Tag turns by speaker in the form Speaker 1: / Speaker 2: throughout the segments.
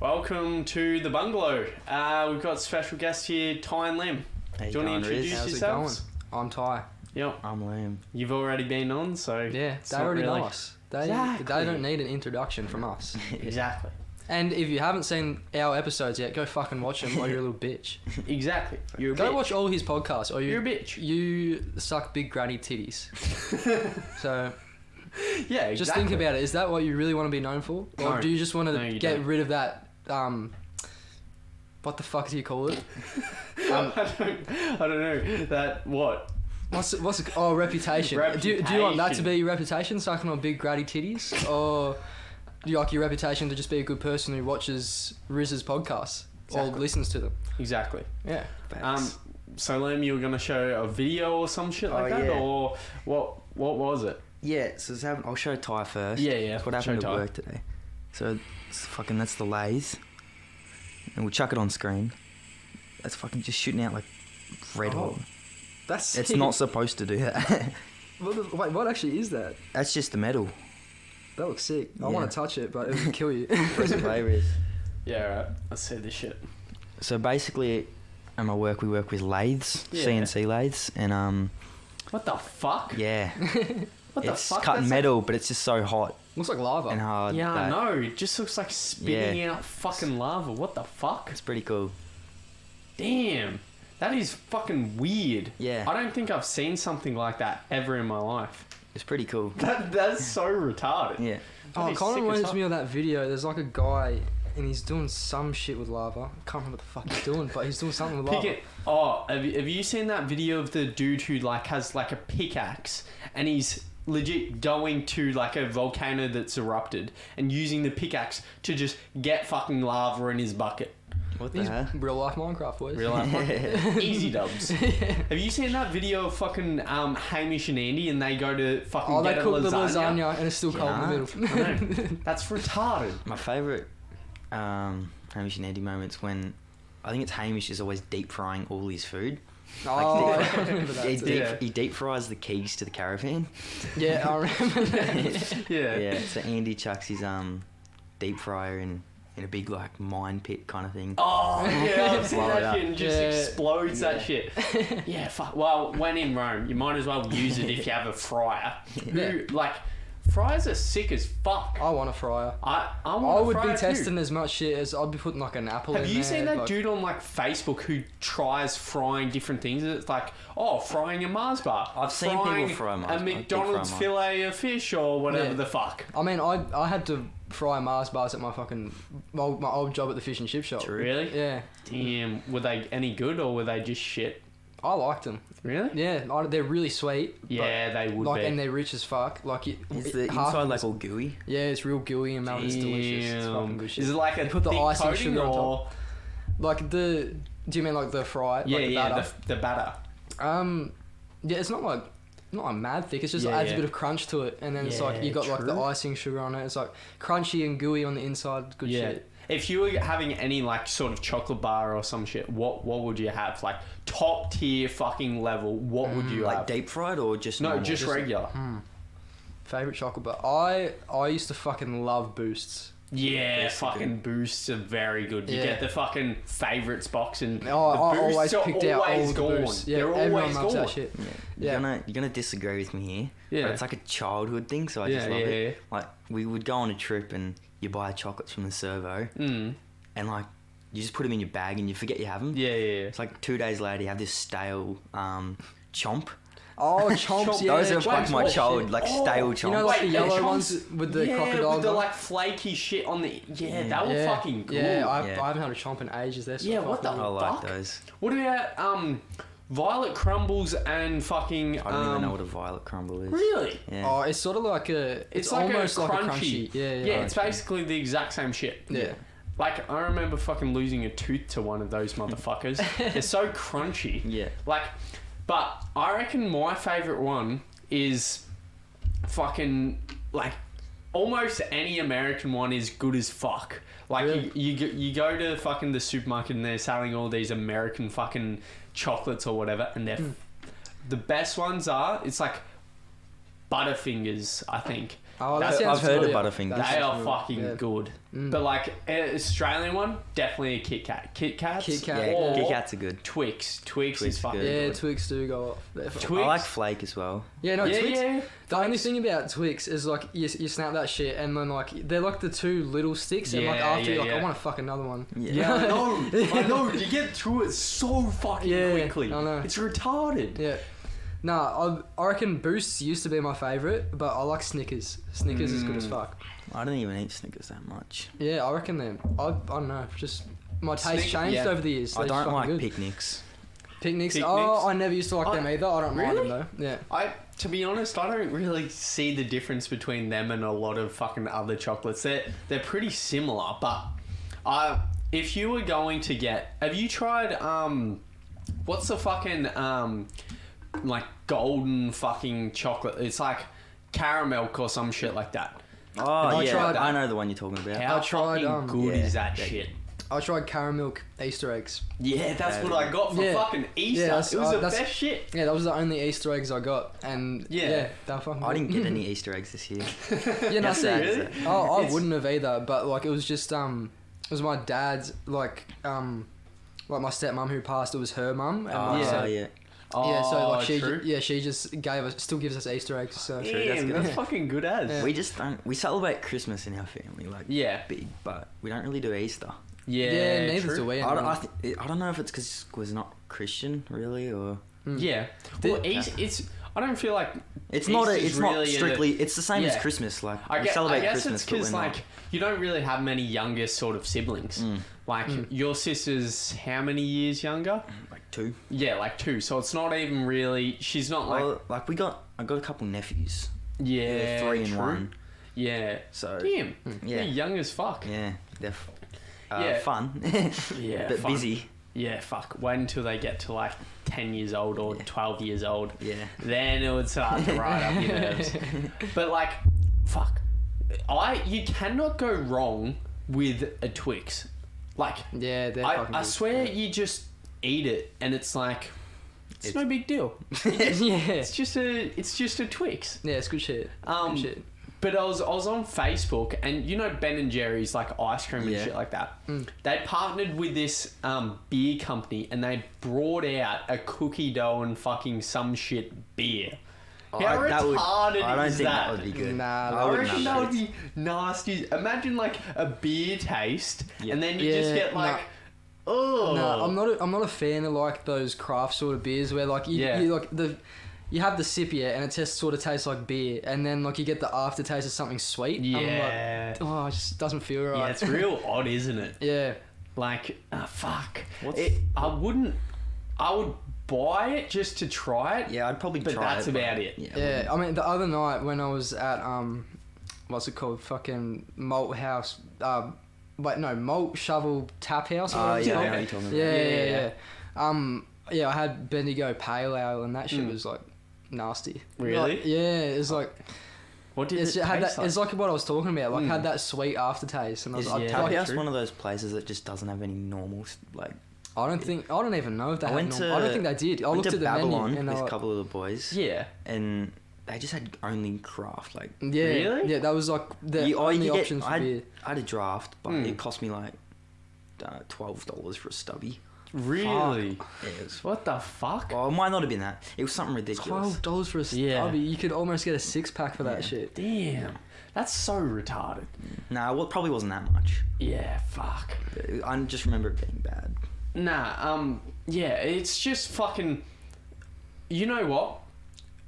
Speaker 1: welcome to the bungalow. Uh, we've got special guest here, Ty and Lem.
Speaker 2: Hey,
Speaker 1: Do you want to
Speaker 2: going, Riz?
Speaker 1: introduce
Speaker 3: How's it
Speaker 1: yourselves?
Speaker 3: going? I'm Ty.
Speaker 1: Yep,
Speaker 2: I'm Liam.
Speaker 1: you've already been on, so
Speaker 3: Yeah,
Speaker 1: it's
Speaker 3: they
Speaker 1: not
Speaker 3: already
Speaker 1: really-
Speaker 3: know us. They,
Speaker 2: Exactly.
Speaker 3: they don't need an introduction from us.
Speaker 2: exactly.
Speaker 3: And if you haven't seen our episodes yet, go fucking watch them or you're a little bitch.
Speaker 1: exactly. You're a
Speaker 3: Go
Speaker 1: bitch.
Speaker 3: watch all his podcasts or you,
Speaker 1: You're a bitch.
Speaker 3: you suck big granny titties. so
Speaker 1: Yeah, exactly.
Speaker 3: just think about it. Is that what you really want to be known for? Or
Speaker 1: No.
Speaker 3: do you just want to
Speaker 1: No, you
Speaker 3: get
Speaker 1: don't.
Speaker 3: rid of that, um, what the fuck do you call it? um,
Speaker 1: I, don't, I don't know that what.
Speaker 3: What's it, what's it, oh reputation. Do, you- do you want that to
Speaker 1: Reputation.
Speaker 3: be your reputation, sucking on big gratty titties, or do you like your reputation to just be a good person who watches Riz's podcasts or
Speaker 1: Exactly.
Speaker 3: listens to them?
Speaker 1: Exactly.
Speaker 3: Yeah,
Speaker 1: Um, so Lem, you were gonna show a video or some shit like
Speaker 2: Oh,
Speaker 1: that,
Speaker 2: yeah.
Speaker 1: or what? What was it?
Speaker 2: yeah, so it's happened. I'll show Ty first.
Speaker 1: Yeah, yeah,
Speaker 2: It's what happened
Speaker 1: show
Speaker 2: at
Speaker 1: Ty.
Speaker 2: work today. So it's fucking that's the lathe, and we'll chuck it on screen. That's fucking just shooting out like red
Speaker 3: Oh,
Speaker 2: hot.
Speaker 3: that's
Speaker 2: It's not supposed to do that.
Speaker 3: What the, wait, what actually is that?
Speaker 2: that's just the metal.
Speaker 3: That looks sick.
Speaker 2: I wanna
Speaker 3: touch it, but it would kill you.
Speaker 2: Press play, Riz.
Speaker 1: Yeah, right. Let's see this shit.
Speaker 2: So basically, at my work we work with lathes,
Speaker 1: Yeah.
Speaker 2: CNC lathes, and um,
Speaker 1: What the fuck?
Speaker 2: yeah,
Speaker 1: What the
Speaker 2: it's
Speaker 1: fuck?
Speaker 2: cut
Speaker 1: That's-
Speaker 2: metal, but it's just so hot
Speaker 3: Looks like lava.
Speaker 2: and hard.
Speaker 1: Yeah, I
Speaker 2: that-
Speaker 1: know. It just looks like spitting out fucking lava. What the fuck?
Speaker 2: It's pretty cool.
Speaker 1: Damn. That is fucking weird.
Speaker 2: Yeah.
Speaker 1: I don't think I've seen something like that ever in my life.
Speaker 2: It's pretty cool.
Speaker 1: That that's so retarded.
Speaker 2: Yeah.
Speaker 3: oh,
Speaker 1: Bloody
Speaker 3: it kind
Speaker 1: sick
Speaker 3: of
Speaker 1: as
Speaker 3: reminds
Speaker 1: fuck.
Speaker 3: me of that video. There's like a guy and he's doing some shit with lava. I can't remember what the fuck he's doing, but he's doing something with
Speaker 1: Pick
Speaker 3: lava.
Speaker 1: it. Oh, have you, have you seen that video of the dude who like has like a pickaxe and he's legit going to like a volcano that's erupted and using the pickaxe to just get fucking lava in his bucket?
Speaker 2: What the
Speaker 3: These
Speaker 2: hell?
Speaker 3: real life Minecraft boys.
Speaker 1: Uh-huh. Real life one? Easy dubs. Have you seen that video of fucking um, Hamish and Andy and they go to fucking
Speaker 3: Oh, they
Speaker 1: get a
Speaker 3: cook the
Speaker 1: lasagna?
Speaker 3: lasagna and it's still cold in the middle.
Speaker 1: I know. That's retarded.
Speaker 2: My favourite um, Hamish and Andy moments when I think it's Hamish is always deep frying all his food.
Speaker 3: Oh,
Speaker 2: Like,
Speaker 3: I remember that.
Speaker 2: he,
Speaker 3: too.
Speaker 2: deep,
Speaker 1: Yeah.
Speaker 2: he deep fries the keys to the caravan.
Speaker 3: Yeah, I remember that.
Speaker 1: Yeah.
Speaker 2: yeah. So Andy chucks his um deep fryer in in a big like mine pit kind of thing.
Speaker 1: Oh yeah, I've seen
Speaker 2: Blow it
Speaker 1: that
Speaker 2: up.
Speaker 1: shit and just
Speaker 3: Yeah.
Speaker 1: explodes that shit. Yeah, fuck. Well, when in Rome, you might as well use it if you have a fryer. Who like fryers are sick as fuck.
Speaker 3: I want a fryer.
Speaker 1: I I, want
Speaker 3: Oh. I
Speaker 1: a
Speaker 3: would be
Speaker 1: fryer too.
Speaker 3: testing as much shit as I'd be putting like an apple
Speaker 1: Have
Speaker 3: in
Speaker 1: you seen
Speaker 3: there,
Speaker 1: that
Speaker 3: like-
Speaker 1: dude on like Facebook who tries frying different things? It's like, oh, frying a Mars bar.
Speaker 2: I've seen people
Speaker 1: frying
Speaker 2: fry a Mars bar. I
Speaker 1: A
Speaker 2: did fry
Speaker 1: McDonald's
Speaker 2: mine.
Speaker 1: fillet of fish or whatever
Speaker 3: Yeah.
Speaker 1: the fuck.
Speaker 3: I mean, I I had to fry Mars bars at my fucking my, old- my old job at the fish and chip shop.
Speaker 1: Really?
Speaker 3: Yeah,
Speaker 1: Damn. Were they any good or were they just shit?
Speaker 3: I liked them.
Speaker 1: Really?
Speaker 3: Yeah, I, they're really sweet. but,
Speaker 1: Yeah, they would
Speaker 3: like
Speaker 1: be.
Speaker 3: and they're rich as fuck. Like it,
Speaker 2: Is
Speaker 3: it-
Speaker 2: the
Speaker 3: half-
Speaker 2: inside like all gooey?
Speaker 3: Yeah, it's real gooey and melted. It's delicious. It's fucking
Speaker 1: Damn.
Speaker 3: good shit.
Speaker 1: Is it like a
Speaker 3: You put the
Speaker 1: thick
Speaker 3: icing
Speaker 1: coating
Speaker 3: sugar on top.
Speaker 1: or
Speaker 3: like the? Do you mean like the fry?
Speaker 1: yeah,
Speaker 3: like the
Speaker 1: yeah,
Speaker 3: batter?
Speaker 1: the, the batter.
Speaker 3: Um, yeah, it's not like not like mad thick. It's just
Speaker 1: Yeah,
Speaker 3: adds
Speaker 1: yeah.
Speaker 3: a bit of crunch to it, and then it's like you
Speaker 1: Yeah,
Speaker 3: got like the
Speaker 1: true.
Speaker 3: icing sugar on it. It's like crunchy and gooey on the inside. Good
Speaker 1: yeah.
Speaker 3: shit.
Speaker 1: If you were having any like sort of chocolate bar or some shit, what what would you have? Like top tier fucking level, what
Speaker 3: Mm,
Speaker 1: would you
Speaker 2: Like
Speaker 1: have?
Speaker 2: deep fried or just
Speaker 1: no,
Speaker 2: normal?
Speaker 1: just, regular.
Speaker 3: Favorite chocolate bar. I I used to fucking love boosts.
Speaker 1: Yeah,
Speaker 2: Yes,
Speaker 1: fucking boosts are very good. You
Speaker 3: Yeah.
Speaker 1: get the fucking favorites box and
Speaker 3: Oh, I
Speaker 1: the boosts
Speaker 3: always
Speaker 1: are
Speaker 3: picked out all
Speaker 1: always
Speaker 3: the
Speaker 1: gone.
Speaker 3: boosts. Yeah,
Speaker 1: They're
Speaker 3: everyone
Speaker 1: always
Speaker 3: loves
Speaker 1: gone.
Speaker 3: that shit.
Speaker 2: You're
Speaker 3: Yeah.
Speaker 2: gonna you're gonna disagree with me here.
Speaker 1: Yeah.
Speaker 2: But it's like a childhood thing, so I just
Speaker 1: Yeah,
Speaker 2: love
Speaker 1: yeah,
Speaker 2: it. Like we would go on a trip and you buy chocolates from the servo,
Speaker 1: Mm.
Speaker 2: and like you just put them in your bag and you forget you have them.
Speaker 1: Yeah, yeah, yeah.
Speaker 2: It's like two days later you have this stale um, chomp.
Speaker 3: Oh, chomps.
Speaker 1: Chomp.
Speaker 3: yeah,
Speaker 2: Those are like
Speaker 1: chomps.
Speaker 2: my
Speaker 1: Oh,
Speaker 2: childhood,
Speaker 1: shit.
Speaker 2: like
Speaker 1: Oh,
Speaker 2: stale
Speaker 1: you
Speaker 2: chomps.
Speaker 3: You know, like the
Speaker 1: Wait,
Speaker 3: yellow
Speaker 1: chomps-
Speaker 3: ones with the
Speaker 1: yeah,
Speaker 3: crocodile.
Speaker 1: with the
Speaker 3: gun?
Speaker 1: like flaky shit on the yeah, that was
Speaker 3: yeah.
Speaker 1: fucking good.
Speaker 3: Yeah, I,
Speaker 2: Yeah.
Speaker 3: I haven't had a chomp in ages. They're so
Speaker 1: Yeah, what
Speaker 3: fucking
Speaker 1: the-
Speaker 2: I like
Speaker 1: fuck?
Speaker 2: those.
Speaker 1: What about um, Violet Crumbles and fucking?
Speaker 2: I don't
Speaker 1: um,
Speaker 2: even know what a violet crumble is.
Speaker 1: Really?
Speaker 2: Yeah.
Speaker 3: Oh, it's sort of like a. It's,
Speaker 1: It's, like
Speaker 3: almost
Speaker 1: a
Speaker 3: like
Speaker 1: crunchy.
Speaker 3: a crunchy. Yeah, yeah.
Speaker 1: it's
Speaker 2: okay.
Speaker 1: basically the exact same shit.
Speaker 3: yeah.
Speaker 1: Like I remember fucking losing a tooth to one of those motherfuckers. They're so crunchy.
Speaker 2: Yeah.
Speaker 1: Like, but I reckon my favorite one is fucking like almost any American one is good as fuck. Like
Speaker 3: Really?
Speaker 1: you, you go- you go to fucking the supermarket and they're selling all these American fucking chocolates or whatever, and they're
Speaker 3: Hmm.
Speaker 1: the best ones are it's like Butterfingers, I think.
Speaker 3: Oh,
Speaker 1: That-
Speaker 3: sounds
Speaker 2: I've heard of
Speaker 3: familiar.
Speaker 2: Butterfingers.
Speaker 3: That
Speaker 1: they are
Speaker 3: sounds familiar.
Speaker 1: fucking
Speaker 3: Yeah.
Speaker 1: good.
Speaker 3: Mm.
Speaker 1: But like eh, Australian one, definitely a Kit Kat. Kit Kats.
Speaker 3: Kit Kat.
Speaker 2: Yeah,
Speaker 1: Or
Speaker 2: Kit Kats are good.
Speaker 1: Twix. Twix.
Speaker 2: Twix
Speaker 1: is fucking.
Speaker 2: good.
Speaker 3: Yeah, Twix do go off. They're fu-
Speaker 1: Twix.
Speaker 2: I like Flake as well.
Speaker 3: Yeah, no,
Speaker 1: yeah,
Speaker 3: Twix.
Speaker 1: yeah.
Speaker 3: The only thing about Twix is like you, you snap that shit and then like they're like the two little sticks and like
Speaker 1: Yeah,
Speaker 3: after
Speaker 1: yeah,
Speaker 3: you're like I
Speaker 1: yeah.
Speaker 3: want to fuck another one.
Speaker 2: Yeah.
Speaker 1: Yeah, I know. I know. You get through it so fucking
Speaker 3: Yeah,
Speaker 1: quickly.
Speaker 3: I know.
Speaker 1: It's retarded.
Speaker 3: Yeah. Nah, I, I reckon Boosts used to be my favorite, but I like Snickers. Snickers is good as
Speaker 1: Mm.
Speaker 3: fuck.
Speaker 2: I don't even eat Snickers that much.
Speaker 3: Yeah, I reckon them. I, I don't know, just my taste
Speaker 1: Snick-
Speaker 3: changed
Speaker 1: yeah.
Speaker 3: over the years.
Speaker 2: I
Speaker 3: They're
Speaker 2: don't
Speaker 3: fucking
Speaker 2: like
Speaker 3: good.
Speaker 2: picnics.
Speaker 3: picnics.
Speaker 1: Picnics.
Speaker 3: Oh, I never used to like them
Speaker 1: I-
Speaker 3: either. I don't
Speaker 1: Really?
Speaker 3: mind them though. Yeah.
Speaker 1: I, to be honest, I don't really see the difference between them and a lot of fucking other chocolates. They're they're pretty similar, but I if you were going to get, have you tried um, what's the fucking um, like golden fucking chocolate? It's like caramel or some shit like that.
Speaker 2: Oh,
Speaker 3: I
Speaker 2: yeah.
Speaker 3: tried-
Speaker 2: I know the one you're talking about.
Speaker 1: How
Speaker 3: I tried,
Speaker 1: fucking
Speaker 3: um,
Speaker 1: good
Speaker 2: Yeah.
Speaker 1: is that shit?
Speaker 3: I tried caramel Easter eggs.
Speaker 1: Yeah, that's what I got for
Speaker 3: Yeah.
Speaker 1: fucking Easter.
Speaker 3: that's-
Speaker 1: it was
Speaker 3: uh,
Speaker 1: the
Speaker 3: that's-
Speaker 1: best shit.
Speaker 3: Yeah, that was the only Easter eggs I got, and
Speaker 1: Yeah.
Speaker 3: yeah, they were fucking.
Speaker 2: I didn't
Speaker 3: good.
Speaker 2: get any Easter eggs this year.
Speaker 3: yeah, no,
Speaker 2: That's
Speaker 3: see,
Speaker 2: sad.
Speaker 1: Really?
Speaker 3: Oh, I
Speaker 1: It's-
Speaker 3: wouldn't have either. But like, it was just um, it was my dad's like um, like my stepmom who passed. It was her mum, and
Speaker 2: Oh,
Speaker 3: like,
Speaker 1: Ah, Yeah.
Speaker 2: yeah.
Speaker 3: so-
Speaker 2: yeah.
Speaker 3: yeah. So like she,
Speaker 1: Oh, true.
Speaker 3: yeah, she just gave us, still gives us Easter eggs. So
Speaker 2: True, that's
Speaker 1: Damn,
Speaker 2: good.
Speaker 1: that's, fucking good as.
Speaker 3: Yeah.
Speaker 2: We just don't. We celebrate Christmas in our family, like
Speaker 1: Yeah. Oh,
Speaker 2: big, but we don't really do Easter.
Speaker 1: Yeah,
Speaker 3: neither
Speaker 1: true.
Speaker 3: do we.
Speaker 2: I, don't, I,
Speaker 3: anymore.
Speaker 2: th- I don't know if it's because was not Christian, really, or
Speaker 3: Mm.
Speaker 1: Yeah.
Speaker 3: The-
Speaker 1: Well, East, it's. I don't feel like.
Speaker 2: it's not. A,
Speaker 1: Easter's
Speaker 2: it's not
Speaker 1: really a-
Speaker 2: strictly. It's the same as
Speaker 1: yeah.
Speaker 2: Christmas. Like
Speaker 1: I
Speaker 2: we
Speaker 1: guess,
Speaker 2: celebrate
Speaker 1: I guess
Speaker 2: Christmas,
Speaker 1: it's because
Speaker 2: but we're not.
Speaker 1: like you don't really have many younger sort of siblings.
Speaker 2: Mm.
Speaker 1: Like
Speaker 3: Mm.
Speaker 1: your sister's how many years younger?
Speaker 2: like two.
Speaker 1: Yeah, like two. So it's not even really. She's not like.
Speaker 2: Well, like we got. I got a couple nephews.
Speaker 1: yeah,
Speaker 2: They're three and
Speaker 1: true.
Speaker 2: one.
Speaker 1: Yeah.
Speaker 2: So
Speaker 1: Damn. You're
Speaker 2: yeah,
Speaker 1: young as fuck.
Speaker 2: yeah, they're f- uh,
Speaker 1: Yeah.
Speaker 2: fun.
Speaker 1: Yeah,
Speaker 2: but
Speaker 1: fun.
Speaker 2: busy.
Speaker 1: Yeah, fuck. Wait until they get to like ten years old or
Speaker 2: Yeah.
Speaker 1: twelve years old.
Speaker 2: Yeah.
Speaker 1: then it would start to ride up your nerves. But like, fuck, I you cannot go wrong with a Twix. Like,
Speaker 3: yeah, they're
Speaker 1: I,
Speaker 3: fucking.
Speaker 1: I
Speaker 3: good.
Speaker 1: swear you just eat it and it's like, it's,
Speaker 2: It's-
Speaker 1: no big deal.
Speaker 3: yeah,
Speaker 1: It's just a it's just a Twix.
Speaker 3: yeah, it's good shit.
Speaker 1: Um,
Speaker 3: good shit.
Speaker 1: But I was I was on Facebook and you know Ben and Jerry's like ice cream and
Speaker 2: Yeah. Mm.
Speaker 1: shit like that. They partnered with this um, beer company and they brought out a cookie dough and fucking some shit beer. How
Speaker 2: Oh, I, that would,
Speaker 1: retarded
Speaker 2: I don't
Speaker 1: is
Speaker 2: think that?
Speaker 1: that?
Speaker 2: would be good.
Speaker 3: Nah,
Speaker 2: I
Speaker 1: I,
Speaker 2: wouldn't
Speaker 1: reckon
Speaker 2: have
Speaker 1: that
Speaker 2: that.
Speaker 1: would be nasty. Imagine like a beer taste
Speaker 2: Yeah.
Speaker 1: and then you just
Speaker 3: Yeah,
Speaker 1: get
Speaker 3: nah.
Speaker 1: like, oh,
Speaker 3: No, I'm not. A, I'm not a fan of like those craft sort of beers where like you,
Speaker 1: Yeah.
Speaker 3: you like the. You have the sip here, and it just sort of tastes like beer, and then like you get the aftertaste of something sweet. and I'm
Speaker 1: Yeah.
Speaker 3: like, oh, it just doesn't feel right.
Speaker 1: yeah, it's real odd, isn't it?
Speaker 3: yeah.
Speaker 1: Like, ah, fuck.
Speaker 2: What's-
Speaker 1: It, I wouldn't. I would buy it just to try it.
Speaker 2: Yeah, I'd probably
Speaker 1: But
Speaker 2: try
Speaker 1: that's
Speaker 2: it,
Speaker 1: about it.
Speaker 2: Yeah, I wouldn't-
Speaker 3: Yeah, I mean the other night when I was at um, what's it called? Fucking malt house. Um, wait, no, malt shovel tap house. or
Speaker 2: Oh,
Speaker 3: whatever it's
Speaker 2: yeah, I
Speaker 3: called.
Speaker 2: know what you're talking about.
Speaker 3: yeah,
Speaker 1: Yeah,
Speaker 3: yeah, yeah,
Speaker 1: yeah.
Speaker 3: yeah. Um, yeah, I had Bendigo Pale Ale, and that shit
Speaker 2: Hmm.
Speaker 1: Mm.
Speaker 3: was like nasty.
Speaker 1: Really?
Speaker 3: Like, yeah, it's like
Speaker 1: What did
Speaker 3: it's,
Speaker 1: it
Speaker 3: it had
Speaker 1: taste
Speaker 3: that,
Speaker 1: like?
Speaker 3: it's like what I was talking about. Like
Speaker 1: Mm.
Speaker 3: had that sweet aftertaste, and I was
Speaker 2: Hmm. Is
Speaker 3: like,
Speaker 1: yeah.
Speaker 3: I,
Speaker 2: Tap
Speaker 1: Totally
Speaker 2: House
Speaker 1: true.
Speaker 2: one of those places that just doesn't have any normal s- like?
Speaker 3: I don't think I don't even know if they
Speaker 2: I
Speaker 3: had.
Speaker 2: went
Speaker 3: normal- I don't
Speaker 2: to-
Speaker 3: think they did. I
Speaker 2: went
Speaker 3: looked
Speaker 2: to
Speaker 3: at the
Speaker 2: Babylon
Speaker 3: menu and
Speaker 2: with
Speaker 3: I,
Speaker 2: a couple of the boys,
Speaker 1: yeah.
Speaker 2: and they just had only craft. Like
Speaker 3: yeah,
Speaker 1: Really?
Speaker 3: yeah, that was like the
Speaker 2: you, or
Speaker 3: only
Speaker 2: you
Speaker 3: option
Speaker 2: get,
Speaker 3: for
Speaker 2: I,
Speaker 3: beer.
Speaker 2: had, I had a draft, but
Speaker 3: Hmm.
Speaker 1: Mm.
Speaker 2: it cost me like uh, twelve dollars for a stubby.
Speaker 1: Really?
Speaker 2: Yeah, it was.
Speaker 1: What the fuck?
Speaker 2: Well, it might not have been that. It was something ridiculous.
Speaker 3: Twelve dollars for a stubby.
Speaker 1: Yeah.
Speaker 3: You could almost get a six pack for that
Speaker 2: Yeah.
Speaker 3: shit.
Speaker 1: Damn. That's so retarded.
Speaker 2: Nah, well, it probably wasn't that much.
Speaker 1: Yeah, fuck.
Speaker 2: But it- I just remember it being bad.
Speaker 1: Nah, um, yeah, it's just fucking. You know what?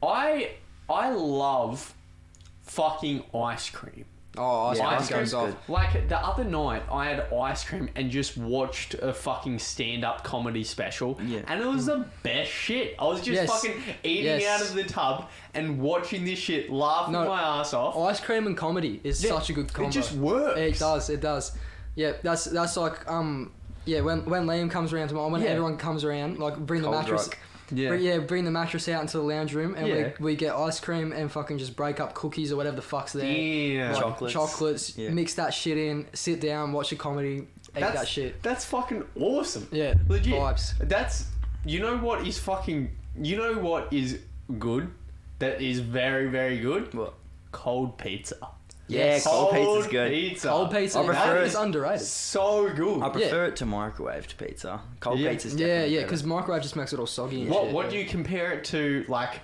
Speaker 1: I I love fucking ice cream.
Speaker 3: Oh, ice
Speaker 2: Yeah,
Speaker 1: ice
Speaker 3: cream goes
Speaker 1: cream's
Speaker 3: off.
Speaker 2: good.
Speaker 1: Like the other night, I had ice cream and just watched a fucking stand-up comedy special,
Speaker 2: Yeah.
Speaker 1: and it was the best shit. I was just
Speaker 3: Yes.
Speaker 1: fucking eating
Speaker 3: Yes.
Speaker 1: out of the tub and watching this shit, laughing
Speaker 3: No.
Speaker 1: my ass off.
Speaker 3: Oh, Ice cream and comedy is
Speaker 1: Yeah,
Speaker 3: such a good combo.
Speaker 1: It just works.
Speaker 3: It does. It does. Yeah, that's that's like um yeah when when Liam comes around tomorrow when
Speaker 1: Yeah.
Speaker 3: everyone comes around like bring
Speaker 2: Cold
Speaker 3: the mattress.
Speaker 2: rock.
Speaker 1: Yeah.
Speaker 3: Bring, yeah, bring the mattress out into the lounge room and
Speaker 1: Yeah.
Speaker 3: we, we get ice cream and fucking just break up cookies or whatever the fuck's there.
Speaker 1: Damn.
Speaker 3: Like,
Speaker 2: Chocolates.
Speaker 3: chocolates,
Speaker 2: Yeah.
Speaker 3: Mix that shit in. Sit down, watch a comedy, eat
Speaker 1: That's
Speaker 3: that shit.
Speaker 1: That's fucking awesome.
Speaker 3: Yeah,
Speaker 1: Legit.
Speaker 3: vibes.
Speaker 1: That's you know what is fucking you know what is good that is very very good
Speaker 2: What?
Speaker 1: cold pizza.
Speaker 2: Yeah, cold pizza's good.
Speaker 1: Pizza.
Speaker 3: Cold pizza
Speaker 2: I prefer
Speaker 3: that
Speaker 2: it.
Speaker 3: is underrated.
Speaker 1: So good.
Speaker 2: I prefer it to microwaved pizza. Cold
Speaker 1: Yeah.
Speaker 2: pizza's
Speaker 3: Yeah,
Speaker 2: definitely
Speaker 3: yeah,
Speaker 2: better.
Speaker 3: because microwave just makes it all soggy. And
Speaker 1: what
Speaker 3: shit.
Speaker 1: what do you compare it to like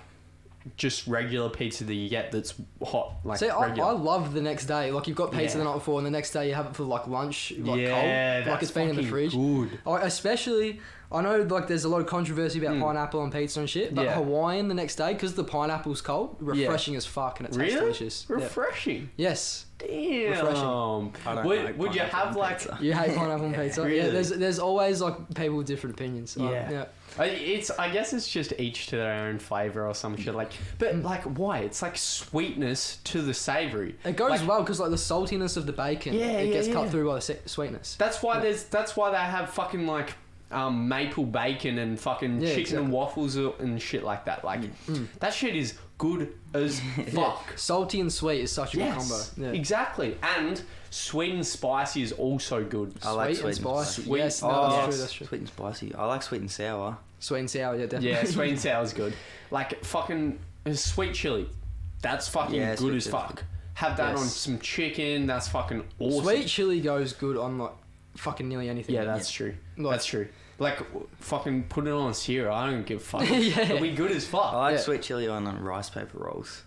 Speaker 1: just regular pizza that you get that's hot like
Speaker 3: See, I,
Speaker 1: regular?
Speaker 3: I love the next day. Like you've got pizza
Speaker 1: Yeah.
Speaker 3: the night before, and the next day you have it for like lunch, like
Speaker 1: yeah,
Speaker 3: cold,
Speaker 1: that's
Speaker 3: like it's been in the
Speaker 1: fucking
Speaker 3: fridge.
Speaker 1: Good.
Speaker 3: Like, especially, I know like there's a lot of controversy about
Speaker 1: Mm.
Speaker 3: pineapple on pizza and shit, but
Speaker 1: Yeah.
Speaker 3: Hawaiian the next day because the pineapple's cold,
Speaker 1: Yeah.
Speaker 3: refreshing as fuck, and it tastes
Speaker 1: Really?
Speaker 3: delicious. Yeah.
Speaker 1: Refreshing.
Speaker 3: Yes,
Speaker 1: Damn.
Speaker 2: I don't
Speaker 1: Would,
Speaker 2: like
Speaker 1: would you
Speaker 2: pineapple
Speaker 1: have
Speaker 2: on
Speaker 1: like?
Speaker 2: pizza.
Speaker 3: you hate pineapple on pizza. Yeah,
Speaker 1: Really?
Speaker 3: there's there's always like people with different opinions. Like,
Speaker 1: Yeah.
Speaker 3: yeah.
Speaker 1: I- uh, It's. I guess it's just each to their own flavor or some shit. Like, but like, why? It's like sweetness to the savory.
Speaker 3: It goes well
Speaker 1: Like-
Speaker 3: 'cause well because like the saltiness of the bacon,
Speaker 1: Yeah,
Speaker 3: it
Speaker 1: yeah,
Speaker 3: gets cut
Speaker 1: yeah.
Speaker 3: through by the se- sweetness.
Speaker 1: That's why there's. That's why they have fucking like. Um, maple bacon and fucking
Speaker 3: Yeah,
Speaker 1: chicken
Speaker 3: exactly.
Speaker 1: and waffles or- and shit like that. Like that shit is good as fuck.
Speaker 3: Salty and sweet is such a
Speaker 1: Yes,
Speaker 3: good combo. Yeah.
Speaker 1: exactly. And sweet and spicy is also good.
Speaker 2: I like
Speaker 3: sweet and
Speaker 2: sweet and
Speaker 3: spicy.
Speaker 1: Sweet-
Speaker 3: Yes, no,
Speaker 2: Oh,
Speaker 3: that's
Speaker 1: yes.
Speaker 3: true. That's true.
Speaker 2: Sweet and spicy. I like sweet and sour.
Speaker 3: Sweet and sour, yeah, definitely.
Speaker 1: Yeah, sweet and sour's good. Like fucking uh, sweet chili, that's fucking
Speaker 2: Yeah,
Speaker 1: good
Speaker 2: sweet
Speaker 1: as
Speaker 2: chili's
Speaker 1: fuck. Have that on
Speaker 2: Yes.
Speaker 1: some chicken. That's fucking awesome.
Speaker 3: Sweet chili goes good on like fucking nearly anything.
Speaker 1: Yeah, that's true.
Speaker 3: Like-
Speaker 1: that's true. Like w- fucking put it on syrup. I don't give a fuck.
Speaker 3: Yeah.
Speaker 1: It'll be good as fuck.
Speaker 2: I like
Speaker 3: Yeah.
Speaker 2: sweet chili on um, rice paper rolls.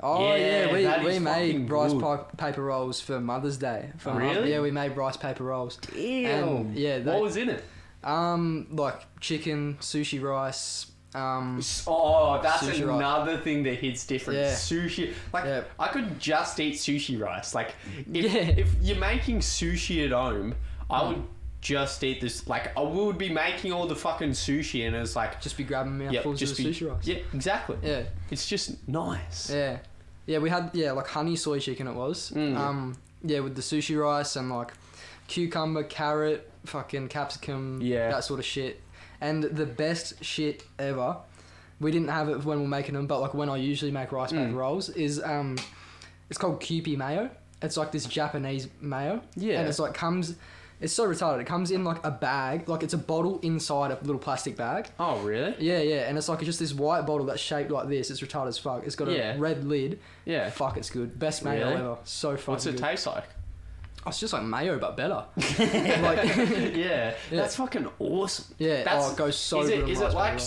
Speaker 3: Oh yeah,
Speaker 1: Yeah, that
Speaker 3: we, we
Speaker 1: is
Speaker 3: made
Speaker 1: fucking
Speaker 3: rice
Speaker 1: good.
Speaker 3: pa- paper rolls for Mother's Day. For Mum.
Speaker 1: Really?
Speaker 3: yeah, we made rice paper rolls.
Speaker 1: Ew.
Speaker 3: and, yeah, they-
Speaker 1: what was in it?
Speaker 3: Um, like chicken, sushi rice. Um,
Speaker 1: S- Oh, that's
Speaker 3: Sushi rice.
Speaker 1: another thing that hits different.
Speaker 3: Yeah.
Speaker 1: Sushi, like
Speaker 3: Yeah.
Speaker 1: I could just eat sushi rice. Like if,
Speaker 3: Yeah.
Speaker 1: if you're making sushi at home, I would just eat this. Like I would be making all the fucking sushi, and it's like,
Speaker 3: just be grabbing
Speaker 1: yeah,
Speaker 3: mouthfuls
Speaker 1: just
Speaker 3: of
Speaker 1: be,
Speaker 3: sushi rice.
Speaker 1: yeah, exactly.
Speaker 3: yeah,
Speaker 1: It's just nice.
Speaker 3: yeah, yeah. We had yeah like honey soy chicken. It was.
Speaker 1: Mm.
Speaker 3: Um, yeah, with the sushi rice and like cucumber, carrot, fucking capsicum.
Speaker 1: Yeah.
Speaker 3: that sort of shit. And the best shit ever. We didn't have it when we we're making them, but like when I usually make rice paper
Speaker 1: Mm.
Speaker 3: rolls is um, it's called Kewpie mayo. It's like this Japanese mayo.
Speaker 1: Yeah.
Speaker 3: And it's like comes, it's so retarded. It comes in like a bag, like it's a bottle inside a little plastic bag.
Speaker 1: Oh, really?
Speaker 3: Yeah, yeah, and it's like just this white bottle that's shaped like this. It's retarded as fuck. It's got a
Speaker 1: Yeah.
Speaker 3: red lid.
Speaker 1: Yeah.
Speaker 3: Fuck, it's good. Best mayo
Speaker 1: Really?
Speaker 3: ever. So fucking
Speaker 1: What's it
Speaker 3: good.
Speaker 1: taste like?
Speaker 3: Oh, it's just like mayo but better. like,
Speaker 1: yeah, that's fucking awesome.
Speaker 3: Yeah,
Speaker 1: that's,
Speaker 3: oh, it goes so
Speaker 1: Is
Speaker 3: good
Speaker 1: it,
Speaker 3: on
Speaker 1: is it
Speaker 3: rice
Speaker 1: like
Speaker 3: paper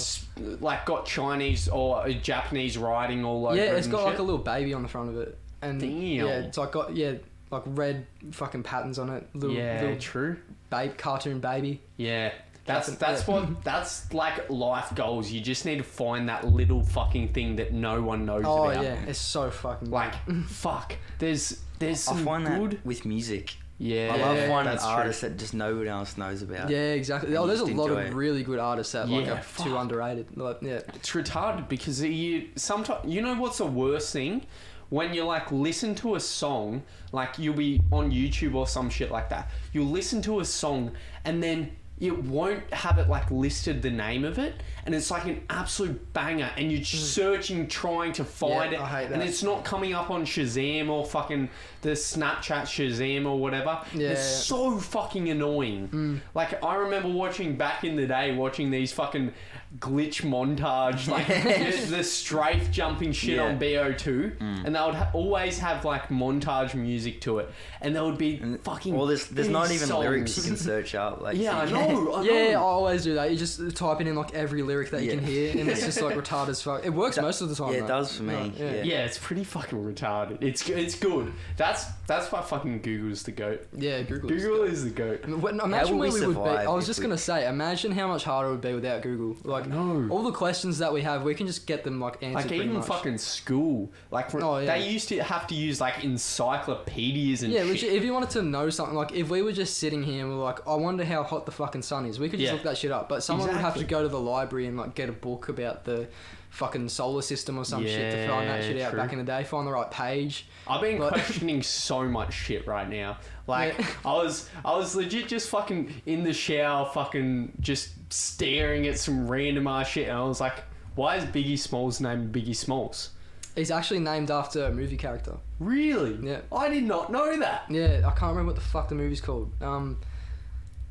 Speaker 1: s- like got Chinese or uh, Japanese writing all over?
Speaker 3: yeah,
Speaker 1: it
Speaker 3: it's
Speaker 1: and
Speaker 3: got
Speaker 1: shit?
Speaker 3: like a little baby on the front of it, and
Speaker 1: Damn.
Speaker 3: yeah, it's like got yeah like red fucking patterns on it. Little
Speaker 1: yeah,
Speaker 3: little
Speaker 1: true.
Speaker 3: babe cartoon baby.
Speaker 1: Yeah. That's
Speaker 3: That's-
Speaker 1: that's
Speaker 3: yeah.
Speaker 1: what that's like life goals. You just need to find that little fucking thing that no one knows
Speaker 3: Oh
Speaker 1: about.
Speaker 3: yeah, it's so fucking.
Speaker 1: Like fuck. There's there's some
Speaker 2: I find
Speaker 1: good
Speaker 2: that with music.
Speaker 1: Yeah.
Speaker 2: I love finding
Speaker 1: that's true.
Speaker 2: artists that just nobody else knows about.
Speaker 3: Yeah, exactly.
Speaker 2: And
Speaker 3: Oh,
Speaker 2: you
Speaker 3: there's a
Speaker 2: just
Speaker 3: lot of
Speaker 2: enjoy it.
Speaker 3: really good artists that like
Speaker 1: Yeah,
Speaker 3: are
Speaker 1: fuck.
Speaker 3: too underrated. Like, yeah,
Speaker 1: It's retarded because you sometimes you know what's the worst thing when you like listen to a song like you'll be on YouTube or some shit like that. You'll listen to a song and then it won't have it like listed the name of it and it's like an absolute banger and you're searching trying to find
Speaker 3: Hmm. Yeah,
Speaker 1: it
Speaker 3: I hate
Speaker 1: and
Speaker 3: that.
Speaker 1: it's not coming up on Shazam or fucking the Snapchat Shazam or whatever.
Speaker 3: Yeah,
Speaker 1: it's
Speaker 3: yeah.
Speaker 1: so fucking annoying.
Speaker 2: Mm.
Speaker 1: Like I remember watching back in the day, watching these fucking glitch montage, like the, the strafe jumping shit
Speaker 2: Yeah. Mm.
Speaker 1: on Bo2, and they would ha- always have like montage music to it, and there would be
Speaker 2: And
Speaker 1: fucking.
Speaker 2: Well, there's there's
Speaker 1: big
Speaker 2: not even
Speaker 1: songs.
Speaker 2: lyrics you can search up. Like
Speaker 1: Yeah, I
Speaker 2: you
Speaker 1: know. I know.
Speaker 3: yeah. I always do that. You just typing in like every lyric that you
Speaker 2: Yeah.
Speaker 3: can hear, and it's
Speaker 2: Yeah.
Speaker 3: just like retarded as fuck. It works
Speaker 2: That-
Speaker 3: most of the time.
Speaker 2: yeah, it
Speaker 3: though.
Speaker 2: does for me,
Speaker 3: Right,
Speaker 2: yeah.
Speaker 1: Yeah, it's pretty fucking retarded. It's it's good. That's that's why fucking Google's the goat.
Speaker 3: yeah, Google. is-
Speaker 1: Google is the goat.
Speaker 3: I mean, when- Imagine
Speaker 2: would
Speaker 3: where
Speaker 2: we
Speaker 3: we would be.
Speaker 2: survive
Speaker 3: I was
Speaker 2: if
Speaker 3: just
Speaker 2: we-
Speaker 3: gonna say, imagine how much harder it would be without Google. Like,
Speaker 1: No.
Speaker 3: all the questions that we have, we can just get them like answered.
Speaker 1: Like
Speaker 3: pretty
Speaker 1: even
Speaker 3: much.
Speaker 1: fucking school, like for-
Speaker 3: Oh, yeah.
Speaker 1: they used to have to use like encyclopedias and
Speaker 3: Yeah,
Speaker 1: shit.
Speaker 3: which, if you wanted to know something, like if we were just sitting here and we're like, I wonder how hot the fucking sun is, we could just
Speaker 1: Yeah.
Speaker 3: look that shit up. But someone would have to
Speaker 1: Exactly.
Speaker 3: go to the library and like get a book about the fucking solar system or some shit to find that
Speaker 1: Yeah,
Speaker 3: shit out
Speaker 1: true.
Speaker 3: back in the day, find the right page.
Speaker 1: I've been
Speaker 3: Like-
Speaker 1: questioning so much shit right now. Like
Speaker 3: Yeah.
Speaker 1: I was I was legit just fucking in the shower fucking just staring at some random ass shit and I was like, why is Biggie Smalls named Biggie Smalls?
Speaker 3: He's actually named after a movie character.
Speaker 1: Really?
Speaker 3: Yeah.
Speaker 1: I did not know that.
Speaker 3: Yeah, I can't remember what the fuck the movie's called. Um,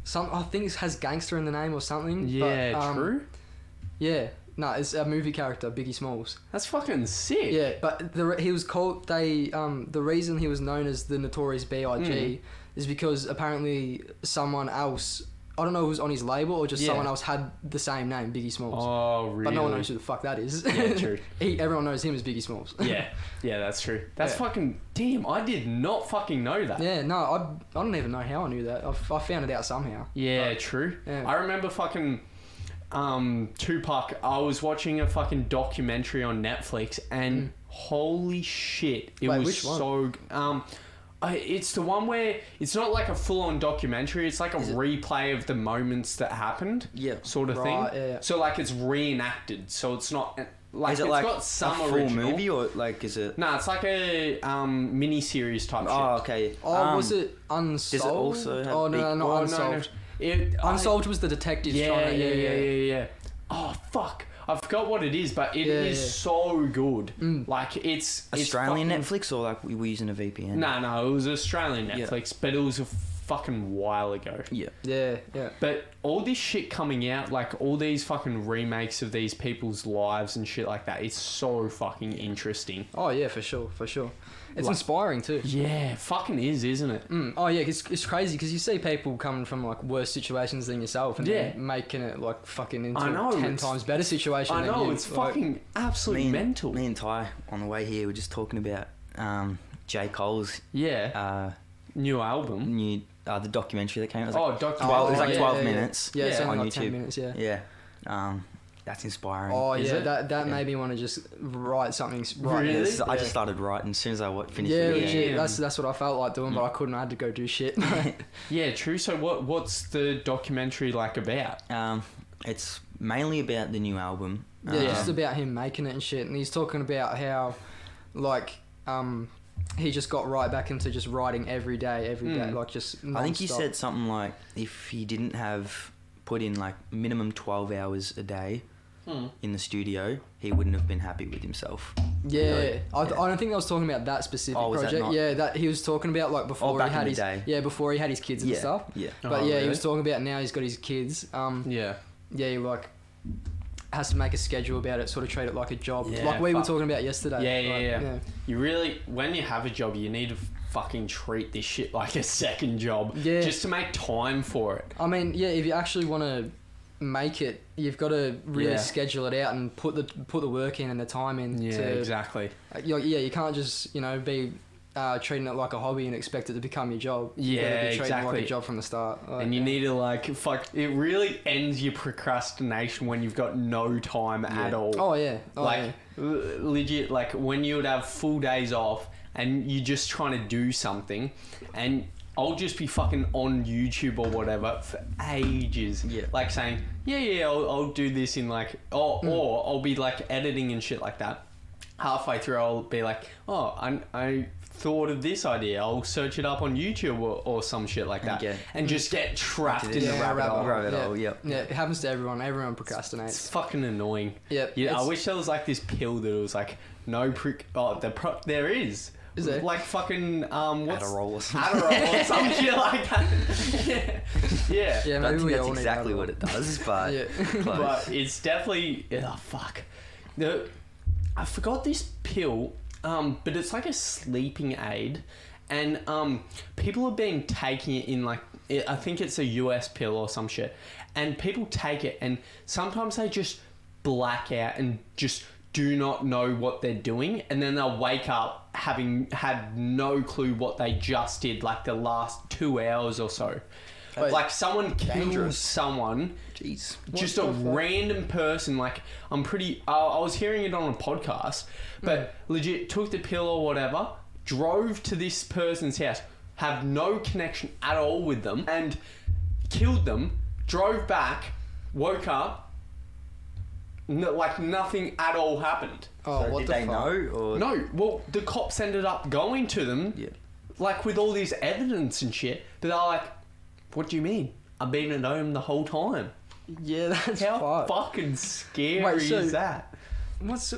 Speaker 3: some I think it has gangster in the name or something. but,
Speaker 1: Yeah,
Speaker 3: um,
Speaker 1: true.
Speaker 3: Yeah, Nah, it's a movie character, Biggie Smalls.
Speaker 1: That's fucking sick.
Speaker 3: Yeah, but the, re- he was called they um the reason he was known as the Notorious B.I.G.
Speaker 1: Mm.
Speaker 3: is because apparently someone else I don't know who was on his label or just
Speaker 1: Yeah.
Speaker 3: someone else had the same name, Biggie Smalls.
Speaker 1: Oh, really?
Speaker 3: But no one knows who the fuck that is.
Speaker 1: Yeah, true.
Speaker 3: he, everyone knows him as Biggie Smalls.
Speaker 1: yeah, yeah, that's true. That's
Speaker 3: Yeah.
Speaker 1: fucking damn. I did not fucking know that.
Speaker 3: yeah, no, I, I don't even know how I knew that. I, I found it out somehow.
Speaker 1: Yeah, true.
Speaker 3: Yeah.
Speaker 1: I remember fucking um, Tupac. I was watching a fucking documentary on Netflix, and holy shit, it
Speaker 3: Wait,
Speaker 1: was
Speaker 3: which one?
Speaker 1: so. Um, I, it's the one where it's not like a full-on documentary. It's like a replay of the moments that happened,
Speaker 2: Yeah.
Speaker 1: sort of
Speaker 3: Right,
Speaker 1: thing.
Speaker 3: yeah, yeah.
Speaker 1: So like it's reenacted. So it's not eh, like
Speaker 2: is it
Speaker 1: it's
Speaker 2: like
Speaker 1: got some
Speaker 2: a full
Speaker 1: original.
Speaker 2: movie or like is it?
Speaker 1: Nah, it's like a um, mini series type.
Speaker 2: Oh,
Speaker 1: shit.
Speaker 2: okay.
Speaker 3: Oh,
Speaker 2: Um,
Speaker 3: was it Unsolved?
Speaker 2: also have
Speaker 3: oh, no,
Speaker 2: Big-
Speaker 3: no, no,
Speaker 1: Oh,
Speaker 3: Unsolved.
Speaker 1: no, no. It, I-
Speaker 3: Unsolved was the detective.
Speaker 1: yeah,
Speaker 3: trying to,
Speaker 1: yeah, yeah, yeah, yeah. Oh fuck. I forgot what it is, but it is
Speaker 3: Yeah, yeah.
Speaker 1: so good.
Speaker 3: Mm.
Speaker 1: Like it's it's
Speaker 2: Australian
Speaker 1: fucking-
Speaker 2: Netflix or like we were using a VPN?
Speaker 1: No, no, it was Australian
Speaker 2: Yeah.
Speaker 1: Netflix, but it was a fucking while ago.
Speaker 2: Yeah.
Speaker 3: Yeah, yeah.
Speaker 1: But all this shit coming out, like all these fucking remakes of these people's lives and shit like that, it's so fucking interesting.
Speaker 3: Oh yeah, for sure, for sure. It's
Speaker 1: Like-
Speaker 3: inspiring too.
Speaker 1: Yeah, fucking is, isn't it?
Speaker 3: Mm. Oh yeah, it's, it's crazy because you see people coming from like worse situations than yourself and
Speaker 1: Yeah.
Speaker 3: then making it like fucking into
Speaker 1: I know,
Speaker 3: a ten
Speaker 1: it's-
Speaker 3: times better situation.
Speaker 1: I
Speaker 3: than
Speaker 1: know,
Speaker 3: you.
Speaker 1: it's
Speaker 3: Like,
Speaker 1: fucking absolute
Speaker 2: me and,
Speaker 1: mental.
Speaker 2: Me and Ty on the way here were just talking about um, J Cole's
Speaker 1: Yeah,
Speaker 2: uh,
Speaker 1: new album.
Speaker 2: new uh, the documentary that came out. It was like
Speaker 1: Oh, Doctor.
Speaker 3: oh,
Speaker 2: 12 it was like
Speaker 3: yeah,
Speaker 2: 12
Speaker 3: yeah, yeah.
Speaker 2: minutes
Speaker 3: Yeah, it's
Speaker 1: Yeah.
Speaker 3: only
Speaker 2: on
Speaker 3: like ten
Speaker 2: YouTube.
Speaker 3: minutes. Yeah.
Speaker 2: yeah, um, that's inspiring.
Speaker 3: Oh
Speaker 1: Is
Speaker 3: yeah,
Speaker 1: it?
Speaker 3: that that
Speaker 2: Yeah.
Speaker 3: made me want to just write something. s- Right
Speaker 1: Really?
Speaker 2: Yeah,
Speaker 3: now.
Speaker 2: this is- I just
Speaker 3: Yeah.
Speaker 2: started writing as soon as I wa- finished
Speaker 3: Yeah,
Speaker 2: the video.
Speaker 3: legit.
Speaker 1: Yeah.
Speaker 3: That's that's what I felt like doing, but I couldn't. I had to go do shit.
Speaker 1: Yeah, true. So what what's the documentary like about?
Speaker 2: Um, it's mainly about the new album.
Speaker 3: Yeah,
Speaker 2: um,
Speaker 3: just about him making it and shit. And he's talking about how, like, um, he just got right back into just writing every day, every day,
Speaker 1: Mm.
Speaker 3: like just.
Speaker 2: Hmm. I think he
Speaker 3: nonstop.
Speaker 2: said something like if he didn't have put in like minimum 12 hours a day
Speaker 3: Hmm.
Speaker 2: in the studio, he wouldn't have been happy with himself.
Speaker 3: Yeah,
Speaker 2: Really?
Speaker 3: I,
Speaker 2: Yeah.
Speaker 3: I don't think I was talking about that specific
Speaker 2: Oh, was that
Speaker 3: project.
Speaker 2: not-
Speaker 3: yeah, that he was talking about like before
Speaker 2: back
Speaker 3: he
Speaker 2: in
Speaker 3: had
Speaker 2: the
Speaker 3: his
Speaker 2: day.
Speaker 3: yeah before he had his kids and
Speaker 2: yeah,
Speaker 3: stuff.
Speaker 2: yeah.
Speaker 3: But
Speaker 1: Oh,
Speaker 3: yeah,
Speaker 1: really?
Speaker 3: he was talking about now he's got his kids. Um,
Speaker 1: Yeah.
Speaker 3: yeah, he like has to make a schedule about it, sort of treat it like a job,
Speaker 1: Yeah,
Speaker 3: like we were
Speaker 1: fuck.
Speaker 3: talking about yesterday.
Speaker 1: Yeah, yeah,
Speaker 3: like,
Speaker 1: yeah. You really, when you have a job, you need to fucking treat this shit like a second job.
Speaker 3: Yeah.
Speaker 1: Just to make time for it.
Speaker 3: I mean, yeah, if you actually want to make it, you've got to really
Speaker 1: Yeah.
Speaker 3: schedule it out and put the put the work in and the time in.
Speaker 1: Yeah,
Speaker 3: to,
Speaker 1: exactly.
Speaker 3: uh, you know, yeah, you can't just you know be uh, treating it like a hobby and expect it to become your job. You gotta
Speaker 1: Yeah,
Speaker 3: be treating It like
Speaker 1: exactly.
Speaker 3: a job from the start. Like,
Speaker 1: And you need to like fuck. It really ends your procrastination when you've got no time at
Speaker 2: Yeah.
Speaker 1: all.
Speaker 3: Oh yeah. Oh,
Speaker 1: like l- legit, like when you would have full days off and you're just trying to do something, and I'll just be fucking on YouTube or whatever for ages.
Speaker 2: Yeah.
Speaker 1: Like saying, yeah, yeah, I'll, I'll do this in like, or, or I'll be like editing and shit like that. Halfway through, I'll be like, oh, I, I thought of this idea. I'll search it up on YouTube or, or some shit like that,
Speaker 2: Yeah.
Speaker 1: and just get trapped
Speaker 2: Into
Speaker 1: in
Speaker 2: this.
Speaker 1: the
Speaker 3: yeah,
Speaker 1: rabbit hole.
Speaker 2: Rabbit hole, yep.
Speaker 3: Yeah, it happens to everyone. Everyone
Speaker 1: It's
Speaker 3: procrastinates.
Speaker 1: fucking annoying.
Speaker 3: Yep,
Speaker 1: Yeah, I
Speaker 3: it's-
Speaker 1: wish there was like this pill that was like no prick. Oh, the pro- there is.
Speaker 3: Is there?
Speaker 1: Like fucking um, what's
Speaker 2: Adderall or something.
Speaker 1: Adderall or some shit like that. yeah. yeah.
Speaker 3: Yeah,
Speaker 2: I don't
Speaker 3: maybe
Speaker 2: think
Speaker 3: we
Speaker 2: that's
Speaker 3: all need
Speaker 2: exactly
Speaker 3: that.
Speaker 2: what it does, but
Speaker 3: Yeah.
Speaker 2: close.
Speaker 1: But it's definitely oh fuck. The I forgot this pill, um, but it's like a sleeping aid, and um, people have been taking it in like i I think it's a US pill or some shit, and people take it and sometimes they just black out and just do not know what they're doing, and then they'll wake up having had no clue what they just did, like the last two hours or so.
Speaker 3: Wait.
Speaker 1: like someone kills
Speaker 2: Dangerous.
Speaker 1: someone
Speaker 2: Jeez.
Speaker 1: just
Speaker 3: the
Speaker 1: a
Speaker 3: fuck?
Speaker 1: random person. Like I'm pretty. I I was hearing it on a podcast, but legit took the pill or whatever, drove to this person's house, have no connection at all with them, and killed them. Drove back, woke up. No, like nothing at all happened.
Speaker 3: Oh,
Speaker 2: So
Speaker 3: what
Speaker 2: did
Speaker 3: the
Speaker 2: they
Speaker 3: fuck?
Speaker 2: know? Or
Speaker 1: No, well, the cops ended up going to them,
Speaker 2: Yeah.
Speaker 1: like with all this evidence and shit. But they're like, "What do you mean? I've been at home the whole time."
Speaker 3: Yeah, that's
Speaker 1: How
Speaker 3: fucked.
Speaker 1: fucking scary
Speaker 3: Wait, so-
Speaker 1: is that?
Speaker 3: What's?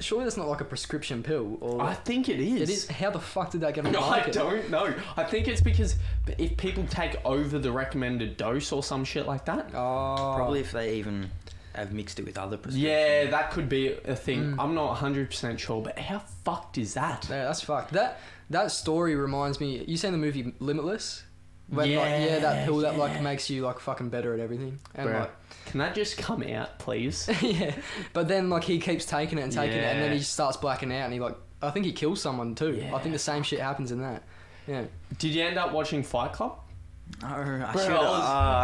Speaker 3: Surely that's not like a prescription pill, or
Speaker 1: I think it is.
Speaker 3: it is. How the fuck did that get on the
Speaker 1: No, I
Speaker 3: market?
Speaker 1: don't know. I think it's because if people take over the recommended dose or some shit like that.
Speaker 3: Oh,
Speaker 2: Probably if they even have mixed it with other
Speaker 1: Yeah,
Speaker 2: prescriptions.
Speaker 1: that could be a thing.
Speaker 3: Mm.
Speaker 1: I'm not 100% sure, but how fucked is that?
Speaker 3: No, that's fucked. That that story reminds me. You seen the movie Limitless? When like yeah, that
Speaker 1: Yeah,
Speaker 3: pill that like
Speaker 1: yeah.
Speaker 3: makes you like fucking better at everything. And
Speaker 1: Bruh. Can that just come out, please?
Speaker 3: like yeah, but then like he keeps taking it and taking it, and then
Speaker 1: Yeah.
Speaker 3: he starts blacking out, and he like I think he kills someone too. I think
Speaker 1: Yeah.
Speaker 3: the same shit happens in that. Yeah.
Speaker 1: Did you end up watching Fight Club?
Speaker 2: No, Oh, I
Speaker 1: Bro,
Speaker 2: should.
Speaker 1: I was-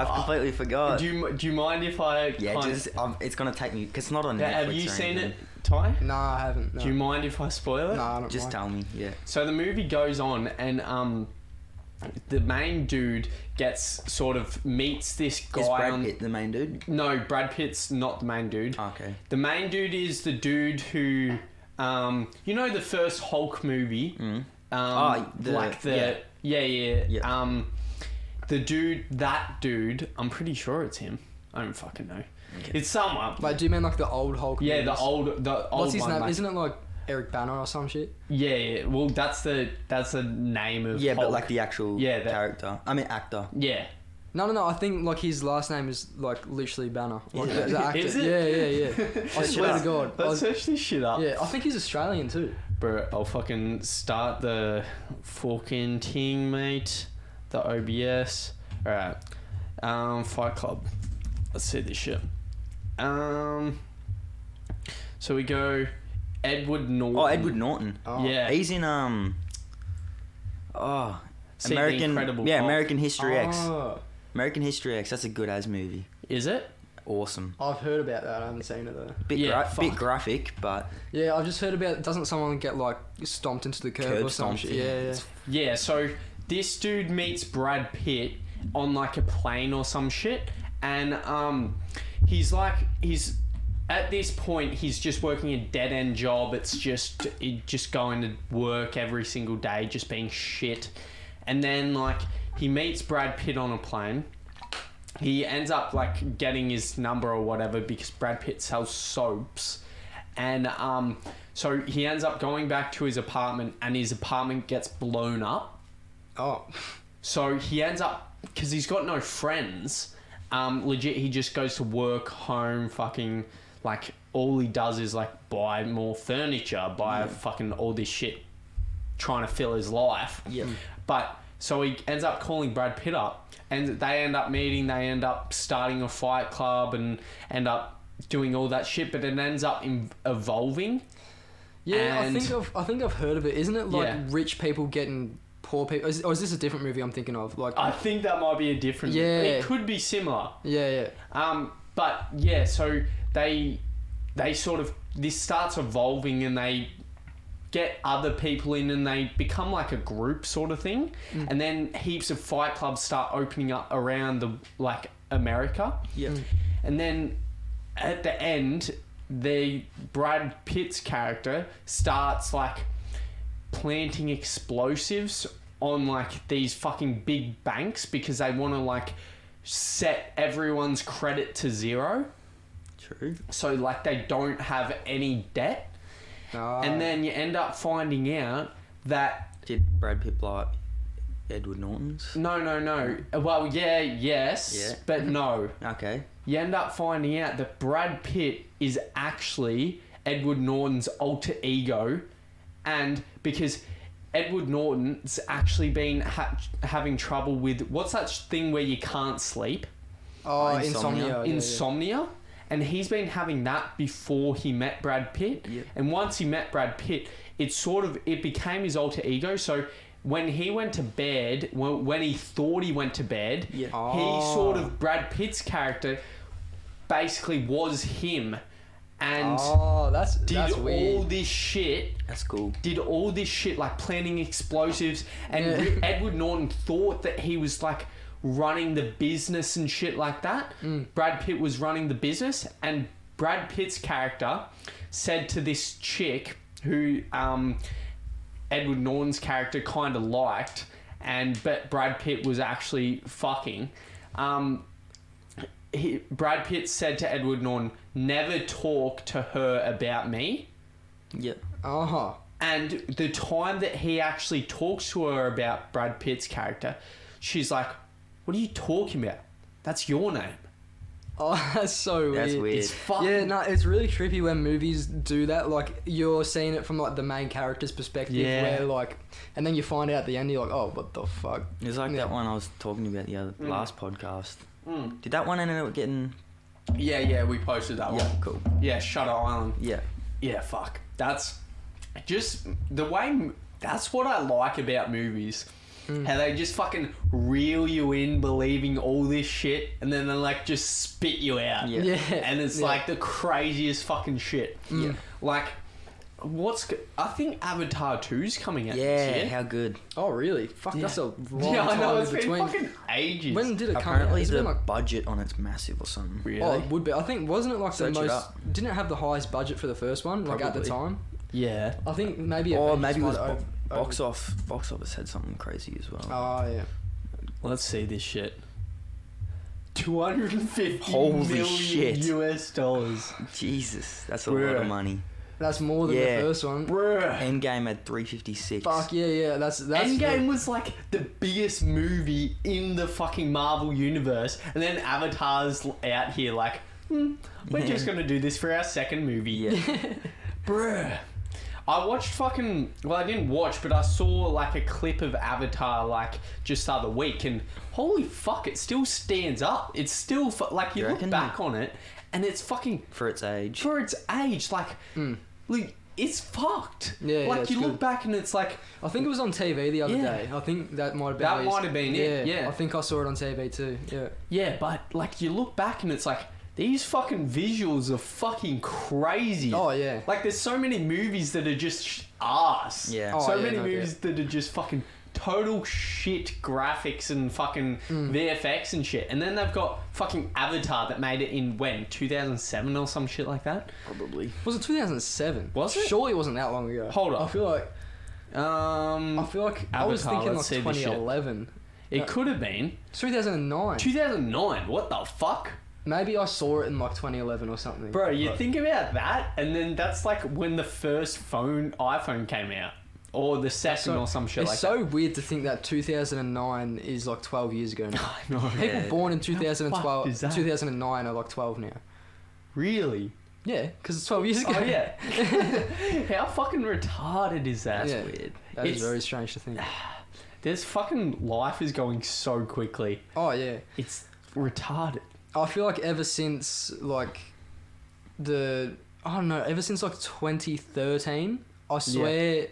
Speaker 2: I've completely forgot.
Speaker 1: do you do you mind if I?
Speaker 2: Uh, yeah,
Speaker 1: kind of-
Speaker 2: just um, it's gonna take me. Cause it's not on
Speaker 1: Yeah,
Speaker 2: Netflix.
Speaker 1: have you
Speaker 2: or
Speaker 1: seen
Speaker 2: anything.
Speaker 1: it, Ty?
Speaker 3: Nah, I haven't. No.
Speaker 1: Do you mind if I spoil it?
Speaker 3: Nah, I don't
Speaker 2: Just
Speaker 3: mind.
Speaker 2: tell me. Yeah.
Speaker 1: So the movie goes on, and um, the main dude gets sort of meets this guy.
Speaker 2: Is Brad
Speaker 1: on-
Speaker 2: Pitt Ah. the main dude?
Speaker 1: No, Brad Pitt's not the main dude.
Speaker 2: Okay.
Speaker 1: The main dude is the dude who, um, you know, the first Hulk movie.
Speaker 2: Mm.
Speaker 1: Um,
Speaker 2: Oh, the-
Speaker 1: like the yeah yeah,
Speaker 2: Yeah.
Speaker 1: Um, the dude that dude. I'm pretty sure it's him. I don't fucking know.
Speaker 2: Okay.
Speaker 1: It's someone.
Speaker 3: Wait, do you mean like the old Hulk?
Speaker 1: yeah, the
Speaker 3: movies?
Speaker 1: old the old
Speaker 3: What's his
Speaker 1: one.
Speaker 3: name?
Speaker 1: like-
Speaker 3: Isn't it like Eric Banner or some shit?
Speaker 1: yeah, yeah. Well, that's the that's the name of
Speaker 2: Yeah, but
Speaker 1: Hulk.
Speaker 2: like the actual
Speaker 1: Yeah, that-
Speaker 2: character. I mean actor.
Speaker 1: yeah.
Speaker 3: No, no, no. I think like his last name is like literally Banner. Like,
Speaker 2: Yeah.
Speaker 3: the- the actor.
Speaker 1: Is it?
Speaker 3: Yeah, yeah, yeah. I
Speaker 1: Let's-
Speaker 3: swear to God. I
Speaker 1: Oh, Let's
Speaker 3: was-
Speaker 1: search this shit up.
Speaker 3: yeah, I think he's Australian too.
Speaker 1: Bro, I'll fucking start the fucking ting, mate. The OBS. Alright. Um, Fight Club. Let's see this shit. Um, so we go Edward Norton.
Speaker 2: Oh, Edward Norton.
Speaker 3: Oh.
Speaker 1: Yeah.
Speaker 2: He's in um. Oh,
Speaker 1: See the
Speaker 2: American.
Speaker 1: Incredible
Speaker 2: yeah,
Speaker 1: Hulk.
Speaker 2: American History X.
Speaker 3: Oh,
Speaker 2: American History X. That's a good ass movie.
Speaker 1: Is it?
Speaker 2: Awesome.
Speaker 3: I've heard about that. I haven't seen it though.
Speaker 2: Bit,
Speaker 1: Yeah,
Speaker 2: gra- bit
Speaker 1: fuck.
Speaker 2: graphic, but
Speaker 3: Yeah, I've just heard about. Doesn't someone get like stomped into the curb,
Speaker 2: Curb
Speaker 3: or some
Speaker 2: stomped,
Speaker 3: shit?
Speaker 2: yeah.
Speaker 3: Yeah, yeah.
Speaker 2: It's
Speaker 1: Yeah, so this dude meets Brad Pitt on like a plane or some shit, and um, he's like he's at this point he's just working a dead end job. It's just it, just going to work every single day, just being shit, and then like he meets Brad Pitt on a plane. He ends up like getting his number or whatever because Brad Pitt sells soaps and um, so he ends up going back to his apartment, and his apartment gets blown up.
Speaker 3: Oh,
Speaker 1: So he ends up because he's got no friends. Um, legit, he just goes to work, home, fucking like all he does is like buy more furniture, buy fucking all this shit, trying to fill his life.
Speaker 2: Yeah. Mm.
Speaker 1: But so he ends up calling Brad Pitt up, and they end up meeting. They end up starting a fight club and end up doing all that shit. But it ends up in- evolving.
Speaker 3: yeah.
Speaker 1: And-
Speaker 3: I think I've I think I've heard of it. Isn't it like
Speaker 1: Yeah.
Speaker 3: rich people getting poor people? Is, or is this a different movie I'm thinking of? Like,
Speaker 1: I think that might be a different.
Speaker 3: Yeah.
Speaker 1: it could be similar.
Speaker 3: yeah, yeah.
Speaker 1: Um, but yeah, so they they sort of this starts evolving and they get other people in and they become like a group sort of thing. And then heaps of fight clubs start opening up around the like America.
Speaker 2: yeah.
Speaker 1: And then at the end, the Brad Pitt's character starts like planting explosives on like these fucking big banks because they want to like set everyone's credit to zero
Speaker 2: True.
Speaker 1: so like they don't have any debt
Speaker 2: Uh.
Speaker 3: Ah.
Speaker 1: and then you end up finding out that
Speaker 2: Did Brad Pitt blow up Edward Norton's?
Speaker 1: no no no well yeah yes
Speaker 2: Yeah.
Speaker 1: but no
Speaker 2: Okay.
Speaker 1: you end up finding out that Brad Pitt is actually Edward Norton's alter ego, and because Edward Norton's actually been ha- having trouble with what's that thing where you can't sleep,
Speaker 3: oh,
Speaker 2: Insomnia.
Speaker 3: insomnia. yeah, yeah.
Speaker 1: insomnia, and he's been having that before he met Brad Pitt,
Speaker 2: Yep.
Speaker 1: and once he met Brad Pitt, it sort of it became his alter ego. So. When he went to bed, when when he thought he went to bed,
Speaker 2: Yeah.
Speaker 1: he
Speaker 3: Oh.
Speaker 1: sort of Brad Pitt's character basically was him and
Speaker 3: oh, that's
Speaker 1: did
Speaker 3: that's
Speaker 1: all
Speaker 3: weird.
Speaker 1: this shit
Speaker 2: That's cool.
Speaker 1: did all this shit like planning explosives and
Speaker 3: Yeah.
Speaker 1: Ri- Edward Norton thought that he was like running the business and shit like that. Brad Pitt was running the business and Brad Pitt's character said to this chick who um, Edward Norton's character kind of liked and but Brad Pitt was actually fucking um, he, Brad Pitt said to Edward Norton never talk to her about me
Speaker 2: Yeah.
Speaker 3: Uh huh.
Speaker 1: and the time that he actually talks to her about Brad Pitt's character, she's like, What are you talking about? That's your name.
Speaker 3: Oh, that's so
Speaker 2: That's
Speaker 3: weird.
Speaker 2: weird.
Speaker 1: It's fucking.
Speaker 3: Yeah, no, it's really trippy when movies do that. Like you're seeing it from like the main character's perspective,
Speaker 1: Yeah.
Speaker 3: where like, and then you find out at the end, you're like, oh, what the fuck?
Speaker 2: It was like
Speaker 3: Yeah.
Speaker 2: that one I was talking about the other
Speaker 1: Mm.
Speaker 2: last podcast.
Speaker 1: Mm. Oh.
Speaker 2: Did that one end up getting?
Speaker 1: yeah, yeah, we posted that
Speaker 2: yeah,
Speaker 1: one.
Speaker 2: cool.
Speaker 1: Yeah, Shutter Island.
Speaker 2: Yeah,
Speaker 1: Yeah, fuck. That's just the way. m- That's what I like about movies.
Speaker 3: Hmm.
Speaker 1: How they just fucking reel you in, believing all this shit, and then they like just spit you out.
Speaker 2: Yeah.
Speaker 1: And it's
Speaker 3: Yeah.
Speaker 1: like the craziest fucking shit.
Speaker 3: Mm.
Speaker 1: Like, what's. g- I think Avatar 2's coming out
Speaker 2: yeah.
Speaker 1: this year.
Speaker 2: How good?
Speaker 3: Oh really? Fuck,
Speaker 1: Yeah.
Speaker 3: that's a long
Speaker 1: yeah, I
Speaker 3: time
Speaker 1: know,
Speaker 3: in
Speaker 1: it's been
Speaker 3: between.
Speaker 1: fucking ages.
Speaker 3: when did it come out?
Speaker 2: Apparently
Speaker 3: It's
Speaker 2: the
Speaker 3: been, like-
Speaker 2: budget on it's massive or something.
Speaker 1: really?
Speaker 3: Oh, it would be. I think wasn't it like
Speaker 2: Search it
Speaker 3: the most?
Speaker 2: up.
Speaker 3: Didn't it have the highest budget for the first one? Like at the
Speaker 2: Probably.
Speaker 3: time,
Speaker 1: yeah.
Speaker 3: I think maybe.
Speaker 2: or
Speaker 3: Avengers
Speaker 2: maybe it was
Speaker 3: might
Speaker 2: bo-
Speaker 3: have over-
Speaker 2: box off. Box office had something crazy as well.
Speaker 3: Oh yeah.
Speaker 1: Let's see this shit. Two hundred and fifty
Speaker 2: Holy
Speaker 1: million
Speaker 2: shit.
Speaker 1: US dollars.
Speaker 2: Jesus, that's a lot
Speaker 1: Bruh.
Speaker 2: of money.
Speaker 3: That's more than
Speaker 2: Yeah.
Speaker 3: the first one.
Speaker 1: Bruh.
Speaker 2: Endgame had three fifty six.
Speaker 3: Fuck yeah, yeah. That's that's.
Speaker 1: Endgame was like the biggest movie in the fucking Marvel universe, and then Avatar's l- out here like, hmm, we're just gonna do this for our second movie.
Speaker 2: Yeah,
Speaker 1: Bruh. I watched fucking well, I didn't watch, but I saw like a clip of Avatar like just the other week, and holy fuck, it still stands up. It's still fu- like you
Speaker 2: You
Speaker 1: look
Speaker 2: reckon?
Speaker 1: back on it, and it's fucking
Speaker 2: for its age.
Speaker 1: for its age, like, like it's fucked.
Speaker 3: Hmm. Yeah, yeah,
Speaker 1: like
Speaker 3: it's
Speaker 1: you look
Speaker 3: good.
Speaker 1: back and it's like,
Speaker 3: I think it was on TV the other
Speaker 1: Yeah.
Speaker 3: day. I think that might have been.
Speaker 1: That
Speaker 3: released.
Speaker 1: might have been it, yeah.
Speaker 3: I think I saw it on TV too. Yeah.
Speaker 1: yeah, but like you look back and it's like these fucking visuals are fucking crazy.
Speaker 3: Oh yeah.
Speaker 1: Like there's so many movies that are just sh- ass.
Speaker 2: Yeah.
Speaker 3: Oh,
Speaker 1: so
Speaker 3: yeah,
Speaker 1: many
Speaker 3: no,
Speaker 1: movies that are just fucking total shit graphics and fucking
Speaker 3: Mm.
Speaker 1: VFX and shit. And then they've got fucking Avatar that made it in when 2007 or some shit like that.
Speaker 2: Probably.
Speaker 3: Was it 2007?
Speaker 1: Was it?
Speaker 3: Surely it wasn't that long ago.
Speaker 1: Hold
Speaker 3: I
Speaker 1: up.
Speaker 3: feel like
Speaker 1: Um,
Speaker 3: I uh, feel like I was
Speaker 1: Avatar,
Speaker 3: thinking like
Speaker 1: let's see this shit.
Speaker 3: 2011.
Speaker 1: it could have been
Speaker 3: It's 2009.
Speaker 1: 2009. What the fuck?
Speaker 3: Maybe I saw it in like 2011 or something.
Speaker 1: Bro, you think about that, and then that's like when the first phone iPhone came out, or the second,
Speaker 3: So-
Speaker 1: or some shit
Speaker 3: it's
Speaker 1: like
Speaker 3: so weird to think that 2009 is like 12 years ago now.
Speaker 1: that. No,
Speaker 3: People
Speaker 2: Yeah.
Speaker 3: born in
Speaker 1: fucked is
Speaker 3: 2012,
Speaker 1: that?
Speaker 3: 2009 are like 12 now.
Speaker 1: really?
Speaker 3: Yeah, because it's 12 years ago.
Speaker 1: Oh yeah. How fucking retarded is that?
Speaker 3: Yeah.
Speaker 2: Weird.
Speaker 3: That is
Speaker 1: It's-
Speaker 3: very strange to think.
Speaker 1: This fucking life is going so quickly.
Speaker 3: Oh yeah.
Speaker 1: It's retarded.
Speaker 3: I feel like ever since like the I don't know, ever since like 2013, I swear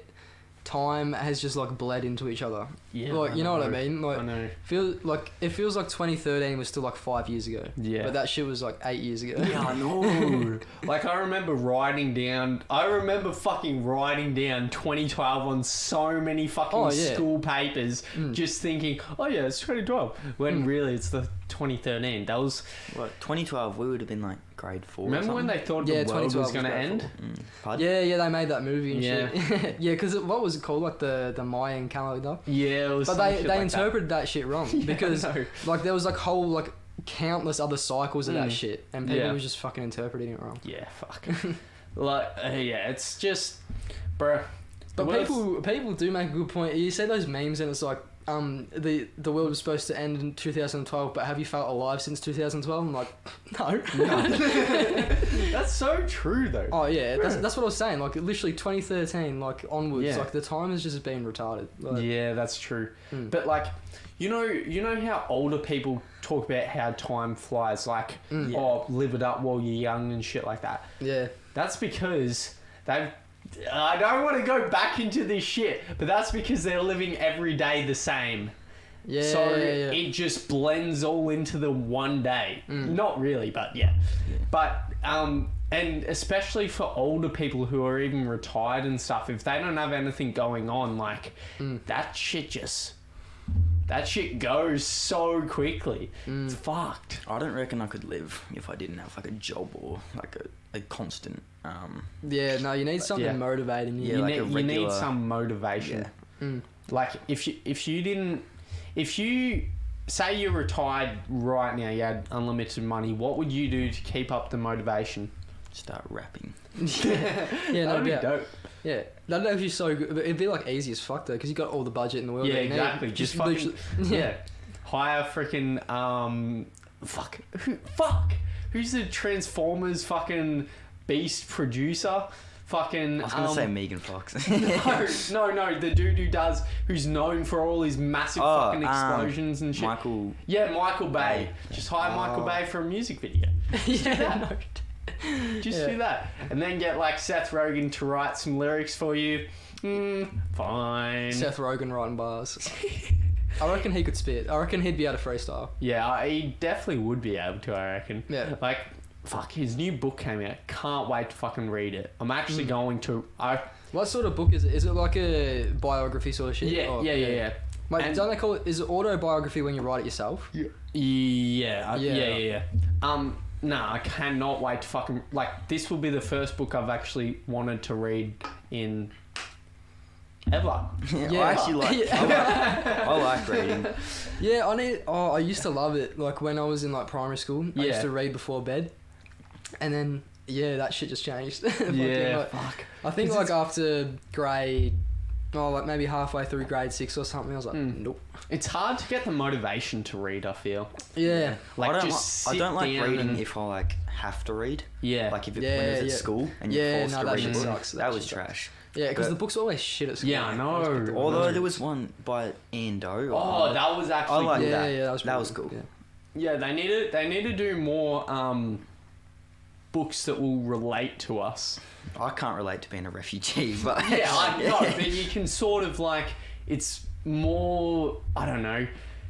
Speaker 3: time has just like bled into each other.
Speaker 1: Yeah.
Speaker 3: like you know, what I mean?
Speaker 1: I
Speaker 3: Like
Speaker 1: know.
Speaker 3: feel like it feels like 2013 was still like 5 years ago.
Speaker 1: Yeah.
Speaker 3: But that shit was like 8 years ago.
Speaker 1: Yeah, I know. like I remember writing down. I remember fucking writing down 2012 on so many fucking
Speaker 3: Oh, yeah. Mm.
Speaker 1: school papers, just thinking, "Oh yeah, it's 2012," when really it's the 2013. That was.
Speaker 2: What? Twenty twelve. We would have been like grade four. or
Speaker 1: remember when
Speaker 2: something.
Speaker 1: they thought
Speaker 3: Yeah,
Speaker 1: the world was
Speaker 3: 2012
Speaker 1: going to
Speaker 3: was
Speaker 1: end?
Speaker 2: Mm, pardon?
Speaker 3: Yeah, yeah, they made that movie and shit. yeah, because what was it called? Like the, the Mayan calendar.
Speaker 1: Yeah, it was.
Speaker 3: But
Speaker 1: some
Speaker 3: they,
Speaker 1: shit
Speaker 3: they
Speaker 1: like that.
Speaker 3: interpreted that. shit wrong
Speaker 1: Yeah, I
Speaker 3: because
Speaker 1: know.
Speaker 3: like there was like whole like countless other cycles of that
Speaker 1: Mm.
Speaker 3: shit, and people
Speaker 1: Yeah.
Speaker 3: were just fucking interpreting it wrong.
Speaker 1: Yeah, fuck. like, uh, yeah, it's just, bro. the
Speaker 3: But
Speaker 1: world's-
Speaker 3: people people do make a good point. You see those memes and it's like um the the world was supposed to end in 2012, but have you felt alive since 2012? I'm like, no.
Speaker 1: That's so true, though.
Speaker 3: oh yeah, that's
Speaker 1: Bruh.
Speaker 3: that's what I was saying. Like literally 2013, like onwards,
Speaker 1: Yeah.
Speaker 3: like the time has just been retarded. Like,
Speaker 1: yeah, that's true.
Speaker 3: Mm.
Speaker 1: But like, you know, you know how older people talk about how time flies, like,
Speaker 3: Mm.
Speaker 2: Yeah.
Speaker 1: oh, live it up while you're young and shit like that.
Speaker 3: yeah.
Speaker 1: That's because they've. I don't want to go back into this shit, but that's because they're living every day the same.
Speaker 3: Yeah,
Speaker 1: so
Speaker 3: yeah, yeah.
Speaker 1: it just blends all into the one day.
Speaker 3: Mm.
Speaker 1: Not really, but yeah. But um, and especially for older people who are even retired and stuff, if they don't have anything going on, like that shit just that shit goes so quickly. It's fucked.
Speaker 2: I don't reckon I could live if I didn't have like a job or like a, a constant. Um,
Speaker 3: Yeah, no, you need something
Speaker 1: yeah.
Speaker 3: motivating you.
Speaker 2: Yeah,
Speaker 1: you,
Speaker 2: like
Speaker 1: need,
Speaker 2: a
Speaker 1: you need
Speaker 2: regular-
Speaker 1: some motivation.
Speaker 2: yeah.
Speaker 3: Mm.
Speaker 1: Like if you if you didn't if you say you're retired right now, you had unlimited money, what would you do to keep up the motivation?
Speaker 2: Start rapping.
Speaker 3: yeah, yeah, no
Speaker 1: That'd be
Speaker 3: doubt.
Speaker 1: dope.
Speaker 3: Yeah, that'd actually be so good. but It'd be like easy as fuck though, because you got all the budget in the world.
Speaker 1: Yeah,
Speaker 3: that you need.
Speaker 1: exactly. Just fucking
Speaker 3: literally-
Speaker 1: yeah. Hire freaking um fuck who fuck who's the Transformers fucking beast producer? Fucking
Speaker 2: I was gonna
Speaker 1: um,
Speaker 2: say Megan Fox.
Speaker 1: no, no, no, the dude who does, who's known for all his massive
Speaker 2: Oh,
Speaker 1: fucking
Speaker 2: um,
Speaker 1: explosions and shit.
Speaker 2: Michael.
Speaker 1: yeah, Michael Bay. Just hire Michael
Speaker 2: Oh.
Speaker 1: Bay for a music video.
Speaker 3: yeah, no.
Speaker 1: Just
Speaker 3: Yeah.
Speaker 1: do that, and then get like Seth Rogen to write some lyrics for you. Mm, fine.
Speaker 3: Seth Rogen writing bars. I reckon he could spit. I reckon he'd be able to freestyle.
Speaker 1: Yeah, I- he definitely would be able to. I reckon.
Speaker 3: Yeah.
Speaker 1: Like, fuck, his new book came out. Can't wait to fucking read it. I'm actually
Speaker 2: Mm.
Speaker 1: going to. I
Speaker 3: What sort of book is it? Is it like a biography sort of shit?
Speaker 1: yeah,
Speaker 3: Or-
Speaker 1: yeah, yeah, yeah.
Speaker 3: Mate,
Speaker 1: And-
Speaker 3: don't they call it? Is it autobiography when you write it yourself?
Speaker 1: Yeah, I- yeah,
Speaker 3: Yeah.
Speaker 1: yeah, yeah. Um, no, I cannot wait to fucking like. This will be the first book I've actually wanted to read in ever.
Speaker 2: I actually like.
Speaker 3: Yeah.
Speaker 2: I like, I like reading.
Speaker 3: Yeah, I need. Oh, I used to love it. Like when I was in like primary school, I
Speaker 1: Yeah.
Speaker 3: used to read before bed, and then yeah, that shit just changed. Fucking,
Speaker 1: Yeah,
Speaker 3: like-
Speaker 1: fuck.
Speaker 3: I think
Speaker 1: 'Cause
Speaker 3: like after grade, oh, like maybe halfway through grade six or something, I was like,
Speaker 1: Mm.
Speaker 3: nope.
Speaker 1: It's hard to get the motivation to read. I feel
Speaker 3: Yeah,
Speaker 1: like
Speaker 2: I don't
Speaker 1: just
Speaker 2: like. I
Speaker 1: sit
Speaker 2: don't like
Speaker 1: down
Speaker 2: reading
Speaker 1: and-
Speaker 2: if I like have to read.
Speaker 1: yeah,
Speaker 2: Like if it,
Speaker 3: Yeah,
Speaker 2: when it was
Speaker 3: yeah.
Speaker 2: at school and you're
Speaker 3: Yeah,
Speaker 2: forced
Speaker 3: no,
Speaker 2: to
Speaker 3: that
Speaker 2: read
Speaker 1: shit
Speaker 2: a book,
Speaker 3: sucks, that
Speaker 2: that, was
Speaker 3: shit sucks.
Speaker 2: trash.
Speaker 3: yeah, because
Speaker 2: But-
Speaker 3: the book's always shit at school.
Speaker 1: yeah, I know.
Speaker 2: Although there was one by Um, Ando.
Speaker 1: Oh, that was actually.
Speaker 2: I like
Speaker 1: cool.
Speaker 3: Yeah,
Speaker 2: that.
Speaker 3: yeah, that was
Speaker 2: That was
Speaker 3: pretty-
Speaker 2: cool.
Speaker 1: Yeah, they need to they need to do more um, books that will relate to us.
Speaker 2: I can't relate to being a refugee, but
Speaker 1: Yeah, I know, but you can sort of like it's more I don't know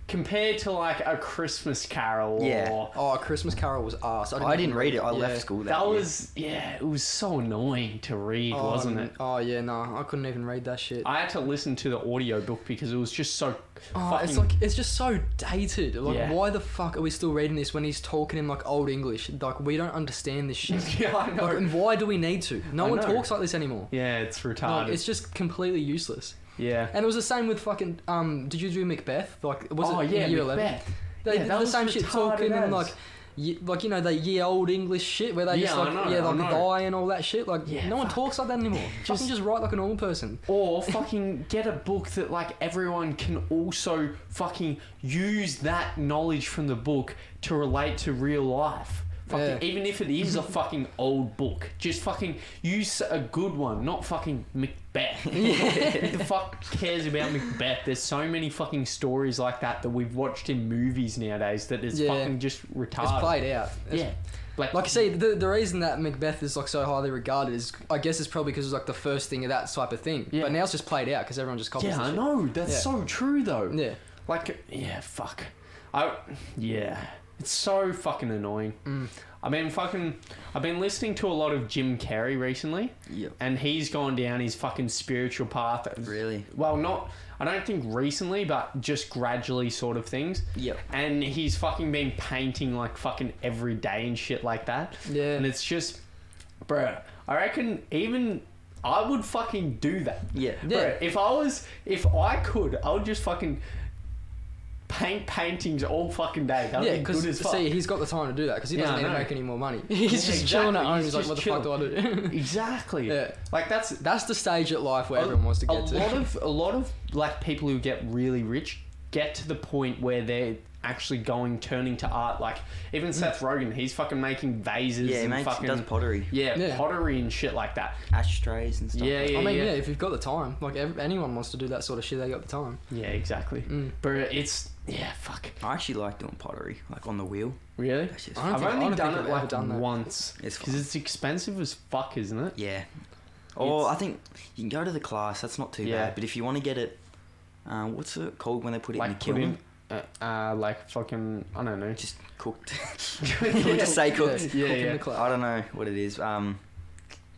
Speaker 1: compared to like a Christmas Carol.
Speaker 2: Yeah.
Speaker 1: Or,
Speaker 3: Oh, A Christmas Carol was ass.
Speaker 2: I didn't read it. I left
Speaker 3: yeah.
Speaker 2: school that.
Speaker 1: that
Speaker 2: year.
Speaker 1: was yeah, it was so annoying to read,
Speaker 3: Oh,
Speaker 1: wasn't
Speaker 3: n-
Speaker 1: it?
Speaker 3: Oh yeah, no, I couldn't even read that shit.
Speaker 1: I had to listen to the audio book because it was just so
Speaker 3: Oh,
Speaker 1: fucking
Speaker 3: it's like it's just so dated. Like,
Speaker 1: Yeah.
Speaker 3: why the fuck are we still reading this when he's talking in like old English? Like, we don't understand this shit.
Speaker 1: yeah, I
Speaker 3: like,
Speaker 1: know.
Speaker 3: and why do we need to? No
Speaker 1: I
Speaker 3: one
Speaker 1: know.
Speaker 3: talks like this anymore.
Speaker 1: Yeah, it's retarded.
Speaker 3: Like, it's just completely useless.
Speaker 1: yeah.
Speaker 3: And it was the same with fucking. Um, did you do Macbeth? Like, was
Speaker 1: oh
Speaker 3: it
Speaker 1: yeah,
Speaker 3: year eleven?
Speaker 1: Macbeth.
Speaker 3: They
Speaker 1: Yeah,
Speaker 3: did
Speaker 1: that
Speaker 3: the
Speaker 1: was
Speaker 3: same shit
Speaker 1: retarded
Speaker 3: talking
Speaker 1: as.
Speaker 3: and like, ye, like you know, the year old English shit where they
Speaker 1: Yeah,
Speaker 3: just
Speaker 1: I
Speaker 3: like
Speaker 1: know,
Speaker 3: yeah,
Speaker 1: I
Speaker 3: like
Speaker 1: know.
Speaker 3: die and all that shit. Like,
Speaker 1: Yeah,
Speaker 3: no one
Speaker 1: fuck.
Speaker 3: talks like that anymore.
Speaker 1: Just-
Speaker 3: Fucking just write like a normal person.
Speaker 1: Or fucking get a book that like everyone can also fucking use that knowledge from the book to relate to real life. Fucking,
Speaker 3: Yeah.
Speaker 1: Even if it is a fucking old book, just fucking use a good one, not fucking Macbeth. Who the fuck cares about Macbeth? There's so many fucking stories like that that we've watched in movies nowadays that is
Speaker 3: Yeah.
Speaker 1: fucking just
Speaker 3: It's
Speaker 1: retarded.
Speaker 3: played out. It's
Speaker 1: Yeah, like,
Speaker 3: Like I say, the, the reason that Macbeth is like so highly regarded is, I guess, it's probably because it's like the first thing of that type of thing.
Speaker 1: Yeah.
Speaker 3: But now it's just played out because everyone just copies.
Speaker 1: yeah,
Speaker 3: the
Speaker 1: I
Speaker 3: shit.
Speaker 1: know that's
Speaker 3: Yeah.
Speaker 1: so true though.
Speaker 3: Yeah,
Speaker 1: Like, yeah, fuck. I, yeah, it's so fucking annoying.
Speaker 3: Mm.
Speaker 1: I mean, fucking, I've been listening to a lot of Jim Carrey recently,
Speaker 2: Yep.
Speaker 1: and he's gone down his fucking spiritual path.
Speaker 2: Really?
Speaker 1: Well, not, I don't think recently, but just gradually sort of things.
Speaker 2: Yep.
Speaker 1: And he's fucking been painting like fucking every day and shit like that.
Speaker 3: Yeah.
Speaker 1: And it's just, bruh, I reckon even I would fucking do that.
Speaker 2: Yeah.
Speaker 3: Yeah.
Speaker 1: Bro, if I was, if I could, I would just fucking paint paintings all fucking day. That would
Speaker 3: yeah.
Speaker 1: be good as
Speaker 3: Because
Speaker 1: fuck.
Speaker 3: see, he's got the time to do that because he
Speaker 1: Yeah,
Speaker 3: doesn't
Speaker 1: I
Speaker 3: need
Speaker 1: know.
Speaker 3: to make any more money. He's just chilling
Speaker 1: exactly,
Speaker 3: at home.
Speaker 1: he's
Speaker 3: He's, like,
Speaker 1: just
Speaker 3: what the fuck do I do?
Speaker 1: exactly.
Speaker 3: Yeah.
Speaker 1: Like that's that
Speaker 3: That's the stage at life where everyone wants to
Speaker 1: a
Speaker 3: get
Speaker 1: lot
Speaker 3: to.
Speaker 1: of a lot of like people who get really rich get to the point where they're actually going turning to art. Like even
Speaker 3: Mm.
Speaker 1: Seth Rogen, he's fucking making vases
Speaker 2: Yeah, he
Speaker 1: and
Speaker 2: makes,
Speaker 1: fucking
Speaker 2: does pottery,
Speaker 1: yeah,
Speaker 3: Yeah.
Speaker 1: pottery and shit like that.
Speaker 2: ashtrays and stuff.
Speaker 1: Yeah,
Speaker 2: like
Speaker 1: yeah,
Speaker 3: I mean,
Speaker 1: yeah.
Speaker 3: yeah. if you've got the time, like ev anyone wants to do that sort of shit, they got the time.
Speaker 1: Yeah, exactly.
Speaker 3: Mm.
Speaker 1: But it's yeah, fuck.
Speaker 2: that. I actually like doing pottery, like on the wheel.
Speaker 1: Really?
Speaker 2: That's just
Speaker 3: I don't
Speaker 1: I've
Speaker 3: think- I
Speaker 1: only
Speaker 3: don't
Speaker 1: done
Speaker 3: think
Speaker 1: it
Speaker 3: I've ever
Speaker 1: like
Speaker 3: done that.
Speaker 1: once
Speaker 2: It's
Speaker 1: because
Speaker 2: fun.
Speaker 1: it's expensive as fuck, isn't it?
Speaker 2: Yeah. Or
Speaker 1: It's-
Speaker 2: I think you can go to the class. That's not too
Speaker 1: Yeah.
Speaker 2: bad. But if you want to get it, uh, what's it called when they put it in
Speaker 1: Like
Speaker 2: the kiln?
Speaker 1: put in, uh, uh, like fucking, I don't know.
Speaker 2: Just cooked.
Speaker 1: yeah,
Speaker 2: Just say cooked.
Speaker 3: Yeah,
Speaker 1: Yeah,
Speaker 3: cook in
Speaker 1: yeah.
Speaker 3: the club.
Speaker 2: I don't know what it is. Um,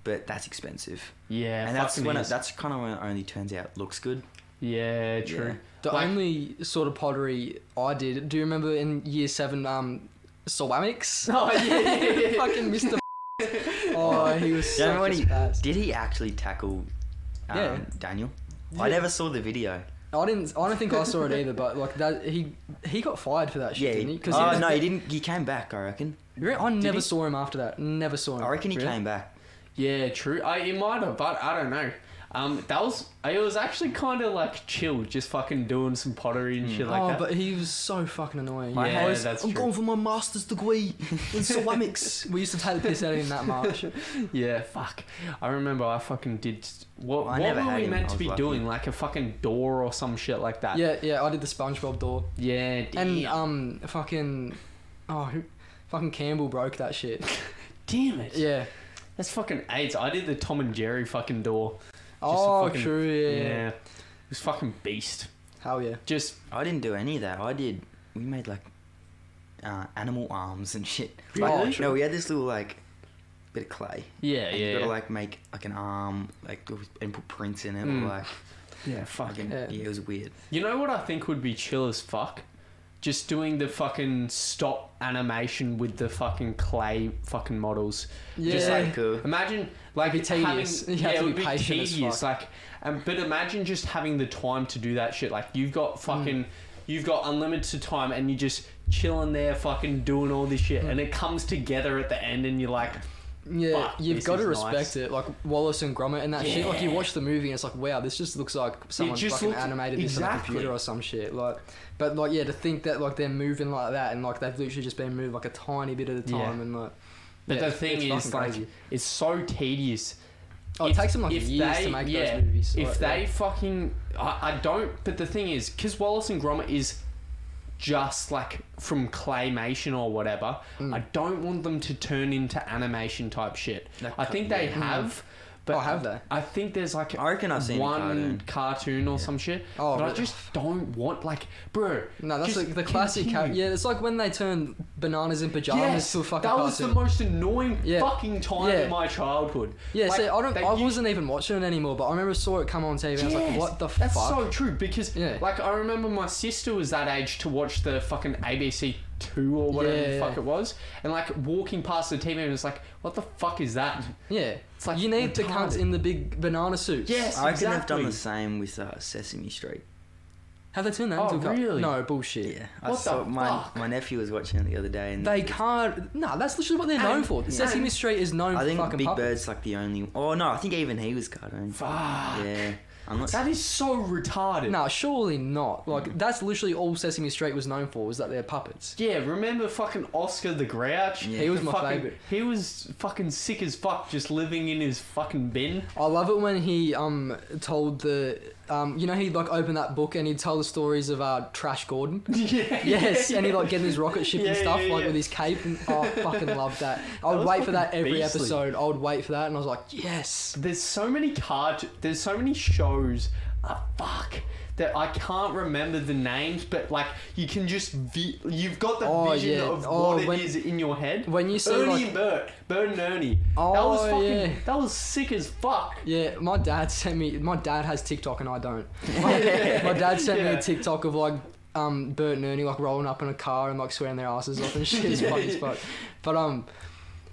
Speaker 2: but that's expensive. and that's
Speaker 1: fucking
Speaker 2: when it,
Speaker 1: is.
Speaker 2: that's kind of when it only turns out looks good.
Speaker 1: yeah, true.
Speaker 3: The
Speaker 1: Like-
Speaker 3: only sort of pottery I did. Do you remember in year seven? Um, ceramics.
Speaker 1: Oh yeah,
Speaker 3: fucking Mr. oh, he was
Speaker 2: Yeah,
Speaker 3: so
Speaker 2: when he-
Speaker 3: bad.
Speaker 2: Did he actually tackle um,
Speaker 3: Yeah.
Speaker 2: Daniel? I never saw the video.
Speaker 3: I didn't. I don't think I saw it either. But like that, he he got fired for that shit,
Speaker 2: yeah.
Speaker 3: didn't he?
Speaker 2: he-
Speaker 3: 'Cause
Speaker 2: oh
Speaker 3: was-
Speaker 2: no, he didn't. He came back. I reckon.
Speaker 3: Re- I never
Speaker 1: he?
Speaker 3: saw him after that. Never saw him.
Speaker 2: I reckon he
Speaker 1: Oh, Really?
Speaker 2: came back.
Speaker 1: yeah, true. I, it might have, but I don't know. Um, that was it was actually kind of like chill, just fucking doing some pottery
Speaker 2: Hmm.
Speaker 1: and shit like
Speaker 3: oh,
Speaker 1: that.
Speaker 3: but he was so fucking annoying.
Speaker 1: My Yeah,
Speaker 2: house-
Speaker 1: that's
Speaker 2: I'm
Speaker 1: true.
Speaker 2: going for my master's degree in ceramics.
Speaker 3: We used to take the piss out of him that much.
Speaker 1: yeah, fuck. I remember I fucking did. What,
Speaker 2: Well, I
Speaker 1: what
Speaker 2: never
Speaker 1: were
Speaker 2: had
Speaker 1: we
Speaker 2: him.
Speaker 1: meant
Speaker 2: I
Speaker 1: to
Speaker 2: was
Speaker 1: be
Speaker 2: lucky.
Speaker 1: doing? Like a fucking door or some shit like that.
Speaker 3: yeah, yeah, I did the SpongeBob door.
Speaker 1: Yeah. Damn.
Speaker 3: And um, fucking, oh, who, fucking Campbell broke that shit.
Speaker 1: damn it.
Speaker 3: Yeah.
Speaker 1: That's fucking AIDS. I did the Tom and Jerry fucking door.
Speaker 3: oh,
Speaker 1: fucking-
Speaker 3: true. Yeah.
Speaker 1: It was fucking beast.
Speaker 3: Hell yeah.
Speaker 1: Just
Speaker 2: I didn't do any of that. I did. We made like uh, animal arms and shit.
Speaker 1: Really?
Speaker 2: Like, no, we had this little like bit of clay.
Speaker 1: yeah,
Speaker 2: And
Speaker 1: yeah,
Speaker 2: you gotta
Speaker 1: yeah.
Speaker 2: like make like an arm, like and put prints in it,
Speaker 1: Mm.
Speaker 2: or like
Speaker 1: yeah, fucking.
Speaker 2: fucking
Speaker 3: Yeah.
Speaker 2: yeah. it was weird.
Speaker 1: You know what I think would be chill as fuck? Just doing the fucking stop animation with the fucking clay fucking models.
Speaker 3: Yeah.
Speaker 1: Just like-
Speaker 2: Cool.
Speaker 1: Imagine like
Speaker 3: It'd be tedious.
Speaker 1: Having,
Speaker 3: You have
Speaker 1: yeah,
Speaker 3: to
Speaker 1: it
Speaker 3: be
Speaker 1: would be
Speaker 3: patient as
Speaker 1: tedious. Like, um, but imagine just having the time to do that shit. Like you've
Speaker 3: Mm.
Speaker 1: got fucking, you've got unlimited time, and you're just chilling there, fucking doing all this
Speaker 3: Mm.
Speaker 1: shit, and it comes together at the end, and you're like,
Speaker 3: yeah,
Speaker 1: Fuck,
Speaker 3: you've
Speaker 1: this
Speaker 3: got to
Speaker 1: is
Speaker 3: respect
Speaker 1: nice.
Speaker 3: it. Like Wallace and Gromit and that shit. Like you
Speaker 1: Yeah.
Speaker 3: watch the movie and it's like, wow, this just looks like someone
Speaker 1: just
Speaker 3: fucking
Speaker 1: looks-
Speaker 3: animated this on a
Speaker 1: exactly.
Speaker 3: computer or some shit. Like, but like yeah, to think that like they're moving like that and like they've literally just been moved like a tiny bit at a time
Speaker 1: Yeah.
Speaker 3: and like.
Speaker 1: But
Speaker 3: yeah,
Speaker 1: the
Speaker 3: it's-
Speaker 1: thing
Speaker 3: it's
Speaker 1: is,
Speaker 3: fucking
Speaker 1: like, it's so tedious.
Speaker 3: oh, it
Speaker 1: if-
Speaker 3: takes them like
Speaker 1: if
Speaker 3: years
Speaker 1: they-
Speaker 3: to make
Speaker 1: yeah,
Speaker 3: those movies.
Speaker 1: If
Speaker 3: like,
Speaker 1: they fucking, I, I don't. But the thing is, because Wallace and Gromit is just like from claymation or whatever.
Speaker 3: Mm.
Speaker 1: I don't want them to turn into animation type shit.
Speaker 2: That
Speaker 1: I
Speaker 2: cut-
Speaker 1: think they
Speaker 2: yeah.
Speaker 1: have, but
Speaker 3: Mm. Oh, have they?
Speaker 1: I think there's like
Speaker 2: I reckon I've seen
Speaker 1: one
Speaker 2: a cartoon.
Speaker 1: cartoon or some shit. but
Speaker 3: Oh,
Speaker 1: I
Speaker 3: really?
Speaker 1: just don't want like, bro.
Speaker 3: No, that's
Speaker 1: just
Speaker 3: like the classic. Car-
Speaker 1: continue.
Speaker 3: yeah, it's like when they turn bananas in pajamas
Speaker 1: Yes,
Speaker 3: to a fucking
Speaker 1: that was the
Speaker 3: cartoon.
Speaker 1: most annoying
Speaker 3: Yeah.
Speaker 1: fucking time
Speaker 3: Yeah.
Speaker 1: in my childhood.
Speaker 3: yeah,
Speaker 1: Like,
Speaker 3: see, I don't.
Speaker 1: they
Speaker 3: I
Speaker 1: used-
Speaker 3: wasn't even watching it anymore, but I remember saw it come on TV. and I was like,
Speaker 1: Yes,
Speaker 3: what the
Speaker 1: That's
Speaker 3: fuck?
Speaker 1: so true because,
Speaker 3: Yeah.
Speaker 1: like, I remember my sister was that age to watch the fucking ABC Two or whatever
Speaker 3: Yeah,
Speaker 1: the
Speaker 3: yeah.
Speaker 1: fuck it was, and like walking past the TV and it's like, what the fuck is that?
Speaker 3: yeah,
Speaker 1: It's like
Speaker 3: you need the cunts
Speaker 1: retarded.
Speaker 3: in the big banana suits.
Speaker 1: Yes,
Speaker 2: I reckon I've
Speaker 1: exactly.
Speaker 2: done the same with uh, Sesame Street.
Speaker 3: Have they turned that
Speaker 1: Oh,
Speaker 3: into a cult?
Speaker 1: really?
Speaker 3: No bullshit.
Speaker 2: Yeah, I
Speaker 1: What the
Speaker 2: saw my
Speaker 1: fuck?
Speaker 2: my nephew was watching it the other day, and
Speaker 3: They can't. No, that's literally what they're known
Speaker 1: And-
Speaker 3: for.
Speaker 1: yeah.
Speaker 3: Sesame Street is known
Speaker 2: I
Speaker 3: for
Speaker 2: think
Speaker 3: fucking
Speaker 2: Big
Speaker 3: puppets.
Speaker 2: Bird's like the only. Oh no, I think even he was cartoon.
Speaker 1: Fuck.
Speaker 2: Yeah, I'm not.
Speaker 1: That is so retarded.
Speaker 3: No, surely not. Like
Speaker 2: Mm.
Speaker 3: that's literally all Sesame Street was known for was that they're puppets.
Speaker 1: Yeah, remember fucking Oscar the Grouch?
Speaker 2: Yeah.
Speaker 3: He was
Speaker 1: The
Speaker 3: my
Speaker 1: fucking,
Speaker 3: favourite.
Speaker 1: He was fucking sick as fuck, just living in his fucking bin.
Speaker 3: I love it when he um told the um you know he like opened that book and he'd tell the stories of uh Trash Gordon.
Speaker 1: yeah.
Speaker 3: Yes, and he
Speaker 1: yeah.
Speaker 3: like getting his rocket ship
Speaker 1: Yeah,
Speaker 3: and stuff
Speaker 1: yeah,
Speaker 3: like
Speaker 1: yeah.
Speaker 3: with his cape and oh, I fucking love that. I would
Speaker 1: was
Speaker 3: wait for that
Speaker 1: fucking
Speaker 3: every
Speaker 1: beastly.
Speaker 3: episode. I would wait for that and I was like, yes.
Speaker 1: There's so many card. There's so many shows. Ah, fuck. That I can't remember the names, but like you can just vi- you've got the
Speaker 3: Oh,
Speaker 1: vision
Speaker 3: yeah.
Speaker 1: of
Speaker 3: Oh,
Speaker 1: what
Speaker 3: when-
Speaker 1: it is in your head.
Speaker 3: when you see,
Speaker 1: Ernie
Speaker 3: like-
Speaker 1: and Bert, Bert and Ernie. that
Speaker 3: Oh,
Speaker 1: was fucking.
Speaker 3: yeah.
Speaker 1: That was sick as fuck.
Speaker 3: Yeah, my dad sent me. My dad has TikTok and I don't. My, my dad sent me
Speaker 1: Yeah.
Speaker 3: a TikTok of like um Bert and Ernie like rolling up in a car and like swearing their asses off and shit. It's funny as fuck. But um,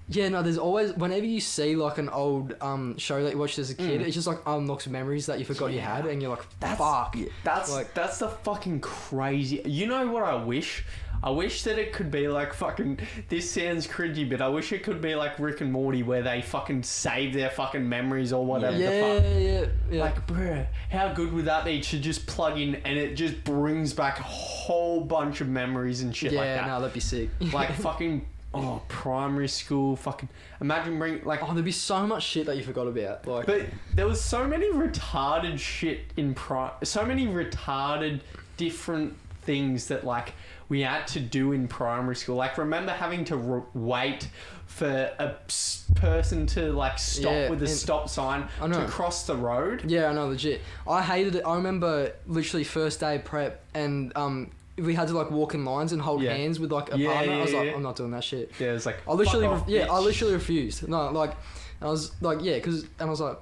Speaker 3: yeah, no. There's always whenever you see like an old um show that you watched as a kid, it just like unlocks memories that you forgot you had, and you're like,
Speaker 1: Mm. That's-
Speaker 3: fuck.
Speaker 1: That's
Speaker 3: Like-
Speaker 1: that's the fucking crazy. You know what I wish? I wish that it could be like fucking. This sounds cringy, but I wish it could be like Rick and Morty, where they fucking save their fucking memories or whatever the fuck.
Speaker 3: Yeah, yeah, yeah.
Speaker 1: Like, bruh, how good would that be to just plug in and it just brings back a whole bunch of memories and shit
Speaker 3: yeah,
Speaker 1: like that?
Speaker 3: no, that'd be sick.
Speaker 1: Like, fucking, oh, primary school, fucking. Imagine bring like.
Speaker 3: Oh, there'd be so much shit that you forgot about. Like,
Speaker 1: But there was so many retarded shit in pri- so many retarded different things that like we had to do in primary school. Like remember having to r wait for a s- person to like stop
Speaker 3: Yeah,
Speaker 1: with a
Speaker 3: and-
Speaker 1: stop sign
Speaker 3: I know.
Speaker 1: to cross the road.
Speaker 3: Yeah, I know, legit. I hated it. I remember literally first day prep and um we had to like walk in lines and hold
Speaker 1: Yeah.
Speaker 3: hands with like a
Speaker 1: Yeah,
Speaker 3: partner. I
Speaker 1: yeah,
Speaker 3: was like,
Speaker 1: yeah.
Speaker 3: I'm not doing that shit.
Speaker 1: Yeah, it was like
Speaker 3: I literally,
Speaker 1: fuck off,
Speaker 3: re- yeah, I
Speaker 1: bitch.
Speaker 3: literally refused. No, like, I was like, yeah, because and I was like,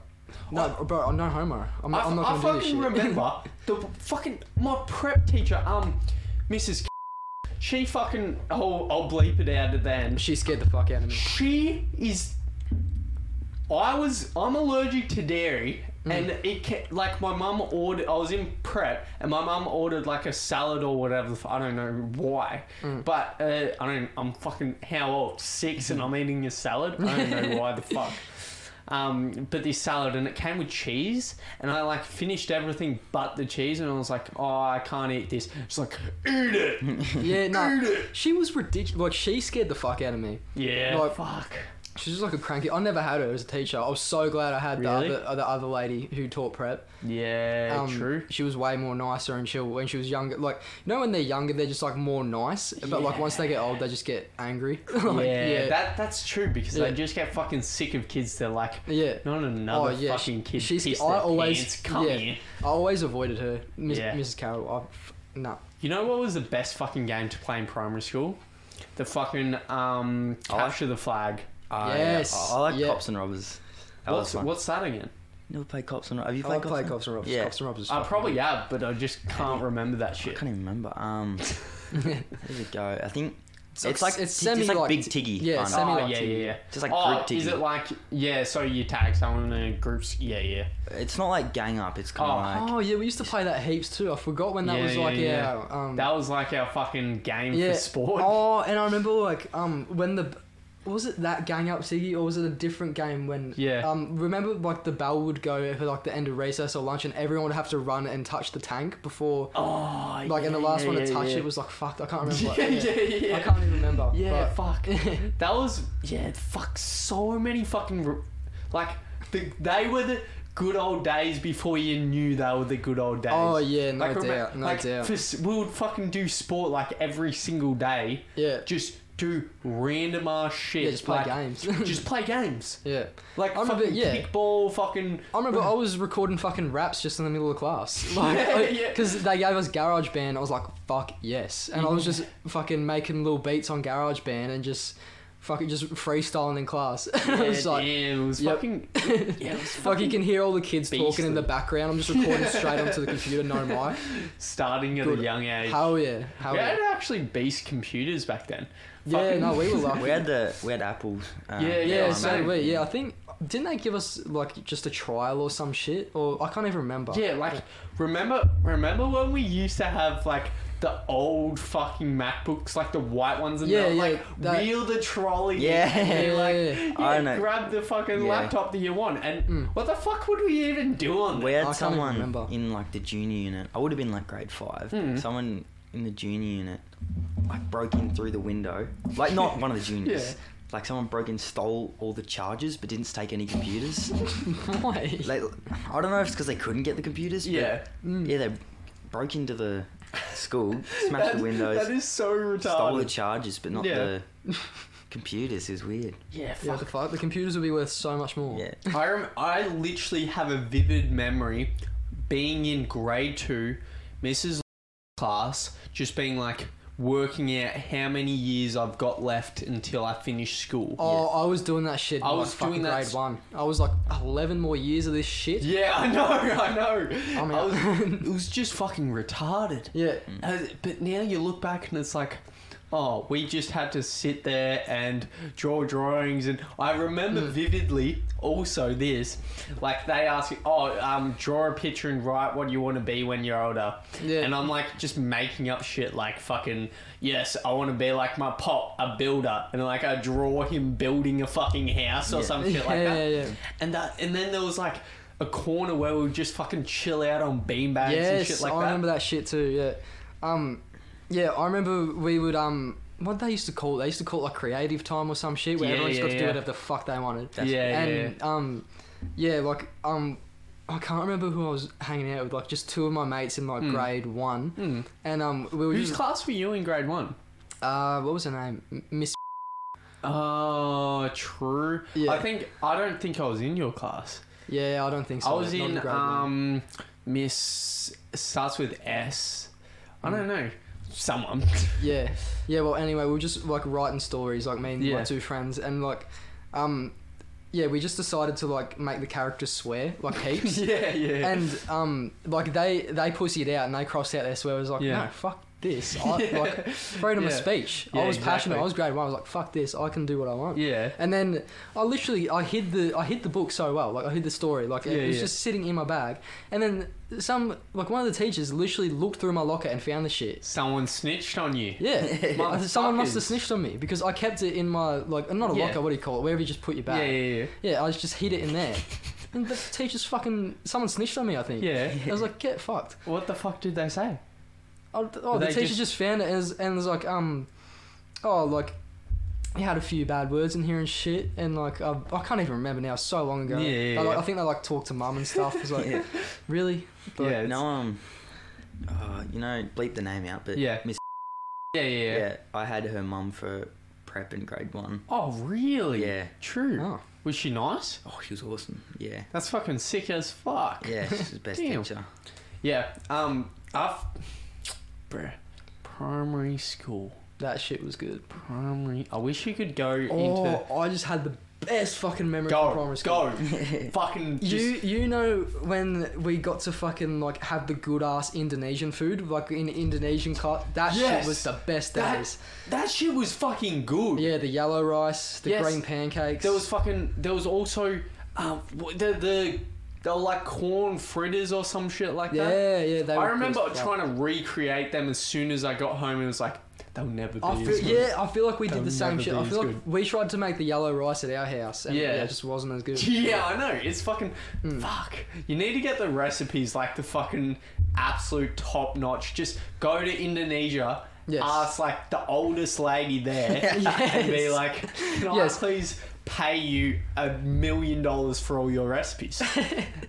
Speaker 3: no, bro, I'm no homo. I'm,
Speaker 1: I,
Speaker 3: not I'm not
Speaker 1: I
Speaker 3: gonna do this shit.
Speaker 1: fucking remember the fucking my prep teacher, um, Mrs. She fucking oh, I'll bleep it out at the end.
Speaker 3: she scared the fuck out of me.
Speaker 1: She is. I was. I'm allergic to dairy,
Speaker 3: Mm.
Speaker 1: and it ca like my mum ordered. I was in prep, and my mum ordered like a salad or whatever. the f- I don't know why,
Speaker 3: Mm.
Speaker 1: but uh, I don't. I'm fucking how old? Six, and I'm eating a salad. I don't know why the fuck. um, but this salad, and it came with cheese, and I like finished everything but the cheese, and I was like, oh, I can't eat this. She's like, eat it.
Speaker 3: Yeah, no. She was ridiculous. Like, she scared the fuck out of me.
Speaker 1: yeah.
Speaker 3: Like-
Speaker 1: fuck.
Speaker 3: She's just like a cranky. I never had her as a teacher. I was so glad I had
Speaker 1: Really?
Speaker 3: the, other, the other lady who taught prep.
Speaker 1: Yeah.
Speaker 3: Um,
Speaker 1: true.
Speaker 3: She was way more nicer and chill when she was younger. Like, you know, when they're younger, they're just like more nice. But like once they get old, they just get angry. like,
Speaker 1: yeah,
Speaker 3: yeah.
Speaker 1: That that's true because I
Speaker 3: Yeah.
Speaker 1: just get fucking sick of kids. They're like,
Speaker 3: yeah.
Speaker 1: not another
Speaker 3: Oh, yeah,
Speaker 1: fucking kid.
Speaker 3: she's-
Speaker 1: pissed
Speaker 3: I
Speaker 1: their
Speaker 3: always-
Speaker 1: pants. come
Speaker 3: yeah.
Speaker 1: here.
Speaker 3: I always avoided her, Miss,
Speaker 1: Yeah.
Speaker 3: Mrs. Carroll. I, f- nah.
Speaker 1: You know what was the best fucking game to play in primary school? The fucking um,
Speaker 2: Oh, I like-
Speaker 1: capture the flag.
Speaker 2: I,
Speaker 3: Yes,
Speaker 2: I, I like
Speaker 3: yeah.
Speaker 2: cops and robbers. That was
Speaker 1: What's
Speaker 2: fun.
Speaker 1: what's that again?
Speaker 2: Never played cops and robbers. Have you
Speaker 3: Oh, I
Speaker 2: played
Speaker 3: like
Speaker 2: cops?
Speaker 3: play
Speaker 2: and-
Speaker 3: cops and robbers.
Speaker 2: Yeah.
Speaker 3: Cops and robbers. is
Speaker 1: I
Speaker 3: fucking
Speaker 1: probably have, but I just can't remember that
Speaker 2: I
Speaker 1: shit.
Speaker 2: can't even remember. Um, how does it go? I think it's, like
Speaker 3: it's
Speaker 2: it's just like
Speaker 3: semi-like
Speaker 2: Big
Speaker 3: t-
Speaker 2: Tiggy.
Speaker 3: yeah,
Speaker 2: kind of.
Speaker 3: semi-
Speaker 1: Oh,
Speaker 3: like
Speaker 1: yeah,
Speaker 3: to-
Speaker 1: yeah, yeah.
Speaker 2: Just like
Speaker 1: oh,
Speaker 2: group
Speaker 1: is
Speaker 2: digging.
Speaker 1: it like yeah? So you tag someone in groups. Yeah, yeah.
Speaker 2: It's not like gang up. It's kind
Speaker 1: Oh.
Speaker 2: of like
Speaker 3: Oh yeah, we used to play that heaps too. I forgot when that
Speaker 1: Yeah,
Speaker 3: was
Speaker 1: yeah,
Speaker 3: like
Speaker 1: yeah.
Speaker 3: yeah. um,
Speaker 1: That was like our fucking game
Speaker 3: yeah.
Speaker 1: for sport.
Speaker 3: Oh, and I remember like um when the was it that gang up Siggy or was it a different game when
Speaker 1: Yeah.
Speaker 3: um remember like the bell would go for like the end of recess or lunch and everyone would have to run and touch the tank before
Speaker 1: Oh,
Speaker 3: like
Speaker 1: yeah,
Speaker 3: and the last
Speaker 1: yeah,
Speaker 3: one to
Speaker 1: yeah,
Speaker 3: touch
Speaker 1: yeah.
Speaker 3: it was like fucked. I can't remember. what-
Speaker 1: yeah, yeah, yeah.
Speaker 3: I can't even remember.
Speaker 1: Yeah,
Speaker 3: but-
Speaker 1: fuck. that was yeah, fuck. So many fucking r- like the, they were the good old days before you knew they were the good old days.
Speaker 3: Oh yeah, no
Speaker 1: remem-
Speaker 3: doubt, no
Speaker 1: like,
Speaker 3: doubt.
Speaker 1: for s- we would fucking do sport like every single day.
Speaker 3: yeah.
Speaker 1: Just do random ass shit.
Speaker 3: Yeah, just play
Speaker 1: like,
Speaker 3: games.
Speaker 1: just play games.
Speaker 3: yeah.
Speaker 1: Like
Speaker 3: I remember-
Speaker 1: fucking
Speaker 3: yeah.
Speaker 1: kickball, fucking.
Speaker 3: I remember I was recording fucking raps just in the middle of class.
Speaker 1: Yeah,
Speaker 3: Like,
Speaker 1: yeah.
Speaker 3: Because they gave us GarageBand. I was like, fuck yes. And I was just fucking making little beats on GarageBand and just fucking just freestyling in class. And I was
Speaker 1: yeah,
Speaker 3: like,
Speaker 1: damn, it was
Speaker 3: yep.
Speaker 1: fucking. Yeah, it was
Speaker 3: fuck, you
Speaker 1: fucking
Speaker 3: can hear all the kids talking in
Speaker 1: beastly.
Speaker 3: the background. I'm just recording straight onto the computer, no mic.
Speaker 1: starting at
Speaker 3: Good.
Speaker 1: a young age.
Speaker 3: Hell yeah. Hell
Speaker 1: we
Speaker 3: yeah.
Speaker 1: had actually beast computers back then.
Speaker 3: Yeah,
Speaker 1: Fucking-
Speaker 3: no, we were
Speaker 2: we
Speaker 3: lucky.
Speaker 2: had the we had apples. Um,
Speaker 1: Yeah,
Speaker 3: Yeah,
Speaker 2: um,
Speaker 3: so
Speaker 1: same.
Speaker 3: we, yeah, I think didn't they give us like just a trial or some shit, or I can't even remember.
Speaker 1: Yeah, like remember remember when we used to have like the old fucking MacBooks, like the white ones, and
Speaker 3: Yeah,
Speaker 1: the,
Speaker 3: yeah,
Speaker 1: like
Speaker 3: that-
Speaker 1: wheel the trolley.
Speaker 2: Yeah.
Speaker 1: and you, like
Speaker 3: Yeah, yeah,
Speaker 1: yeah,
Speaker 2: I know.
Speaker 1: grab the fucking
Speaker 2: Yeah.
Speaker 1: laptop that you want. And
Speaker 3: Mm.
Speaker 1: what the fuck would we even do on
Speaker 2: we
Speaker 1: that?
Speaker 2: had
Speaker 3: I can't even
Speaker 2: someone
Speaker 3: remember. Hmm.
Speaker 2: in like the junior unit. I would have been like grade five.
Speaker 1: Mm.
Speaker 2: Someone in the junior unit like broke in through the window. Like not one of the juniors.
Speaker 1: Yeah.
Speaker 2: Like someone broke in, stole all the chargers, but didn't take any computers.
Speaker 3: Why?
Speaker 2: like I don't know if it's because they couldn't get the computers. but
Speaker 1: Yeah.
Speaker 3: Mm.
Speaker 2: yeah, they broke into the school, smashed
Speaker 1: That-
Speaker 2: the windows,
Speaker 1: That is so
Speaker 2: stole the
Speaker 1: retarded.
Speaker 2: chargers, but not
Speaker 1: Yeah.
Speaker 2: the computers. Is weird.
Speaker 1: yeah,
Speaker 3: Yeah, what the
Speaker 1: fuck.
Speaker 3: fuck? The computers would be worth so much more.
Speaker 2: Yeah.
Speaker 1: I rem- I literally have a vivid memory being in grade two, Mrs. class, just being like working out how many years I've got left until I finish school.
Speaker 3: Oh, I was doing that shit. I was doing
Speaker 1: that
Speaker 3: grade
Speaker 1: s-
Speaker 3: one. I was like eleven more years of this shit.
Speaker 1: Yeah, I know, I know.
Speaker 3: I'm
Speaker 1: I
Speaker 3: out.
Speaker 1: was, it was just fucking retarded.
Speaker 3: Yeah,
Speaker 1: Uh, But now you look back and it's like, oh, we just had to sit there and draw drawings. And I remember
Speaker 3: Hmm.
Speaker 1: vividly also this, like they ask you, oh, um, draw a picture and write what you want to be when you're older.
Speaker 3: Yeah.
Speaker 1: And I'm like just making up shit like fucking, yes, I want to be like my pop, a builder. And like I draw him building a fucking house or
Speaker 2: Yeah.
Speaker 1: some shit like
Speaker 3: Yeah,
Speaker 1: that.
Speaker 3: yeah, yeah.
Speaker 1: And that, and then there was like a corner where we would just fucking chill out on beanbags and
Speaker 3: yes,
Speaker 1: shit like
Speaker 3: I
Speaker 1: that.
Speaker 3: remember that shit too. Yeah, um, yeah, I remember we would um, what they used to call it? They used to call it like creative time or some shit where
Speaker 1: Yeah,
Speaker 3: everyone just
Speaker 1: yeah,
Speaker 3: got to do
Speaker 1: yeah.
Speaker 3: whatever the fuck they wanted.
Speaker 2: That's-
Speaker 1: yeah, yeah, yeah.
Speaker 3: and um, yeah, like um, I can't remember who I was hanging out with. Like just two of my mates in
Speaker 1: Hmm.
Speaker 3: like grade one,
Speaker 1: Mm.
Speaker 3: and um, we were
Speaker 1: Whose
Speaker 3: just
Speaker 1: class were you in grade one?
Speaker 3: uh, what was her name? M- Miss.
Speaker 1: Oh, true.
Speaker 3: Yeah.
Speaker 1: I think I don't think I was in your class.
Speaker 3: Yeah, I don't think so.
Speaker 1: I was
Speaker 3: not
Speaker 1: in
Speaker 3: grade one.
Speaker 1: um Miss starts with S. I don't know someone.
Speaker 3: Yeah. Yeah, well anyway, we were just like writing stories, like me and
Speaker 1: Yeah.
Speaker 3: my two friends and like um yeah, we just decided to like make the characters swear, like heaps.
Speaker 1: yeah, yeah.
Speaker 3: and um like they they pussied out and they crossed out their swear was like,
Speaker 1: Yeah.
Speaker 3: No, fuck this. I like freedom of
Speaker 1: Yeah.
Speaker 3: speech.
Speaker 1: Yeah,
Speaker 3: I was passionate,
Speaker 1: exactly.
Speaker 3: I was grade one, I was like, fuck this, I can do what I want.
Speaker 1: yeah.
Speaker 3: And then I literally I hid the I hid the book so well, like I hid the story, like it
Speaker 1: Yeah,
Speaker 3: was
Speaker 1: yeah.
Speaker 3: just sitting in my bag. And then some like one of the teachers literally looked through my locker and found the shit.
Speaker 1: Someone snitched on you.
Speaker 3: Yeah,
Speaker 1: Motherfuckers.
Speaker 3: someone must have snitched on me because I kept it in my like not a
Speaker 1: Yeah.
Speaker 3: locker. What do you call it? Wherever you just put your
Speaker 1: Yeah,
Speaker 3: bag.
Speaker 1: yeah,
Speaker 3: Yeah, I just hid it in there. And the teacher's fucking. Someone snitched on me, I
Speaker 1: yeah.
Speaker 3: think.
Speaker 1: Yeah.
Speaker 3: I was like, get fucked.
Speaker 1: What the fuck did they say?
Speaker 3: Oh, th- oh the
Speaker 1: They
Speaker 3: teacher
Speaker 1: just-
Speaker 3: just, found it and was, and was like, um, oh, like, he had a few bad words in here and shit. And like, I, I can't even remember now, it's so long ago.
Speaker 1: Yeah, yeah,
Speaker 3: They, like,
Speaker 1: yeah.
Speaker 3: I think they like talked to mum and stuff. It was like,
Speaker 2: Yeah.
Speaker 3: really? But-
Speaker 1: yeah, it's-
Speaker 2: No, um, uh, you know, bleep the name out, but
Speaker 1: Yeah.
Speaker 2: Miss.
Speaker 1: yeah, yeah, yeah,
Speaker 2: Yeah. I had her mum for prep in grade one.
Speaker 1: Oh, really?
Speaker 2: Yeah.
Speaker 1: True.
Speaker 3: Oh.
Speaker 1: Was she nice?
Speaker 2: Oh, she was awesome. Yeah.
Speaker 1: That's fucking sick as fuck.
Speaker 2: Yeah, she's the best
Speaker 1: Damn.
Speaker 2: teacher.
Speaker 1: Yeah. Um, I've. Bruh. Primary school.
Speaker 3: That shit was good.
Speaker 1: Primary. I wish you could go into.
Speaker 3: Oh, I just had the best fucking memory
Speaker 1: Go.
Speaker 3: from primary school.
Speaker 1: go. fucking. Just,
Speaker 3: You you know when we got to fucking like have the good ass Indonesian food like in Indonesian cut that
Speaker 1: Yes.
Speaker 3: shit was the best
Speaker 1: That-
Speaker 3: days.
Speaker 1: That shit was fucking good.
Speaker 3: Yeah, the yellow rice, the
Speaker 1: Yes.
Speaker 3: green pancakes.
Speaker 1: There was fucking. There was also. Um, wh- the the. They were like corn fritters or some shit like
Speaker 3: yeah,
Speaker 1: that.
Speaker 3: yeah. They
Speaker 1: I
Speaker 3: were
Speaker 1: remember
Speaker 3: good as fuck.
Speaker 1: trying to recreate them as soon as I got home and was like, they'll never be.
Speaker 3: I
Speaker 1: as
Speaker 3: feel,
Speaker 1: good.
Speaker 3: yeah, I feel like we
Speaker 1: They'll
Speaker 3: did the same
Speaker 1: never
Speaker 3: shit.
Speaker 1: be
Speaker 3: I
Speaker 1: as
Speaker 3: feel like
Speaker 1: good.
Speaker 3: we tried to make the yellow rice at our house, and
Speaker 1: Yeah.
Speaker 3: yeah, it just wasn't as good.
Speaker 1: Yeah, I know. It's fucking fuck. You need to get the recipes like the fucking absolute top notch. Just go to Indonesia,
Speaker 3: Yes.
Speaker 1: ask like the oldest lady there, and be
Speaker 3: Yes.
Speaker 1: like, "Can
Speaker 3: Yes.
Speaker 1: I please pay you a million dollars for all your recipes?"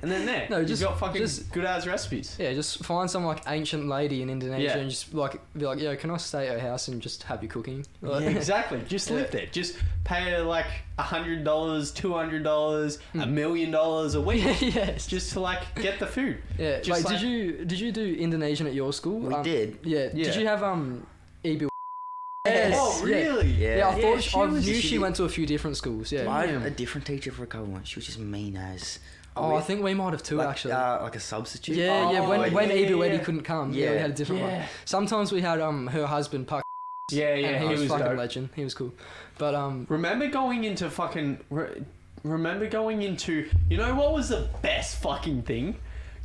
Speaker 1: and then there,
Speaker 3: No,
Speaker 1: no, just
Speaker 3: just-
Speaker 1: you got fucking
Speaker 3: just-
Speaker 1: good ass recipes.
Speaker 3: Yeah, just find some like ancient lady in Indonesia
Speaker 1: Yeah.
Speaker 3: and just like be like, yeah, can I stay at her house and just have you cooking? Like,
Speaker 1: Yeah, exactly. Just
Speaker 3: Yeah.
Speaker 1: live there. Just pay her like a hundred dollars, two hundred dollars, a
Speaker 3: Hmm.
Speaker 1: million dollars a week,
Speaker 3: yes.
Speaker 1: just to like get the food.
Speaker 3: Yeah.
Speaker 1: Just
Speaker 3: Wait,
Speaker 1: like-
Speaker 3: did you did you do Indonesian at your school?
Speaker 2: We
Speaker 3: Um,
Speaker 2: did.
Speaker 3: Yeah. Did
Speaker 1: Yeah.
Speaker 3: you have um EB?
Speaker 2: Yes.
Speaker 1: Oh,
Speaker 3: yeah.
Speaker 1: really?
Speaker 3: Yeah,
Speaker 2: Yeah.
Speaker 3: I
Speaker 1: Yeah,
Speaker 3: thought
Speaker 1: she
Speaker 3: I
Speaker 1: was-
Speaker 3: knew
Speaker 2: she
Speaker 3: she
Speaker 2: did-
Speaker 3: went to a few different schools. Yeah.
Speaker 2: I
Speaker 1: Damn.
Speaker 2: had a different teacher for a couple of months. She was just mean as.
Speaker 3: Oh, I
Speaker 2: We-
Speaker 3: think we might have too
Speaker 2: like,
Speaker 3: actually.
Speaker 2: Uh, like a substitute.
Speaker 3: yeah, yeah.
Speaker 1: Oh,
Speaker 3: When when
Speaker 1: yeah,
Speaker 3: EB
Speaker 1: yeah,
Speaker 3: Weddy
Speaker 1: yeah.
Speaker 3: couldn't come, yeah. we
Speaker 2: Yeah.
Speaker 3: had a different one.
Speaker 1: Yeah.
Speaker 3: Sometimes we had um her husband Puck.
Speaker 1: Yeah, yeah,
Speaker 3: and he, was, fucking
Speaker 1: dope.
Speaker 3: legend. He was cool, but um
Speaker 1: Remember going into fucking. Re- remember going into. You know what was the best fucking thing?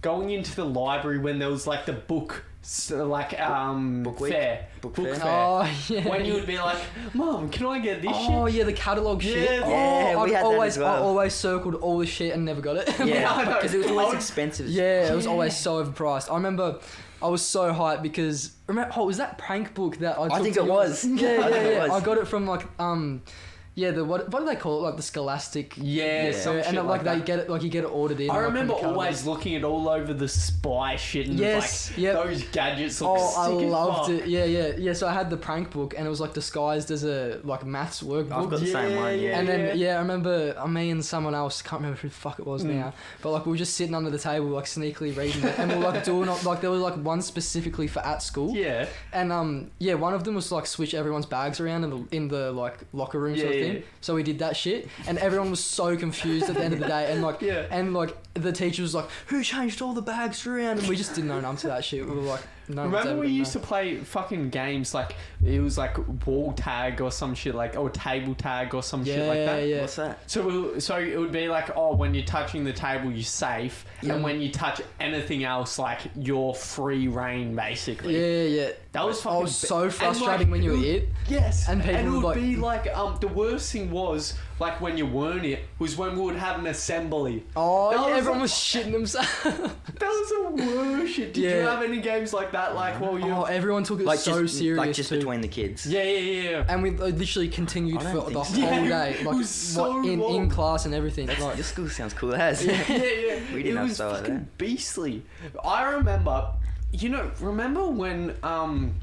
Speaker 1: Going into the library when there was like the book, s- like um
Speaker 2: Book week?
Speaker 1: fair,
Speaker 2: Book
Speaker 1: book
Speaker 2: fair?
Speaker 1: fair.
Speaker 3: oh yeah.
Speaker 1: When you would be like, "Mom, can I get this
Speaker 3: Oh
Speaker 1: shit?"
Speaker 3: yeah, the catalog shit.
Speaker 1: Yeah,
Speaker 3: oh,
Speaker 2: yeah,
Speaker 3: I'd
Speaker 2: we had that
Speaker 3: always
Speaker 2: as well.
Speaker 3: I always circled all the shit and never got it.
Speaker 1: I know. Oh,
Speaker 2: Yeah, because it was
Speaker 1: I
Speaker 2: always
Speaker 1: would-
Speaker 2: expensive. as-
Speaker 3: Yeah, it was always so overpriced. I remember I was so hyped because remember oh, was that prank book that I,
Speaker 2: I
Speaker 3: took
Speaker 2: think
Speaker 3: to
Speaker 2: it
Speaker 3: you?
Speaker 2: was.
Speaker 3: Yeah,
Speaker 2: I think
Speaker 3: yeah,
Speaker 2: it
Speaker 3: yeah. I
Speaker 2: was.
Speaker 3: got it from like um yeah, the what what do they call it? Like the scholastic
Speaker 1: Yeah,
Speaker 3: Yeah,
Speaker 1: some shit
Speaker 3: and it,
Speaker 1: like
Speaker 3: like, they
Speaker 1: that.
Speaker 3: get it like you get it ordered in.
Speaker 1: I
Speaker 3: like, from
Speaker 1: remember
Speaker 3: the catalog.
Speaker 1: always looking at all over the spy shit and
Speaker 3: Yes,
Speaker 1: like
Speaker 3: yep.
Speaker 1: those gadgets. Look
Speaker 3: Oh, I
Speaker 1: sick as
Speaker 3: loved
Speaker 1: fuck.
Speaker 3: it. Yeah, yeah, yeah. So I had the prank book, and it was like disguised as a like maths workbook.
Speaker 2: I've got the same one, yeah.
Speaker 3: And then yeah, I remember uh, me and someone else can't remember who the fuck it was now, but like we were just sitting under the table like sneakily reading it, and we were like doing like there was like one specifically for at school,
Speaker 1: yeah,
Speaker 3: and um yeah, one of them was to, like switch everyone's bags around in the, in the like locker room sort
Speaker 1: Yeah,
Speaker 3: of
Speaker 1: yeah.
Speaker 3: thing. So we did that shit, and everyone was so confused at the end of the day, and like
Speaker 1: Yeah.
Speaker 3: and like the teacher was like, who changed all the bags around, and we just didn't own up to that shit. We were like, no. one's
Speaker 1: Remember
Speaker 3: ever
Speaker 1: we
Speaker 3: gonna
Speaker 1: used
Speaker 3: know."
Speaker 1: to play fucking games like it was like wall tag or some shit like or table tag or some
Speaker 3: yeah,
Speaker 1: shit like that.
Speaker 3: yeah.
Speaker 2: What's that?
Speaker 1: So we, so it would be like oh when you're touching the table you're safe
Speaker 3: Yeah.
Speaker 1: and when you touch anything else like you're free reign basically.
Speaker 3: Yeah, yeah.
Speaker 1: That was
Speaker 3: I
Speaker 1: fucking
Speaker 3: was so
Speaker 1: and, like,
Speaker 3: frustrating when you were
Speaker 1: it-
Speaker 3: it.
Speaker 1: Yes,
Speaker 3: And people
Speaker 1: it
Speaker 3: would,
Speaker 1: would
Speaker 3: like-
Speaker 1: be like um the worst thing was like when you weren't it was when we would have an assembly.
Speaker 3: Oh,
Speaker 1: That
Speaker 3: yeah,
Speaker 1: was
Speaker 3: everyone
Speaker 1: like-
Speaker 3: was shitting themselves.
Speaker 1: That was the worst shit. Did you
Speaker 3: Yeah.
Speaker 1: have any games like that? Like well you
Speaker 3: oh, everyone took it
Speaker 2: Like
Speaker 3: so
Speaker 2: just,
Speaker 3: serious.
Speaker 2: like just
Speaker 3: too.
Speaker 2: between the kids.
Speaker 1: yeah yeah yeah. yeah.
Speaker 3: And we like, literally continued
Speaker 2: I
Speaker 3: for
Speaker 2: don't
Speaker 3: the
Speaker 2: think
Speaker 3: whole
Speaker 2: so.
Speaker 1: Yeah,
Speaker 3: day,
Speaker 1: it
Speaker 3: like
Speaker 1: was
Speaker 3: what-
Speaker 1: so
Speaker 3: in, in
Speaker 1: long.
Speaker 3: class and everything.
Speaker 2: That's,
Speaker 3: Like,
Speaker 2: your school sounds cool as.
Speaker 1: yeah, yeah.
Speaker 2: We didn't
Speaker 1: it
Speaker 2: have
Speaker 1: was
Speaker 2: solar
Speaker 1: fucking
Speaker 2: then.
Speaker 1: beastly. I remember, you know, remember when um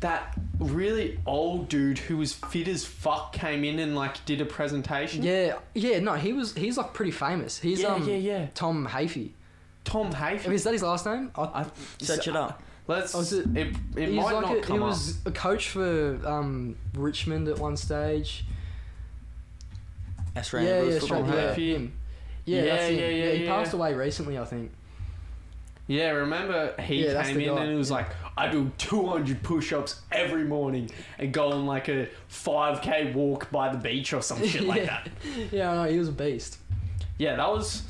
Speaker 1: that really old dude who was fit as fuck came in and like did a presentation.
Speaker 3: yeah, yeah, no, he was he's like pretty famous. He's
Speaker 1: Mm-hmm. Yeah,
Speaker 3: um
Speaker 1: yeah, yeah.
Speaker 3: Tom Hafey.
Speaker 1: Tom
Speaker 3: I mean,
Speaker 1: Hafey.
Speaker 3: is that his last name? I,
Speaker 1: I,
Speaker 2: Search it up.
Speaker 1: Let's.
Speaker 3: Oh, is
Speaker 1: it
Speaker 3: it-
Speaker 1: it
Speaker 3: he's
Speaker 1: might
Speaker 3: like
Speaker 1: not
Speaker 3: a,
Speaker 1: come
Speaker 3: he was a coach for um Richmond at one stage.
Speaker 2: Australian
Speaker 3: yeah,
Speaker 2: rules
Speaker 3: yeah,
Speaker 2: football
Speaker 3: Australian-
Speaker 1: up.
Speaker 2: player.
Speaker 1: Hafey.
Speaker 3: yeah. him. Yeah,
Speaker 1: Yeah,
Speaker 3: that's him.
Speaker 1: yeah, yeah,
Speaker 3: he
Speaker 1: yeah.
Speaker 3: passed away recently, I think.
Speaker 1: Yeah, remember he
Speaker 3: Yeah, that's
Speaker 1: came
Speaker 3: the
Speaker 1: in
Speaker 3: guy.
Speaker 1: and he was like, I do 200 push ups every morning and go on like a 5k walk by the beach or some shit like
Speaker 3: Yeah.
Speaker 1: that.
Speaker 3: Yeah, I know, he was a beast.
Speaker 1: Yeah, that was.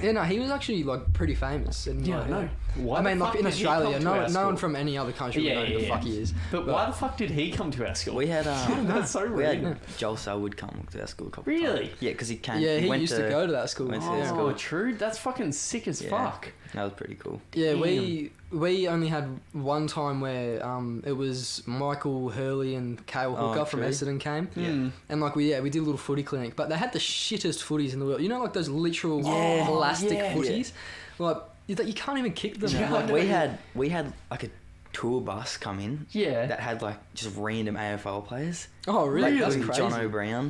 Speaker 3: Yeah, no, he was actually like pretty famous. And,
Speaker 1: Yeah,
Speaker 3: like,
Speaker 1: I know. Why
Speaker 3: I
Speaker 1: the
Speaker 3: mean,
Speaker 1: fuck
Speaker 3: like in
Speaker 1: did he
Speaker 3: Australia,
Speaker 1: come
Speaker 3: no,
Speaker 1: to our
Speaker 3: no
Speaker 1: school?
Speaker 3: one from any other country
Speaker 1: Yeah,
Speaker 3: would know who
Speaker 1: yeah,
Speaker 3: the
Speaker 1: yeah.
Speaker 3: fuck he is.
Speaker 1: But, why the fuck did he come to our school?
Speaker 2: We had uh,
Speaker 1: That's so
Speaker 2: we
Speaker 1: rude.
Speaker 2: had Joel Selwood come to our school a couple of
Speaker 1: Really?
Speaker 2: times. Yeah, because he came.
Speaker 3: Yeah, he
Speaker 2: went
Speaker 3: used to, go to that school.
Speaker 2: went to
Speaker 1: Oh,
Speaker 2: their school.
Speaker 1: true. That's fucking sick as
Speaker 2: Yeah.
Speaker 1: fuck.
Speaker 2: That was pretty cool.
Speaker 3: Yeah, we we only had one time where um, it was Michael Hurley and Kale
Speaker 2: Oh,
Speaker 3: Hooker from
Speaker 2: true.
Speaker 3: Essendon came,
Speaker 2: Yeah.
Speaker 1: Mm.
Speaker 3: and like we yeah we did a little footy clinic, but they had the shittest footies in the world. You know, like those literal
Speaker 1: Yeah.
Speaker 3: plastic
Speaker 1: Yeah.
Speaker 3: footies, like you, you can't even kick them.
Speaker 1: Yeah.
Speaker 3: Like,
Speaker 2: Like we had we had like a tour bus come in
Speaker 1: Yeah.
Speaker 2: that had like just random AFL players.
Speaker 3: oh really?
Speaker 2: Like,
Speaker 3: That's
Speaker 2: including
Speaker 3: crazy.
Speaker 2: John O'Brien.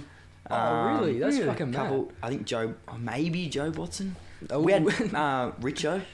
Speaker 3: oh really? That's fucking mad.
Speaker 2: couple, I think Joe, oh, maybe Joe Watson.
Speaker 3: Oh.
Speaker 2: We had uh, Richo.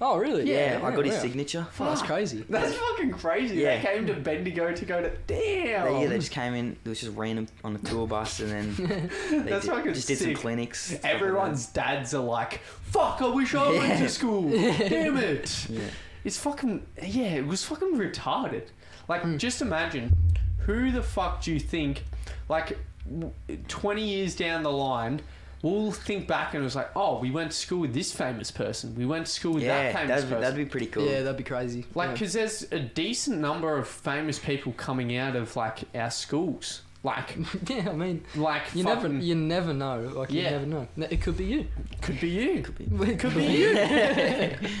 Speaker 3: oh really?
Speaker 2: Yeah, I got his
Speaker 3: wow.
Speaker 2: signature.
Speaker 3: Oh, that's crazy.
Speaker 1: That's fucking crazy.
Speaker 2: Yeah.
Speaker 1: They came to Bendigo to go to. Damn.
Speaker 2: They, yeah, they just came in. It was just random on the tour bus, and then they
Speaker 1: That's
Speaker 2: did,
Speaker 1: fucking
Speaker 2: just did some
Speaker 1: sick.
Speaker 2: clinics. stuff like that.
Speaker 1: Everyone's dads are like, "Fuck! I wish I went
Speaker 2: Yeah.
Speaker 1: to school. Damn it!"
Speaker 2: Yeah.
Speaker 1: It's fucking yeah. It was fucking retarded. Like,
Speaker 2: Hmm.
Speaker 1: just imagine who the fuck do you think, like, w- twenty years down the line. We'll think back and it was like, oh, we went to school with this famous person. We went to school with
Speaker 2: yeah,
Speaker 1: that famous
Speaker 2: that'd, be-
Speaker 1: person.
Speaker 2: that'd be pretty cool.
Speaker 3: Yeah, that'd be crazy.
Speaker 1: Like,
Speaker 3: Yeah.
Speaker 1: because there's a decent number of famous people coming out of like our schools. Like,
Speaker 3: yeah, I mean,
Speaker 1: like
Speaker 3: you never,
Speaker 1: fucking,
Speaker 3: you never know. Like, you
Speaker 1: Yeah.
Speaker 3: never know. No, It could be you.
Speaker 1: could be you.
Speaker 2: Could be.
Speaker 3: It
Speaker 1: Could be you.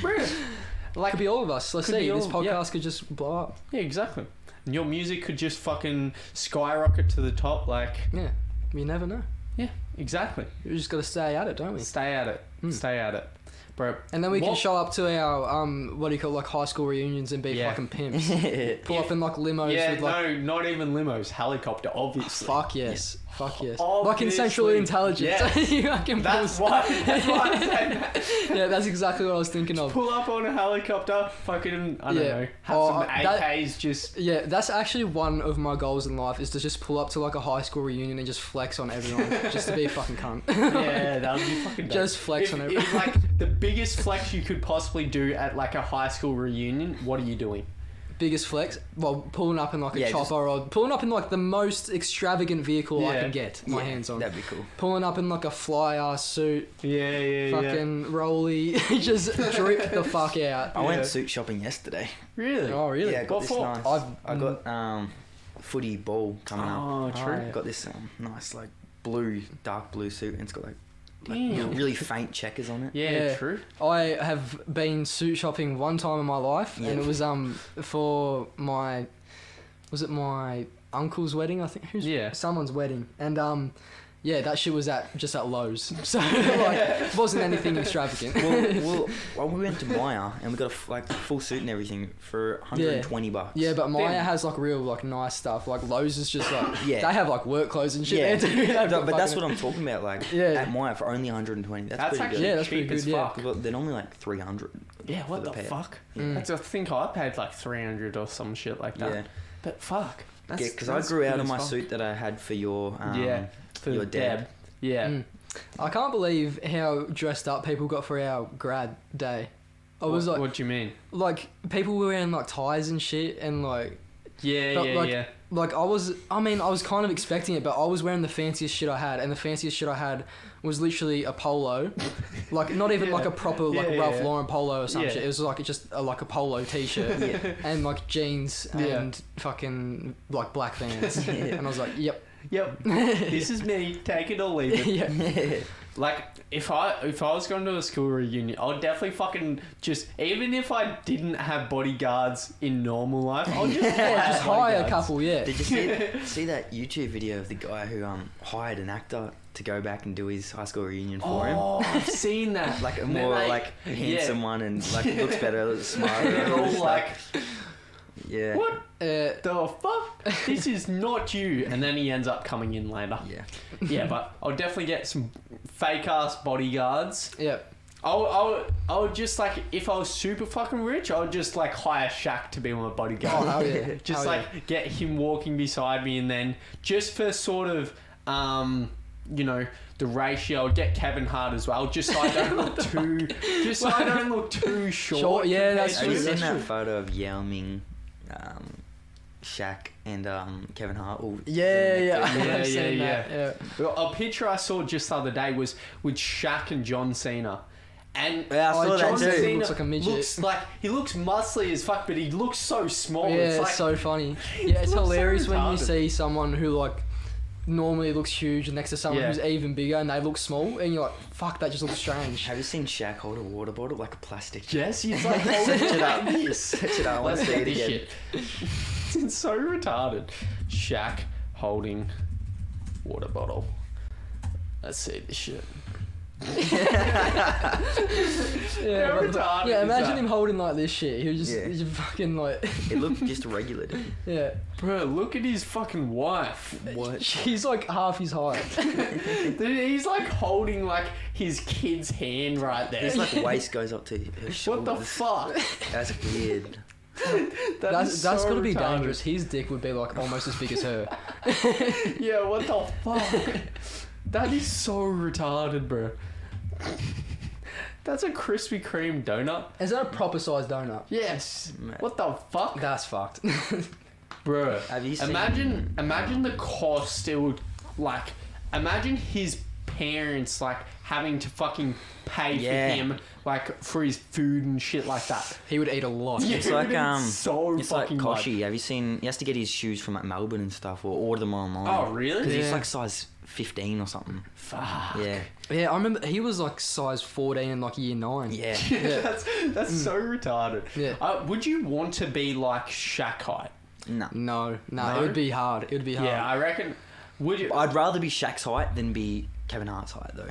Speaker 1: Bro.
Speaker 3: Like,
Speaker 1: like,
Speaker 3: could be all of us. Let's
Speaker 1: could be
Speaker 3: see. This
Speaker 1: all-
Speaker 3: podcast
Speaker 1: yeah.
Speaker 3: could just blow up.
Speaker 1: yeah, exactly. And your music could just fucking skyrocket to the top. Like,
Speaker 3: Yeah, you never know.
Speaker 1: yeah, exactly.
Speaker 3: We just got to stay at it, don't we?
Speaker 1: Stay at it.
Speaker 3: Hmm.
Speaker 1: Stay at it, bro.
Speaker 3: And then we can
Speaker 1: What-
Speaker 3: show up to our um, what do you call it, like high school reunions and be
Speaker 1: Yeah.
Speaker 3: fucking pimps. Pull up in like limos
Speaker 1: Yeah,
Speaker 3: with like
Speaker 1: no, not even limos, helicopter, obviously.
Speaker 3: fuck yes, fuck yes, like
Speaker 1: Obviously.
Speaker 3: consensual intelligence.
Speaker 1: Yes.
Speaker 3: You fucking
Speaker 1: That's
Speaker 3: pull-
Speaker 1: why. That's why I said that.
Speaker 3: yeah, that's exactly what I was thinking of.
Speaker 1: pull up on a helicopter, fucking, I don't
Speaker 3: Yeah.
Speaker 1: know, have
Speaker 3: Oh,
Speaker 1: some
Speaker 3: uh, that-
Speaker 1: AKs just.
Speaker 3: Yeah, that's actually one of my goals in life is to just pull up to like a high school reunion and just flex on everyone, just to be a fucking cunt.
Speaker 1: Yeah, that would be fucking dope.
Speaker 3: Just flex
Speaker 1: If-
Speaker 3: on
Speaker 1: if, like, the biggest flex you could possibly do at, like, a high school reunion, what are you doing?
Speaker 3: Biggest flex, well, pulling up in like a
Speaker 2: Yeah,
Speaker 3: chopper
Speaker 2: just-
Speaker 3: or pulling up in like the most extravagant vehicle I
Speaker 1: Yeah.
Speaker 3: can get my
Speaker 2: Yeah,
Speaker 3: hands on.
Speaker 2: That'd be cool.
Speaker 3: Pulling up in like a fly ass suit,
Speaker 1: Yeah, yeah,
Speaker 3: fucking rolly, just drip the fuck out.
Speaker 2: I
Speaker 1: Yeah.
Speaker 2: went suit shopping yesterday.
Speaker 1: Really?
Speaker 3: Oh really?
Speaker 2: Oh, Yeah, I got
Speaker 1: What
Speaker 2: this
Speaker 1: for?
Speaker 2: nice.
Speaker 3: I've-
Speaker 2: I got um, footy ball coming up.
Speaker 1: Oh, true.
Speaker 3: yeah.
Speaker 2: Got this um, nice like blue, dark blue suit, and it's got like, like
Speaker 1: Damn.
Speaker 2: really faint checkers on it.
Speaker 1: yeah,
Speaker 3: Yeah.
Speaker 1: true.
Speaker 3: I have been suit shopping one time in my life, and it
Speaker 2: Yeah.
Speaker 3: was um for my, was it my uncle's wedding? I think who's
Speaker 1: Yeah.
Speaker 3: someone's wedding, and um. Yeah, that shit was at just at Lowe's, so like it wasn't anything extravagant.
Speaker 2: well, well, well, we went to Maya and we got a f- like full suit and everything for 120 bucks.
Speaker 3: Yeah, but Maya
Speaker 1: Then-
Speaker 3: has like real like nice stuff. Like Lowe's is just like
Speaker 2: Yeah.
Speaker 3: they have like work clothes and shit.
Speaker 2: yeah,
Speaker 3: there, too. They've
Speaker 2: but,
Speaker 3: got
Speaker 2: but that's
Speaker 3: fucking-
Speaker 2: what I'm talking about. Like
Speaker 3: Yeah.
Speaker 2: at Maya for only 120. That's,
Speaker 1: That's,
Speaker 2: pretty
Speaker 1: actually
Speaker 2: good.
Speaker 3: Yeah, that's
Speaker 1: cheap
Speaker 3: pretty
Speaker 1: as
Speaker 3: good, yeah.
Speaker 1: fuck.
Speaker 2: Well, they're normally like 300.
Speaker 1: Yeah, what the,
Speaker 2: For the
Speaker 1: Hmm.
Speaker 2: pair.
Speaker 1: fuck?
Speaker 3: Mm.
Speaker 1: That's, I think I paid like 300 or some shit like that.
Speaker 2: Yeah,
Speaker 1: But fuck. That's,
Speaker 2: because I
Speaker 1: that's
Speaker 2: grew out
Speaker 1: good
Speaker 2: of
Speaker 1: as
Speaker 2: my
Speaker 1: fuck.
Speaker 2: suit that I had for your um,
Speaker 1: Yeah. For
Speaker 2: your
Speaker 1: Deb.
Speaker 2: dad.
Speaker 1: Yeah.
Speaker 3: Mm. I can't believe how dressed up people got for our grad day. I was
Speaker 1: what,
Speaker 3: like,
Speaker 1: what do you mean?
Speaker 3: like people were wearing like ties and shit, and like,
Speaker 1: Yeah,
Speaker 3: But,
Speaker 1: yeah,
Speaker 3: like,
Speaker 1: yeah.
Speaker 3: like I was, I mean, I was kind of expecting it, but I was wearing the fanciest shit I had, and the fanciest shit I had was literally a polo, like not even like
Speaker 1: Yeah.
Speaker 3: a proper like
Speaker 1: Yeah, yeah,
Speaker 3: Ralph
Speaker 1: yeah.
Speaker 3: Lauren polo or some
Speaker 1: Yeah.
Speaker 3: shit. It was like just a, like a polo t-shirt and like jeans
Speaker 1: Yeah.
Speaker 3: and fucking like black vans,
Speaker 2: Yeah.
Speaker 3: and I was like, yep,
Speaker 1: Yep. this is me. Take it or leave it.
Speaker 3: yeah.
Speaker 1: Like if I if I was going to a school reunion, I would definitely fucking just even if I didn't have bodyguards in normal life, I'll just,
Speaker 3: Yeah, just hire a
Speaker 1: bodyguards.
Speaker 3: couple, yeah.
Speaker 2: Did you see, see that YouTube video of the guy who um hired an actor to go back and do his high school reunion for him?
Speaker 1: Oh, I've seen that.
Speaker 2: Like a
Speaker 1: And they're
Speaker 2: more like handsome one and like looks better, looks
Speaker 1: Yeah.
Speaker 2: smarter.
Speaker 1: They're all like,
Speaker 2: yeah,
Speaker 1: what
Speaker 3: Uh,
Speaker 1: the fuck? This is not you. And then he ends up coming in later.
Speaker 2: yeah.
Speaker 1: Yeah, but I'll definitely get some fake ass bodyguards.
Speaker 3: yeah.
Speaker 1: I would, I, would, I would just like if I was super fucking rich, I would just like hire Shaq to be my bodyguard.
Speaker 3: Oh, hell yeah.
Speaker 1: just
Speaker 3: Hell
Speaker 1: like get him walking beside me, and then just for sort of, um, you know, the ratio, I'd get Kevin Hart as well, just so I don't look too, just so I don't look too short.
Speaker 3: Short, yeah,
Speaker 1: compared
Speaker 3: that's
Speaker 1: to
Speaker 2: Have you
Speaker 3: true.
Speaker 1: him.
Speaker 2: seen that
Speaker 3: true.
Speaker 2: photo of Yao Ming, um, Shaq, and um, Kevin Hart? all
Speaker 3: Yeah,
Speaker 2: doing
Speaker 3: yeah,
Speaker 2: that
Speaker 1: Yeah,
Speaker 3: I've seen
Speaker 1: yeah,
Speaker 3: that, yeah.
Speaker 1: A picture I saw just the other day was with Shaq and John Cena. And
Speaker 2: Yeah, I saw
Speaker 3: Oh,
Speaker 2: that
Speaker 3: John
Speaker 2: too.
Speaker 1: Cena
Speaker 3: looks like a midget.
Speaker 1: Looks like he looks muscly as fuck, but he looks so small.
Speaker 3: yeah,
Speaker 1: Oh, it's
Speaker 3: it's
Speaker 1: like,
Speaker 3: so funny. Yeah, it's
Speaker 1: looks so
Speaker 3: hilarious when you
Speaker 1: retarded.
Speaker 3: see someone who like normally looks huge next to someone
Speaker 1: Yeah.
Speaker 3: who's even bigger and they look small, and you're like, fuck, that just looks strange.
Speaker 2: Have you seen Shaq hold a water bottle like a plastic?
Speaker 1: yes, he's like holding
Speaker 2: Search
Speaker 1: it
Speaker 2: it
Speaker 1: like
Speaker 2: up.
Speaker 1: this.
Speaker 2: Search it up. I want to
Speaker 1: Let's
Speaker 2: see
Speaker 1: get
Speaker 2: it
Speaker 1: this
Speaker 2: again.
Speaker 1: shit. it's so retarded. Shaq holding water bottle. Let's see this shit.
Speaker 3: Yeah,
Speaker 1: How
Speaker 3: but-
Speaker 1: retarded
Speaker 3: yeah
Speaker 1: is
Speaker 3: imagine
Speaker 1: that?
Speaker 3: him holding like this shit. He was just,
Speaker 2: Yeah.
Speaker 3: he just fucking like,
Speaker 2: It looked just regular. didn't it?
Speaker 3: yeah.
Speaker 1: Bro, look at his fucking wife.
Speaker 2: What?
Speaker 3: He's like half his height.
Speaker 1: Dude, he's like holding like his kid's hand right there.
Speaker 2: His like waist goes up to her
Speaker 1: what
Speaker 2: shoulders.
Speaker 1: the fuck?
Speaker 2: That's weird.
Speaker 1: That
Speaker 3: That's
Speaker 1: is
Speaker 3: that's
Speaker 1: so
Speaker 3: gotta be
Speaker 1: retarded.
Speaker 3: dangerous. His dick would be like almost as big as her.
Speaker 1: Yeah, what the fuck? that is so retarded, bro. That's a Krispy Kreme donut.
Speaker 3: Is that a proper sized donut?
Speaker 1: Yes.
Speaker 2: Mate.
Speaker 1: What the fuck,
Speaker 3: That's fucked.
Speaker 1: bro?
Speaker 2: Have you seen?
Speaker 1: Imagine, imagine the cost it would like. Imagine his parents like having to fucking pay
Speaker 2: Yeah.
Speaker 1: for him like for his food and shit like that.
Speaker 3: he would eat a lot.
Speaker 2: It's
Speaker 1: Dude,
Speaker 2: like um,
Speaker 1: so
Speaker 2: it's like
Speaker 1: fucking much.
Speaker 2: Koshi. Have you seen? He has to get his shoes from like Melbourne and stuff, or order them online.
Speaker 1: Oh really?
Speaker 2: 'Cause
Speaker 3: Yeah.
Speaker 2: he's like size fifteen or something.
Speaker 1: Fuck.
Speaker 2: Yeah,
Speaker 3: Yeah, I remember he was like size fourteen in like year nine.
Speaker 2: yeah.
Speaker 3: Yeah. Mm.
Speaker 1: that's that's so retarded.
Speaker 3: Yeah.
Speaker 1: Uh, would you want to be like Shaq height?
Speaker 2: no,
Speaker 3: No, no,
Speaker 1: No?
Speaker 3: it would be hard. It would be hard.
Speaker 1: Yeah, I reckon. Would you?
Speaker 2: I'd rather be Shaq's height than be Kevin Hart's height, though.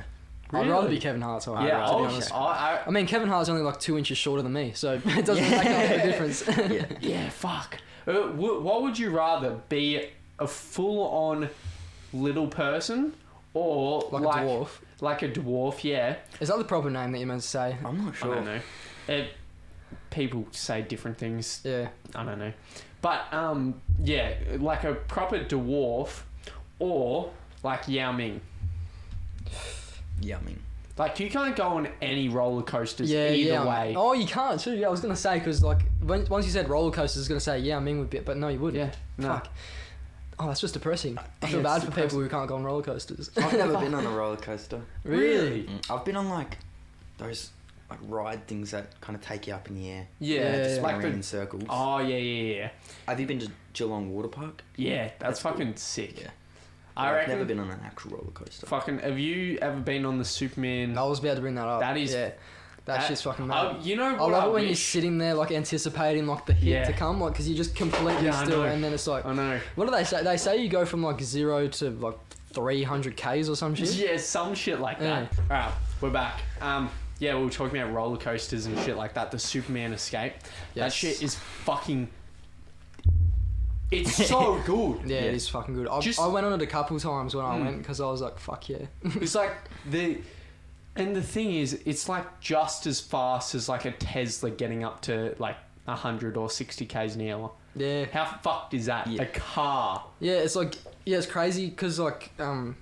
Speaker 3: I'd rather
Speaker 1: Really?
Speaker 3: be Kevin Hart's height.
Speaker 1: yeah,
Speaker 3: to be
Speaker 1: I'll-
Speaker 3: honest.
Speaker 1: I, I,
Speaker 3: I mean, Kevin Hart's only like two inches shorter than me, so it doesn't make that much of a difference.
Speaker 2: Yeah,
Speaker 1: yeah, fuck. Uh, w- what would you rather be a full-on little person or
Speaker 3: Like a dwarf.
Speaker 1: Like a dwarf, yeah.
Speaker 3: Is that the proper name that you're meant to say?
Speaker 2: I'm not
Speaker 1: I
Speaker 2: sure.
Speaker 1: don't know. It, people say different things.
Speaker 3: Yeah.
Speaker 1: I don't know. But um, yeah, like a proper dwarf or like Yao Ming.
Speaker 2: Yeah, I mean,
Speaker 1: Like you can't go on any roller coasters
Speaker 3: Yeah,
Speaker 1: either
Speaker 3: yeah.
Speaker 1: way.
Speaker 3: Oh, you can't too. Yeah, I was gonna say because like when, once you said roller coasters, I was gonna say yeah, I mean would be, but no, you wouldn't.
Speaker 1: Yeah, no.
Speaker 3: Fuck. Oh, that's just depressing. I feel
Speaker 1: Yeah,
Speaker 3: bad
Speaker 1: it's
Speaker 3: for people who can't go on roller coasters.
Speaker 2: I've never been on a roller coaster.
Speaker 1: Really?
Speaker 2: Mm, I've been on like those like ride things that kind of take you up in the air.
Speaker 1: Yeah,
Speaker 3: Yeah,
Speaker 1: just
Speaker 3: yeah.
Speaker 1: like
Speaker 2: around
Speaker 1: the-
Speaker 2: in circles.
Speaker 1: Oh yeah, yeah, yeah.
Speaker 2: Have you been to Geelong Water Park?
Speaker 1: Yeah, that's,
Speaker 2: That's cool.
Speaker 1: fucking sick.
Speaker 2: Yeah.
Speaker 1: I
Speaker 2: I've
Speaker 1: reckon.
Speaker 2: never been on an actual roller coaster.
Speaker 1: Fucking, have you ever been on the Superman?
Speaker 3: I was about to bring that up.
Speaker 1: That is-
Speaker 3: yeah. That,
Speaker 1: That-
Speaker 3: shit's fucking mad.
Speaker 1: Oh, you know
Speaker 3: I
Speaker 1: what
Speaker 3: love it when you're
Speaker 1: wish?
Speaker 3: sitting there like anticipating like the hit
Speaker 1: Yeah.
Speaker 3: to come, like because you're just completely
Speaker 1: Yeah, I
Speaker 3: still,
Speaker 1: know.
Speaker 3: and then it's like,
Speaker 1: I know.
Speaker 3: what do they say? They say you go from like zero to like 300 k's or some shit.
Speaker 1: Yeah, some shit like that. All right, we're back. Um, yeah, we were talking about roller coasters and shit like that. The Superman escape. That
Speaker 3: Yes.
Speaker 1: shit is fucking. It's so good.
Speaker 3: Yeah,
Speaker 2: Yeah.
Speaker 3: it is fucking good. I,
Speaker 1: Just-
Speaker 3: I went on it a couple times when I
Speaker 1: Mm.
Speaker 3: went because I was like, fuck yeah.
Speaker 1: It's like the. And the thing is, it's like just as fast as like a Tesla getting up to like 100 or 60 k's an hour.
Speaker 3: Yeah.
Speaker 1: How fucked is that?
Speaker 2: Yeah.
Speaker 1: A car.
Speaker 3: Yeah, it's like yeah, it's crazy because like um,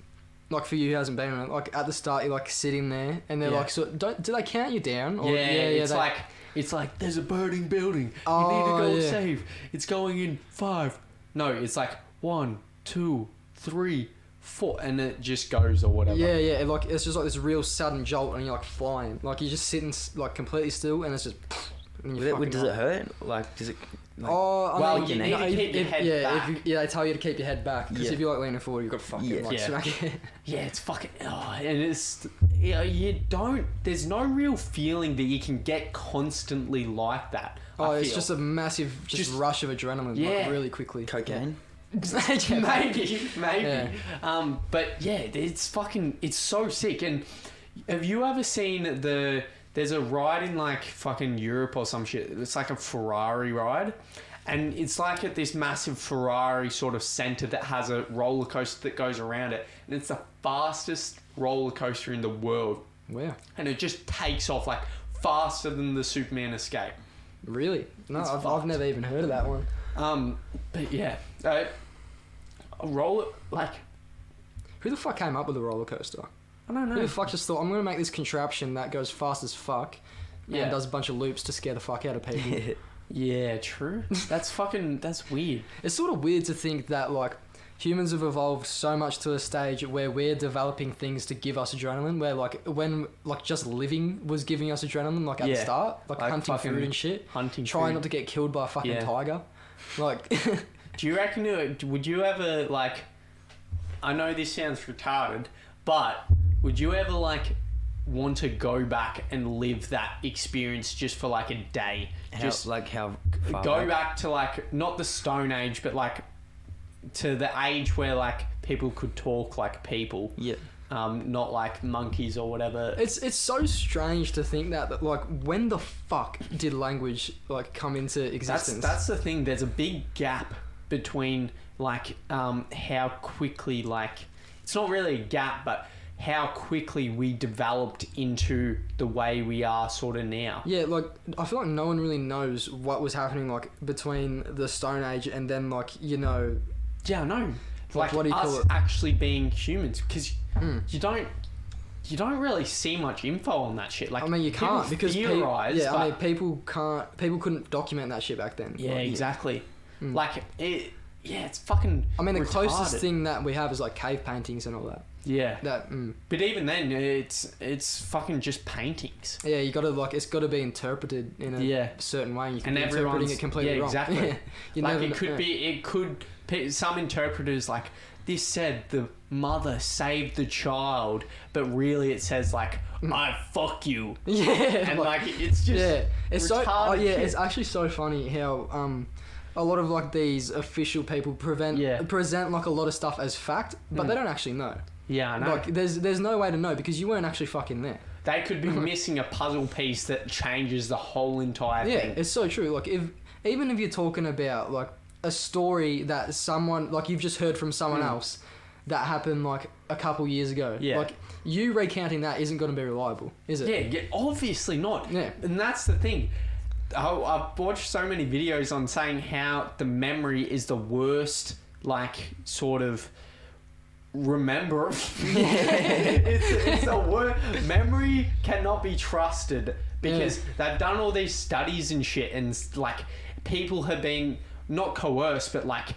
Speaker 3: like for you who hasn't been on it, like at the start you're like sitting there and they're
Speaker 1: Yeah.
Speaker 3: like, so don't do they count you down?
Speaker 1: yeah, it's
Speaker 3: they-
Speaker 1: like it's like there's a burning building.
Speaker 3: Oh,
Speaker 1: you need to go
Speaker 3: yeah.
Speaker 1: save. It's going in five. No, it's like one, two, three, four, and it just goes or whatever.
Speaker 3: Yeah, yeah, it, like it's just like this real sudden jolt, and you're like flying, like you're just sitting s- like completely still, and it's just. And
Speaker 2: Would
Speaker 3: you're
Speaker 2: it, would,
Speaker 3: fucking
Speaker 2: does
Speaker 3: up.
Speaker 2: it hurt? Like, does it? Like,
Speaker 3: oh, I
Speaker 1: Well,
Speaker 3: mean,
Speaker 2: you need
Speaker 3: no,
Speaker 1: to
Speaker 3: if-
Speaker 1: keep your
Speaker 3: if-
Speaker 1: head
Speaker 3: yeah,
Speaker 1: back.
Speaker 3: If you, yeah, they tell you to keep your head back because
Speaker 2: Yeah.
Speaker 3: if you're like leaning forward, you've got to fucking
Speaker 2: Yeah.
Speaker 3: like
Speaker 1: Yeah.
Speaker 3: smack it.
Speaker 1: Yeah, it's fucking. Oh, and it's you, know, you don't. There's no real feeling that you can get constantly like that. I
Speaker 3: Oh, it's
Speaker 1: feel.
Speaker 3: just a massive just,
Speaker 1: Just-
Speaker 3: rush of adrenaline,
Speaker 1: Yeah.
Speaker 3: like really quickly.
Speaker 2: cocaine.
Speaker 3: Yeah.
Speaker 1: maybe, maybe.
Speaker 3: Yeah.
Speaker 1: Um, but yeah, it's fucking, it's so sick. And have you ever seen the? There's a ride in like fucking Europe or some shit. It's like a Ferrari ride, and it's like at this massive Ferrari sort of center that has a roller coaster that goes around it, and it's the fastest roller coaster in the world,
Speaker 3: Wow,
Speaker 1: and it just takes off like faster than the Superman escape.
Speaker 3: really? No,
Speaker 1: It's
Speaker 3: I've,
Speaker 1: fucked.
Speaker 3: I've never even heard of that one.
Speaker 1: Um, but yeah, uh, roll it like
Speaker 3: Who the fuck came up with a roller coaster?
Speaker 1: I don't know.
Speaker 3: Who the fuck just thought I'm gonna make this contraption that goes fast as fuck
Speaker 1: Yeah.
Speaker 3: and does a bunch of loops to scare the fuck out of people?
Speaker 1: Yeah, true. That's fucking. That's weird.
Speaker 3: it's sort of weird to think that like humans have evolved so much to a stage where we're developing things to give us adrenaline. Where like when like just living was giving us adrenaline, like at the
Speaker 1: Yeah.
Speaker 3: start, like,
Speaker 1: Like
Speaker 3: hunting
Speaker 1: fucking
Speaker 3: food and shit,
Speaker 1: hunting.
Speaker 3: trying
Speaker 1: food.
Speaker 3: not to get killed by a fucking
Speaker 1: Yeah.
Speaker 3: tiger. Like
Speaker 1: Do you reckon it, would you ever like? I know this sounds retarded, but would you ever like want to go back and live that experience just for like a day?
Speaker 2: How,
Speaker 1: just
Speaker 2: like how far
Speaker 1: go back to like not the Stone Age, but like to the age where like people could talk like people,
Speaker 2: Yeah.
Speaker 1: um, not like monkeys or whatever.
Speaker 3: It's it's so strange to think that, that like when the fuck did language like come into
Speaker 1: That's
Speaker 3: existence?
Speaker 1: that's the thing. There's a big gap between like um, how quickly like it's not really a gap, but how quickly we developed into the way we are sort of now.
Speaker 3: yeah, like I feel like no one really knows what was happening like between the Stone Age and then like you know
Speaker 1: Yeah, no. Like,
Speaker 3: Like, what do you
Speaker 1: us
Speaker 3: call it?
Speaker 1: actually being humans, because
Speaker 3: Hmm.
Speaker 1: you don't you don't really see much info on that shit. Like
Speaker 3: I mean you
Speaker 1: people
Speaker 3: can't because pe-
Speaker 1: theorize.
Speaker 3: yeah I
Speaker 1: but-
Speaker 3: mean people can't people couldn't document that shit back then.
Speaker 1: yeah,
Speaker 3: Like,
Speaker 1: exactly.
Speaker 3: Mm.
Speaker 1: Like it. Yeah, it's fucking.
Speaker 3: I mean the closest
Speaker 1: retarded.
Speaker 3: thing that we have is like cave paintings and all that.
Speaker 1: Yeah,
Speaker 3: That mm.
Speaker 1: but even then, it's it's fucking just paintings.
Speaker 3: yeah you got to like it's got to be interpreted in a
Speaker 1: Yeah.
Speaker 3: certain way. You can
Speaker 1: And
Speaker 3: be interpreting
Speaker 1: everyone's-
Speaker 3: it completely
Speaker 1: yeah,
Speaker 3: wrong.
Speaker 1: exactly.
Speaker 3: you
Speaker 1: like
Speaker 3: never
Speaker 1: it
Speaker 3: kn-
Speaker 1: could
Speaker 3: yeah.
Speaker 1: be, it could. pe- Some interpreters like this said the mother saved the child, but really it says like I fuck you,
Speaker 3: yeah
Speaker 1: and
Speaker 3: Mm. like-
Speaker 1: like, it's just
Speaker 3: yeah, it's so oh,
Speaker 1: retarded
Speaker 3: yeah,
Speaker 1: shit.
Speaker 3: it's actually so funny how um a lot of like these official people prevent
Speaker 1: Yeah.
Speaker 3: present like a lot of stuff as fact, but
Speaker 1: Mm.
Speaker 3: they don't actually know.
Speaker 1: yeah. I know.
Speaker 3: Like there's there's no way to know because you weren't actually fucking there.
Speaker 1: they could be missing a puzzle piece that changes the whole entire
Speaker 3: yeah,
Speaker 1: thing.
Speaker 3: it's so true. Like if even if you're talking about like a story that someone like you've just heard from someone
Speaker 1: Mm.
Speaker 3: else that happened like a couple years ago.
Speaker 1: Yeah.
Speaker 3: Like you recounting that isn't going to be reliable, is it?
Speaker 1: Yeah, yeah, obviously not.
Speaker 3: Yeah.
Speaker 1: And that's the thing. I, I've watched so many videos on saying how the memory is the worst, like, sort of remember. it's, it's the worst. Memory cannot be trusted because they've done all these studies and shit, and, like, people have been not coerced, but like,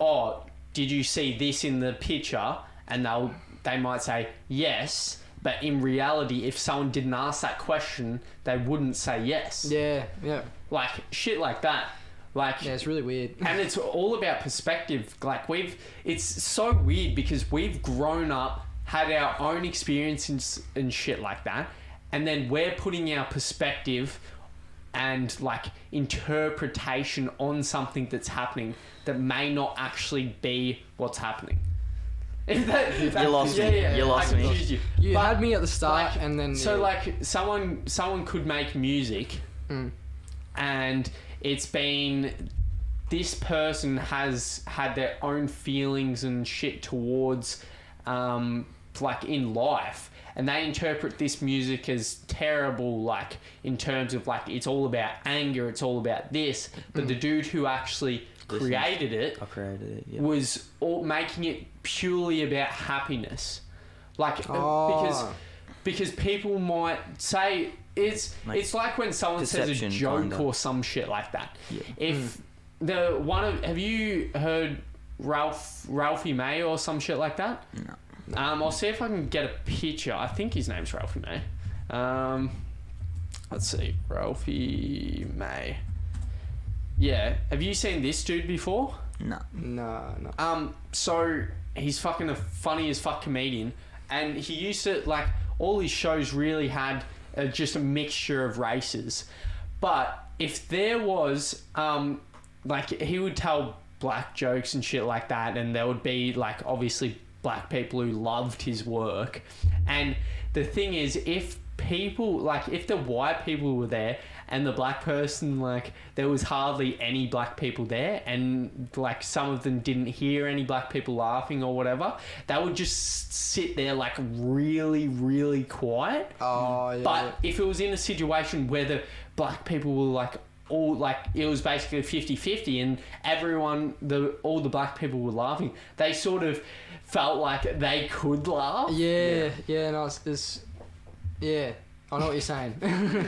Speaker 1: oh, did you see this in the picture? And they'll they might say yes, but in reality, if someone didn't ask that question, they wouldn't say yes.
Speaker 3: Yeah, yeah.
Speaker 1: Like shit, like that. Like
Speaker 3: Yeah, it's really weird.
Speaker 1: and it's all about perspective. Like we've, it's so weird because we've grown up, had our own experiences and shit like that, and then we're putting our perspective and like interpretation on something that's happening that may not actually be what's happening. If that, if that-
Speaker 2: lost
Speaker 1: yeah,
Speaker 2: me.
Speaker 1: yeah,
Speaker 2: You
Speaker 1: I
Speaker 2: lost me.
Speaker 1: confused You,
Speaker 3: You
Speaker 1: But-
Speaker 3: had me at the start
Speaker 1: like,
Speaker 3: and then
Speaker 1: so
Speaker 3: yeah.
Speaker 1: like someone someone could make music
Speaker 3: Mm.
Speaker 1: and it's been this person has had their own feelings and shit towards um like in life and they interpret this music as terrible like in terms of like it's all about anger it's all about this but
Speaker 3: Mm.
Speaker 1: the dude who actually
Speaker 2: Listens.
Speaker 1: created it
Speaker 2: I created it. Yeah.
Speaker 1: was all, making it purely about happiness, like uh,
Speaker 2: Ah.
Speaker 3: Oh.
Speaker 1: because because people might say it's
Speaker 2: Like,
Speaker 1: it's like when someone says a
Speaker 2: perception,
Speaker 1: joke
Speaker 2: kinda.
Speaker 1: or some shit like that.
Speaker 2: Yeah. Mm.
Speaker 1: If the one of have you heard Ralph Ralphie May or some shit like that?
Speaker 2: No.
Speaker 1: Um, I'll see if I can get a picture. I think his name's Ralphie May. Um, let's see, Ralphie May. Yeah, have you seen this dude before?
Speaker 2: No.
Speaker 3: No, no.
Speaker 1: Um, so he's fucking a funny as fuck comedian, and he used to like all his shows really had uh, just a mixture of races. But if there was, um, like he would tell black jokes and shit like that, and there would be like obviously black people who loved his work. And the thing is, if people like if the white people were there and the black person like there was hardly any black people there and like some of them didn't hear any black people laughing or whatever they would just sit there like really really quiet
Speaker 3: Oh yeah. yeah.
Speaker 1: but if it was in a situation where the black people were like all like it was basically 50-50 and everyone the all the black people were laughing they sort of felt like they could laugh
Speaker 3: Yeah, yeah, no, it's, it's yeah. I know what you're saying.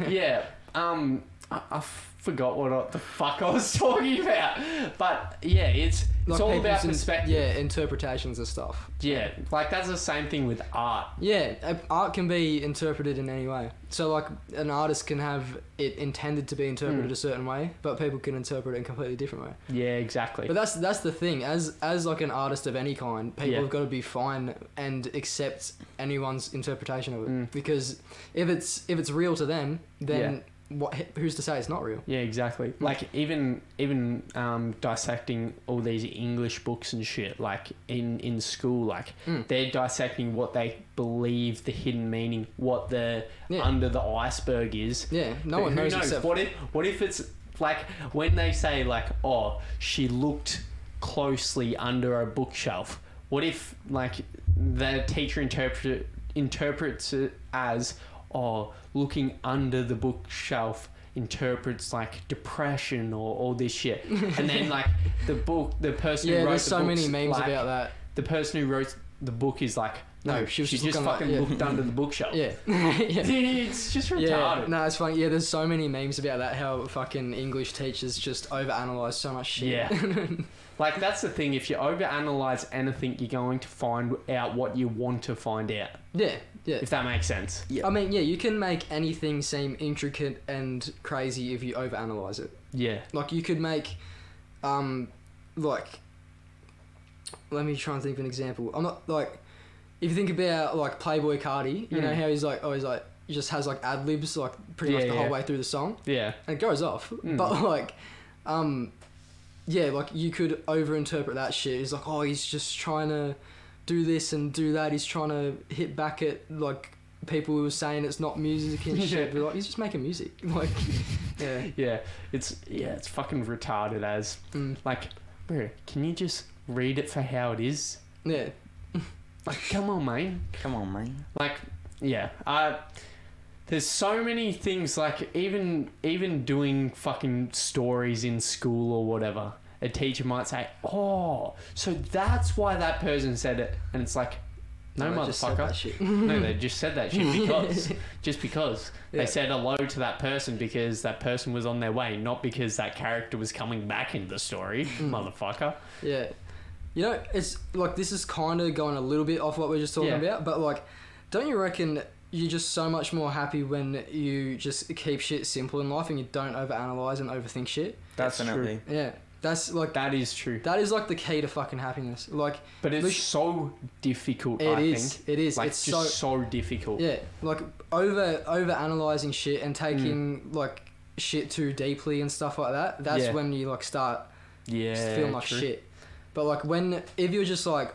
Speaker 1: yeah. Um, I, I forgot what I- the fuck I was talking about. But yeah, it's
Speaker 3: like
Speaker 1: all
Speaker 3: people's
Speaker 1: about
Speaker 3: in-
Speaker 1: perspective.
Speaker 3: yeah, interpretations and stuff.
Speaker 1: Yeah, like that's the same thing with art.
Speaker 3: Yeah, a- art can be interpreted in any way. So like an artist can have it intended to be interpreted
Speaker 1: Mm.
Speaker 3: a certain way, but people can interpret it in a completely different way.
Speaker 1: Yeah, exactly.
Speaker 3: But that's that's the thing. As as like an artist of any kind, people
Speaker 1: Yeah.
Speaker 3: have got to be fine and accept anyone's interpretation of it.
Speaker 1: Mm.
Speaker 3: Because if it's if it's real to them, then what? Who's to say it's not real?
Speaker 1: Yeah, exactly. Like even even um, dissecting all these English books and shit, like in in school, like
Speaker 3: Mm.
Speaker 1: they're dissecting what they believe the hidden meaning, what the
Speaker 3: Yeah.
Speaker 1: under the iceberg is.
Speaker 3: Yeah, no
Speaker 1: But
Speaker 3: one
Speaker 1: who
Speaker 3: knows, except
Speaker 1: What if what if it's like when they say like, oh, she looked closely under a bookshelf. What if like the teacher interpret interprets it as oh, looking under the bookshelf interprets like depression or all this shit, and then like the book, the person
Speaker 3: yeah.
Speaker 1: who wrote
Speaker 3: There's
Speaker 1: the
Speaker 3: so many
Speaker 1: books,
Speaker 3: memes
Speaker 1: like,
Speaker 3: about that.
Speaker 1: the person who wrote the book is like. No, she, was just,
Speaker 3: looking like-
Speaker 1: fucking
Speaker 3: yeah.
Speaker 1: looked under the bookshelf.
Speaker 3: Yeah, yeah.
Speaker 1: It's just retarded.
Speaker 3: Yeah, no, it's funny. Yeah, there's so many memes about that. How fucking English teachers just overanalyze so much shit.
Speaker 1: Yeah. like that's the thing. If you overanalyze anything, you're going to find out what you want to find out.
Speaker 3: yeah, yeah.
Speaker 1: If that makes sense.
Speaker 2: Yeah.
Speaker 3: I mean, yeah, you can make anything seem intricate and crazy if you overanalyze it.
Speaker 1: Yeah.
Speaker 3: Like you could make, um, like, let me try and think of an example. I'm not like, if you think about like Playboy Cardi, you know
Speaker 1: Mm.
Speaker 3: how he's like, oh, he's like, he just has like ad libs like pretty much
Speaker 1: Yeah,
Speaker 3: the whole
Speaker 1: yeah.
Speaker 3: way through the song.
Speaker 1: Yeah.
Speaker 3: and it goes off.
Speaker 1: Mm.
Speaker 3: But like, um, yeah, like you could overinterpret that shit. It's like, oh, he's just trying to do this and do that. He's trying to hit back at like people who were saying it's not music and shit. But like, he's just making music. Like, yeah,
Speaker 1: Yeah. It's yeah. It's fucking retarded as
Speaker 3: mm,
Speaker 1: like, bro. Can you just read it for how it is?
Speaker 3: yeah,
Speaker 1: Like, come on, mate.
Speaker 2: Come on, man.
Speaker 1: like yeah uh there's so many things like even even doing fucking stories in school or whatever a teacher might say oh so that's why that person said it and it's like no
Speaker 3: I just said that
Speaker 1: motherfucker
Speaker 3: shit.
Speaker 1: no they just said that shit because just because
Speaker 3: Yeah.
Speaker 1: they said hello to that person because that person was on their way not because that character was coming back into the story motherfucker
Speaker 3: Yeah. You know, it's like this is kind of going a little bit off what we are just talking
Speaker 1: Yeah.
Speaker 3: about, but like, don't you reckon you're just so much more happy when you just keep shit simple in life and you don't overanalyze and overthink shit?
Speaker 1: That's
Speaker 2: Definitely.
Speaker 3: Yeah. That's like,
Speaker 1: that is true
Speaker 3: that is like the key to fucking happiness. Like,
Speaker 1: but it's
Speaker 3: Look-
Speaker 1: so difficult
Speaker 3: it
Speaker 1: I
Speaker 3: is.
Speaker 1: think
Speaker 3: It is.
Speaker 1: like
Speaker 3: it's so,
Speaker 1: just so, difficult
Speaker 3: yeah. Like, over, over analyzing shit
Speaker 1: Hmm.
Speaker 3: and taking like shit too deeply and stuff like that, that's
Speaker 1: Yeah.
Speaker 3: when you like start
Speaker 1: Yeah.
Speaker 3: just feeling like
Speaker 1: true.
Speaker 3: shit. But like when if you're just like,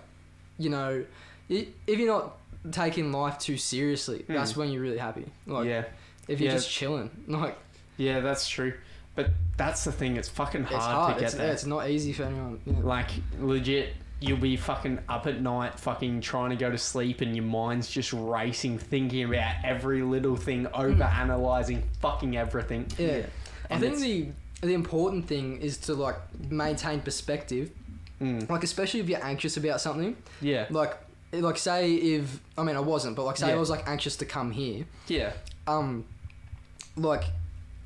Speaker 3: you know, i- if you're not taking life too seriously, that's
Speaker 1: Mm.
Speaker 3: when you're really happy. Like
Speaker 1: yeah.
Speaker 3: if you're
Speaker 1: Yeah.
Speaker 3: just chilling, like
Speaker 1: Yeah, that's true. But that's the thing, it's fucking hard,
Speaker 3: it's hard.
Speaker 1: to get
Speaker 3: It's,
Speaker 1: there.
Speaker 3: it's not easy for anyone. Yeah.
Speaker 1: Like, legit, you'll be fucking up at night, fucking trying to go to sleep, and your mind's just racing, thinking about every little thing,
Speaker 3: Hmm.
Speaker 1: over analyzing fucking everything.
Speaker 3: yeah. I
Speaker 1: And
Speaker 3: think
Speaker 1: it's-
Speaker 3: the the important thing is to like maintain perspective.
Speaker 1: Mm.
Speaker 3: Like especially if you're anxious about something,
Speaker 1: Yeah.
Speaker 3: like like say if I mean I wasn't, but like say I
Speaker 1: Yeah.
Speaker 3: was like anxious to come here.
Speaker 1: Yeah.
Speaker 3: Um, like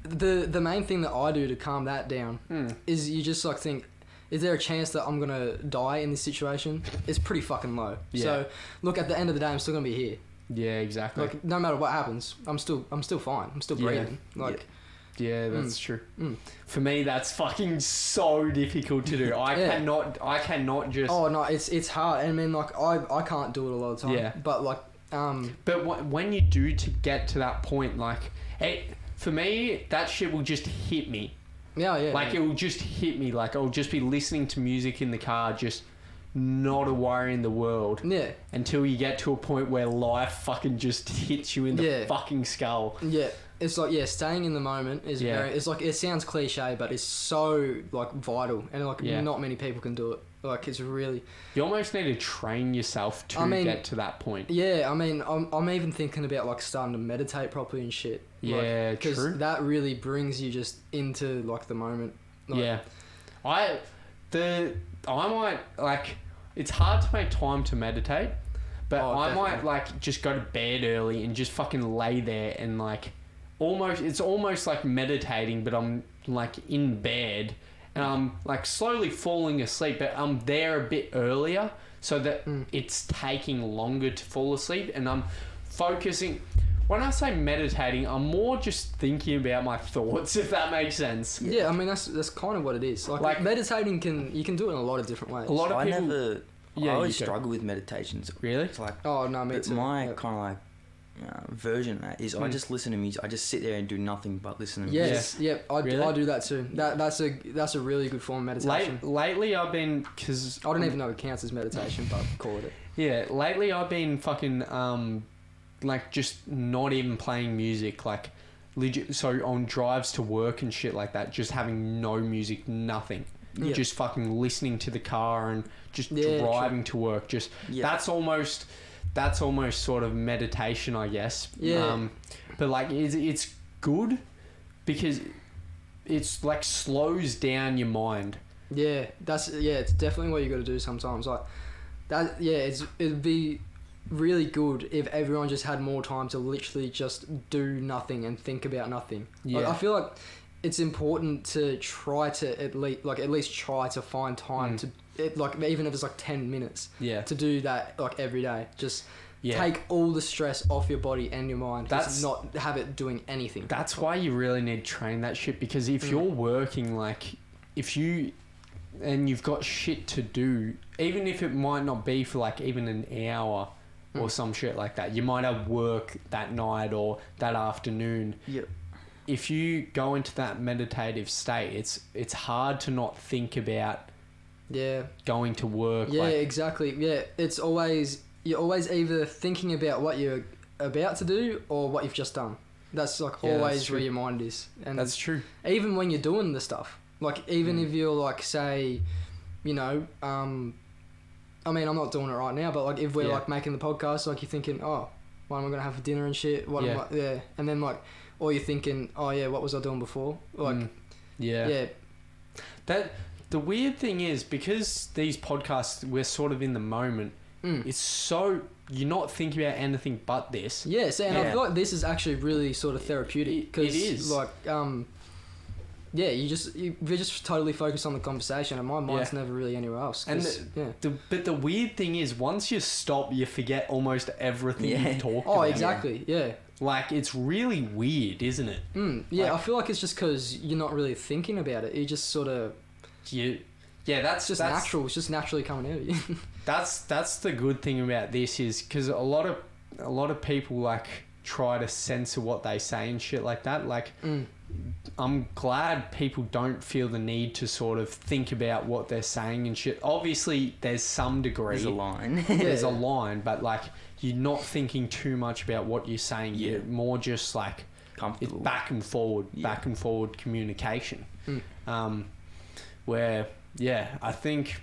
Speaker 3: the the main thing that I do to calm that down
Speaker 1: Mm.
Speaker 3: is you just like think is there a chance that I'm gonna die in this situation? It's pretty fucking low.
Speaker 1: Yeah.
Speaker 3: So look, at the end of the day, I'm still gonna be here.
Speaker 1: Yeah, exactly.
Speaker 3: Like no matter what happens, I'm still I'm still fine. I'm still
Speaker 1: Yeah.
Speaker 3: breathing. Like
Speaker 1: Yeah, that's true.
Speaker 3: Mm.
Speaker 1: For me, that's fucking so difficult to do. I
Speaker 3: Yeah.
Speaker 1: cannot, I cannot just.
Speaker 3: oh no, it's it's hard. I mean like I I can't do it a lot of time.
Speaker 1: Yeah.
Speaker 3: But like um
Speaker 1: But wh- when you do to get to that point, like, it, for me, that shit will just hit me.
Speaker 3: yeah yeah
Speaker 1: Like, it will just hit me. Like, I'll just be listening to music in the car, just not a worry in the world.
Speaker 3: yeah
Speaker 1: Until you get to a point where life fucking just hits you in the
Speaker 3: Yeah.
Speaker 1: fucking skull.
Speaker 3: yeah. It's like yeah, staying in the moment is
Speaker 1: Yeah.
Speaker 3: very. It's like it sounds cliche, but it's so like vital, and like
Speaker 1: Yeah.
Speaker 3: not many people can do it. Like it's really
Speaker 1: You almost need to train yourself to
Speaker 3: I mean-
Speaker 1: get to that point.
Speaker 3: Yeah, I mean, I'm, I'm even thinking about like starting to meditate properly and shit.
Speaker 1: Yeah,
Speaker 3: because
Speaker 1: true.
Speaker 3: that really brings you just into like the moment. Like,
Speaker 1: yeah. I the I might like it's hard to make time to meditate, but
Speaker 3: Oh,
Speaker 1: I might
Speaker 3: definitely.
Speaker 1: like just go to bed early and just fucking lay there and like almost it's almost like meditating, but I'm like in bed and I'm like slowly falling asleep, but I'm there a bit earlier so that
Speaker 3: Mm.
Speaker 1: it's taking longer to fall asleep, and I'm focusing. When I say meditating, I'm more just thinking about my thoughts, if that makes sense.
Speaker 3: Yeah. I mean that's that's kind of what it is. Like,
Speaker 1: Like-
Speaker 3: meditating can you can do it in a lot of different ways.
Speaker 1: A lot of
Speaker 2: I
Speaker 1: people.
Speaker 2: never.
Speaker 1: Yeah, you
Speaker 2: I always
Speaker 1: go.
Speaker 2: struggle with meditations.
Speaker 1: Really?
Speaker 2: It's like
Speaker 3: Oh no, me
Speaker 2: but
Speaker 3: too.
Speaker 2: my
Speaker 3: Yeah.
Speaker 2: kind of like uh, version of that is I
Speaker 1: Mm.
Speaker 2: just listen to music. I just sit there and do nothing but listen to music.
Speaker 3: Yes. Yep. I,
Speaker 1: Really?
Speaker 3: I do that too. That that's a that's a really good form of meditation.
Speaker 1: Late, lately, I've been because
Speaker 3: I don't even know if it counts as meditation, but call it it.
Speaker 1: Yeah, lately I've been fucking um, like just not even playing music, like legit. So on drives to work and shit like that, just having no music, nothing,
Speaker 3: Yeah.
Speaker 1: just fucking listening to the car and just
Speaker 3: Yeah, true.
Speaker 1: driving to work. Just
Speaker 2: Yeah.
Speaker 1: that's almost that's almost sort of meditation, I guess.
Speaker 3: Yeah.
Speaker 1: Um, but like it's it's good because it's like slows down your mind.
Speaker 3: Yeah, that's yeah. It's definitely what you got to do sometimes. Like that. Yeah, it's it'd be really good if everyone just had more time to literally just do nothing and think about nothing. Like,
Speaker 1: Yeah.
Speaker 3: I feel like it's important to try to at least like at least try to find time
Speaker 1: Mm.
Speaker 3: to it, like even if it's like ten minutes
Speaker 1: Yeah.
Speaker 3: to do that like every day. Just
Speaker 1: Yeah.
Speaker 3: take all the stress off your body and your mind.
Speaker 1: That's-
Speaker 3: just not have it doing anything.
Speaker 1: That's why you really need to train that shit because
Speaker 3: Mm.
Speaker 1: if you're working, like, if you and you've got shit to do, even if it might not be for like even an hour or
Speaker 3: Mm.
Speaker 1: some shit like that, you might have work that night or that afternoon.
Speaker 2: Yep.
Speaker 1: If you go into that meditative state, it's it's hard to not think about
Speaker 3: yeah.
Speaker 1: going to work.
Speaker 3: Yeah,
Speaker 1: like,
Speaker 3: exactly. Yeah, it's always you're always either thinking about what you're about to do or what you've just done. That's like
Speaker 1: Yeah, that's
Speaker 3: always
Speaker 1: true.
Speaker 3: where your mind is, and
Speaker 1: that's true.
Speaker 3: even when you're doing the stuff, like even
Speaker 1: Mm.
Speaker 3: if you're like say, you know, um, I mean, I'm not doing it right now, but like if we're
Speaker 1: Yeah.
Speaker 3: like making the podcast, like you're thinking, oh, what am I gonna have for dinner and shit? What am
Speaker 1: Yeah.
Speaker 3: I? Yeah, and then like, or you're thinking, oh yeah, what was I doing before? Like,
Speaker 1: Mm.
Speaker 3: yeah, yeah,
Speaker 1: That the weird thing is because these podcasts we're sort of in the moment.
Speaker 3: mm.
Speaker 1: It's so you're not thinking about anything but this.
Speaker 3: Yeah, so, and I
Speaker 2: Yeah.
Speaker 3: feel like this is actually really sort of therapeutic
Speaker 1: It- it
Speaker 3: because
Speaker 1: is.
Speaker 3: like um, yeah, you just you, we're just totally focused on the conversation, and my mind's never really anywhere else. 'cause-
Speaker 1: And
Speaker 3: yeah,
Speaker 1: The, but the weird thing is, once you stop, you forget almost everything
Speaker 2: Yeah.
Speaker 1: you've talked
Speaker 3: oh,
Speaker 1: about.
Speaker 3: exactly, yeah,
Speaker 1: Like it's really weird, isn't it?
Speaker 3: mm, yeah.
Speaker 1: Like-
Speaker 3: I feel like it's just because you're not really thinking about it. You just sort of
Speaker 1: You, yeah, that's
Speaker 3: it's just
Speaker 1: that's,
Speaker 3: natural. It's just naturally coming out of you.
Speaker 1: That's that's the good thing about this is because a lot of a lot of people like try to censor what they say and shit like that. Like
Speaker 3: mm,
Speaker 1: I'm glad people don't feel the need to sort of think about what they're saying and shit. Obviously, there's some degree.
Speaker 2: There's a line.
Speaker 1: there's a
Speaker 3: Yeah.
Speaker 1: line, but like you're not thinking too much about what you're saying. You're
Speaker 2: Yeah.
Speaker 1: more just like it's
Speaker 2: Comfortable.
Speaker 1: back and forward,
Speaker 2: Yeah.
Speaker 1: back and forward communication.
Speaker 3: Mm.
Speaker 1: Um, where yeah, I think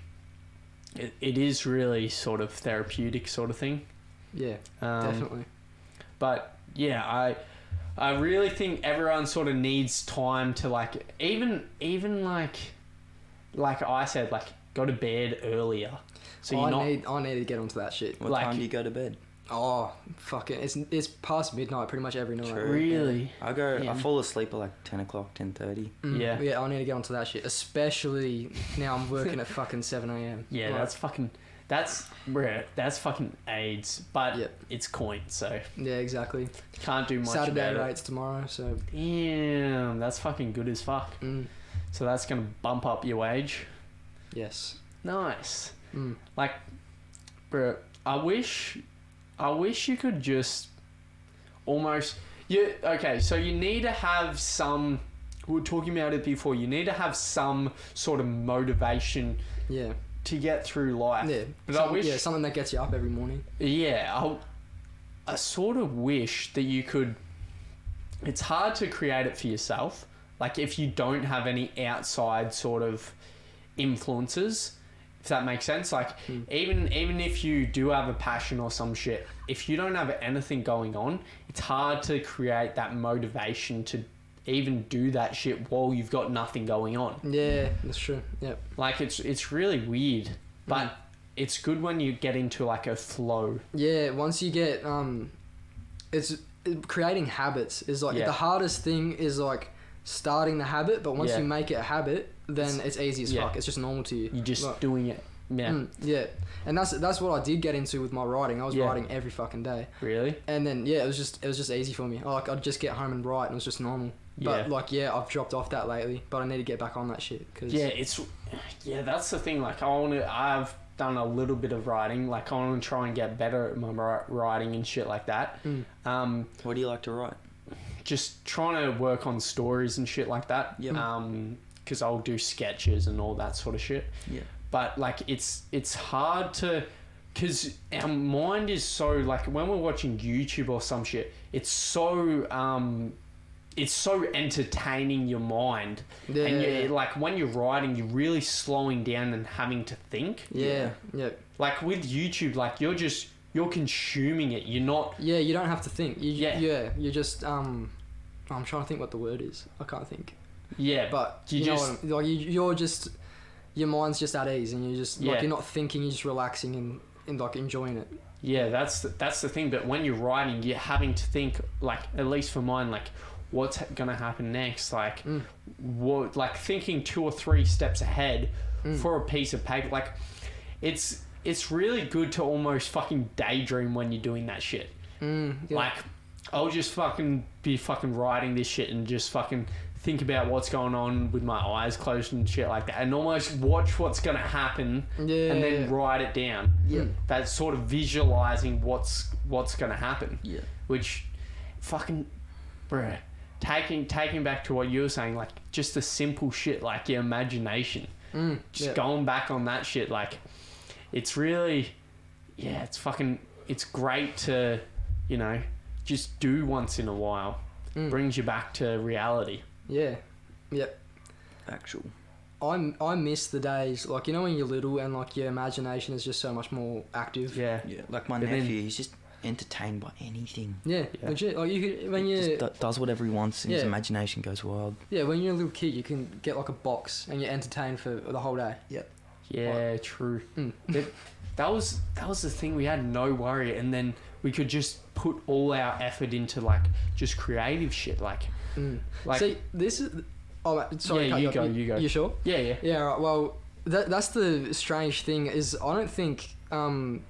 Speaker 1: it, it is really sort of therapeutic sort of thing.
Speaker 3: yeah,
Speaker 1: Um,
Speaker 3: definitely.
Speaker 1: but yeah, I I really think everyone sort of needs time to like even even like like I said like go to bed earlier. So you're
Speaker 3: Oh, I
Speaker 1: not
Speaker 3: need I need to get onto that shit.
Speaker 2: What
Speaker 1: like-
Speaker 2: time do you go to bed?
Speaker 3: Oh, fucking, it's it's past midnight pretty much every night.
Speaker 2: True.
Speaker 1: really
Speaker 2: I go.
Speaker 1: Yeah.
Speaker 2: I fall asleep at like ten o'clock, ten thirty.
Speaker 3: Mm,
Speaker 1: Yeah.
Speaker 3: yeah, I need to get onto that shit, especially now I'm working at fucking seven a.m.
Speaker 1: Yeah,
Speaker 3: Like,
Speaker 1: that's fucking. That's bruh, That's fucking AIDS, but
Speaker 3: Yep.
Speaker 1: it's coin, so
Speaker 3: Yeah, exactly.
Speaker 1: can't do much
Speaker 3: Saturday
Speaker 1: about
Speaker 3: rates tomorrow, so
Speaker 1: it. Damn, that's fucking good as fuck.
Speaker 3: mm,
Speaker 1: So that's gonna bump up your wage.
Speaker 3: yes.
Speaker 1: Nice,
Speaker 3: Mm.
Speaker 1: bro. I wish, I wish you could just almost. You okay? So you need to have some. We were talking about it before. You need to have some sort of motivation
Speaker 3: Yeah.
Speaker 1: to get through life.
Speaker 3: Yeah.
Speaker 1: Ah, But I
Speaker 3: Something-
Speaker 1: wish-
Speaker 3: yeah, something that gets you up every morning.
Speaker 1: Yeah, I, I sort of wish that you could. It's hard to create it for yourself. Like, if you don't have any outside sort of influences, if that makes sense. Like,
Speaker 3: Hmm.
Speaker 1: even even if you do have a passion or some shit, if you don't have anything going on, it's hard to create that motivation to even do that shit while you've got nothing going on.
Speaker 3: Yeah, that's true. Yep.
Speaker 1: Like, it's it's really weird, but. It's good when you get into like a flow.
Speaker 3: Yeah, once you get um it's it- creating habits is like
Speaker 1: Yeah.
Speaker 3: the hardest thing is like starting the habit, but once
Speaker 1: Yeah.
Speaker 3: you make it a habit, then it's, easy as
Speaker 1: yeah.
Speaker 3: fuck. It's just normal to you.
Speaker 1: You're just
Speaker 3: Like,
Speaker 1: doing it. Yeah.
Speaker 3: mm, yeah. And that's that's what I did get into with my writing. I was
Speaker 1: Yeah.
Speaker 3: writing every fucking day.
Speaker 1: Really?
Speaker 3: And then yeah, it was just it was just easy for me. Like I'd just get home and write, and it was just normal.
Speaker 1: Yeah.
Speaker 3: But like yeah, I've dropped off that lately. But I need to get back on that shit. Cause
Speaker 1: yeah, it's yeah, that's the thing. Like I want to. I've done a little bit of writing. Like I want to try and get better at my wri- writing and shit like that.
Speaker 3: Mm.
Speaker 1: Um,
Speaker 2: What do you like to write?
Speaker 1: just trying to work on stories and shit like that.
Speaker 2: Yep.
Speaker 1: Um, because I'll do sketches and all that sort of shit.
Speaker 2: Yeah.
Speaker 1: But like, it's it's hard to, because our mind is so like when we're watching YouTube or some shit, it's so um, it's so entertaining your mind.
Speaker 3: Yeah.
Speaker 1: and
Speaker 3: yeah.
Speaker 1: you like when you're writing, you're really slowing down and having to think.
Speaker 3: yeah. Yeah.
Speaker 1: Like with YouTube, like you're just you're consuming it. You're not.
Speaker 3: Yeah, you don't have to think. You,
Speaker 1: Yeah.
Speaker 3: yeah. Yeah, you just um, I'm trying to think what the word is. I can't think.
Speaker 1: Yeah, but
Speaker 3: But
Speaker 1: You
Speaker 3: you, know
Speaker 1: just-
Speaker 3: what I'm, like you, you're just your mind's just at ease, and you're just
Speaker 1: Yeah. Mm.
Speaker 3: like you're not thinking. You're just relaxing and, and like enjoying it.
Speaker 1: yeah, that's the, that's the thing. But when you're writing, you're having to think. Like at least for mine, like what's ha- gonna happen next? Like
Speaker 3: Mm.
Speaker 1: what? Like thinking two or three steps ahead
Speaker 3: Mm.
Speaker 1: for a piece of paper. Like it's it's really good to almost fucking daydream when you're doing that shit.
Speaker 3: Mm, yeah.
Speaker 1: Like, I'll just fucking be fucking writing this shit and just fucking think about what's going on with my eyes closed and shit like that, and almost watch what's gonna happen
Speaker 3: yeah,
Speaker 1: and then write it down.
Speaker 2: Yeah.
Speaker 1: That's sort of visualizing what's what's gonna happen,
Speaker 2: Yeah.
Speaker 1: which fucking, bruh. Taking taking back to what you were saying, like just the simple shit, like your imagination,
Speaker 3: mm,
Speaker 1: just
Speaker 3: yeah.
Speaker 1: going back on that shit, like it's really, yeah, it's fucking, it's great to, you know, just do once in a while.
Speaker 3: Mm.
Speaker 1: Brings you back to reality.
Speaker 3: yeah.
Speaker 2: Actual.
Speaker 3: I I miss the days like you know when you're little and like your imagination is just so much more active.
Speaker 1: Yeah.
Speaker 2: Yeah. Like my
Speaker 1: But then-
Speaker 2: nephew, he's just entertained by anything.
Speaker 3: Yeah,
Speaker 1: Yeah.
Speaker 3: legit. Like you could, when
Speaker 2: He
Speaker 3: you
Speaker 2: just do- does whatever he wants, and his
Speaker 3: Yeah.
Speaker 2: imagination goes wild.
Speaker 3: yeah when you're a little kid you can get like a box and you're entertained for the whole day.
Speaker 1: Yeah, true.
Speaker 3: Mm.
Speaker 1: That, that was that was the thing. We had no worry, and then we could just put all our effort into like just creative shit. Like,
Speaker 3: Mm.
Speaker 1: like
Speaker 3: See, this is. Oh, mate, sorry.
Speaker 1: Yeah,
Speaker 3: cut
Speaker 1: you
Speaker 3: off.
Speaker 1: go, you go.
Speaker 3: You sure?
Speaker 1: yeah, yeah,
Speaker 3: Yeah. Right. Well, that, that's the strange thing is I don't think um,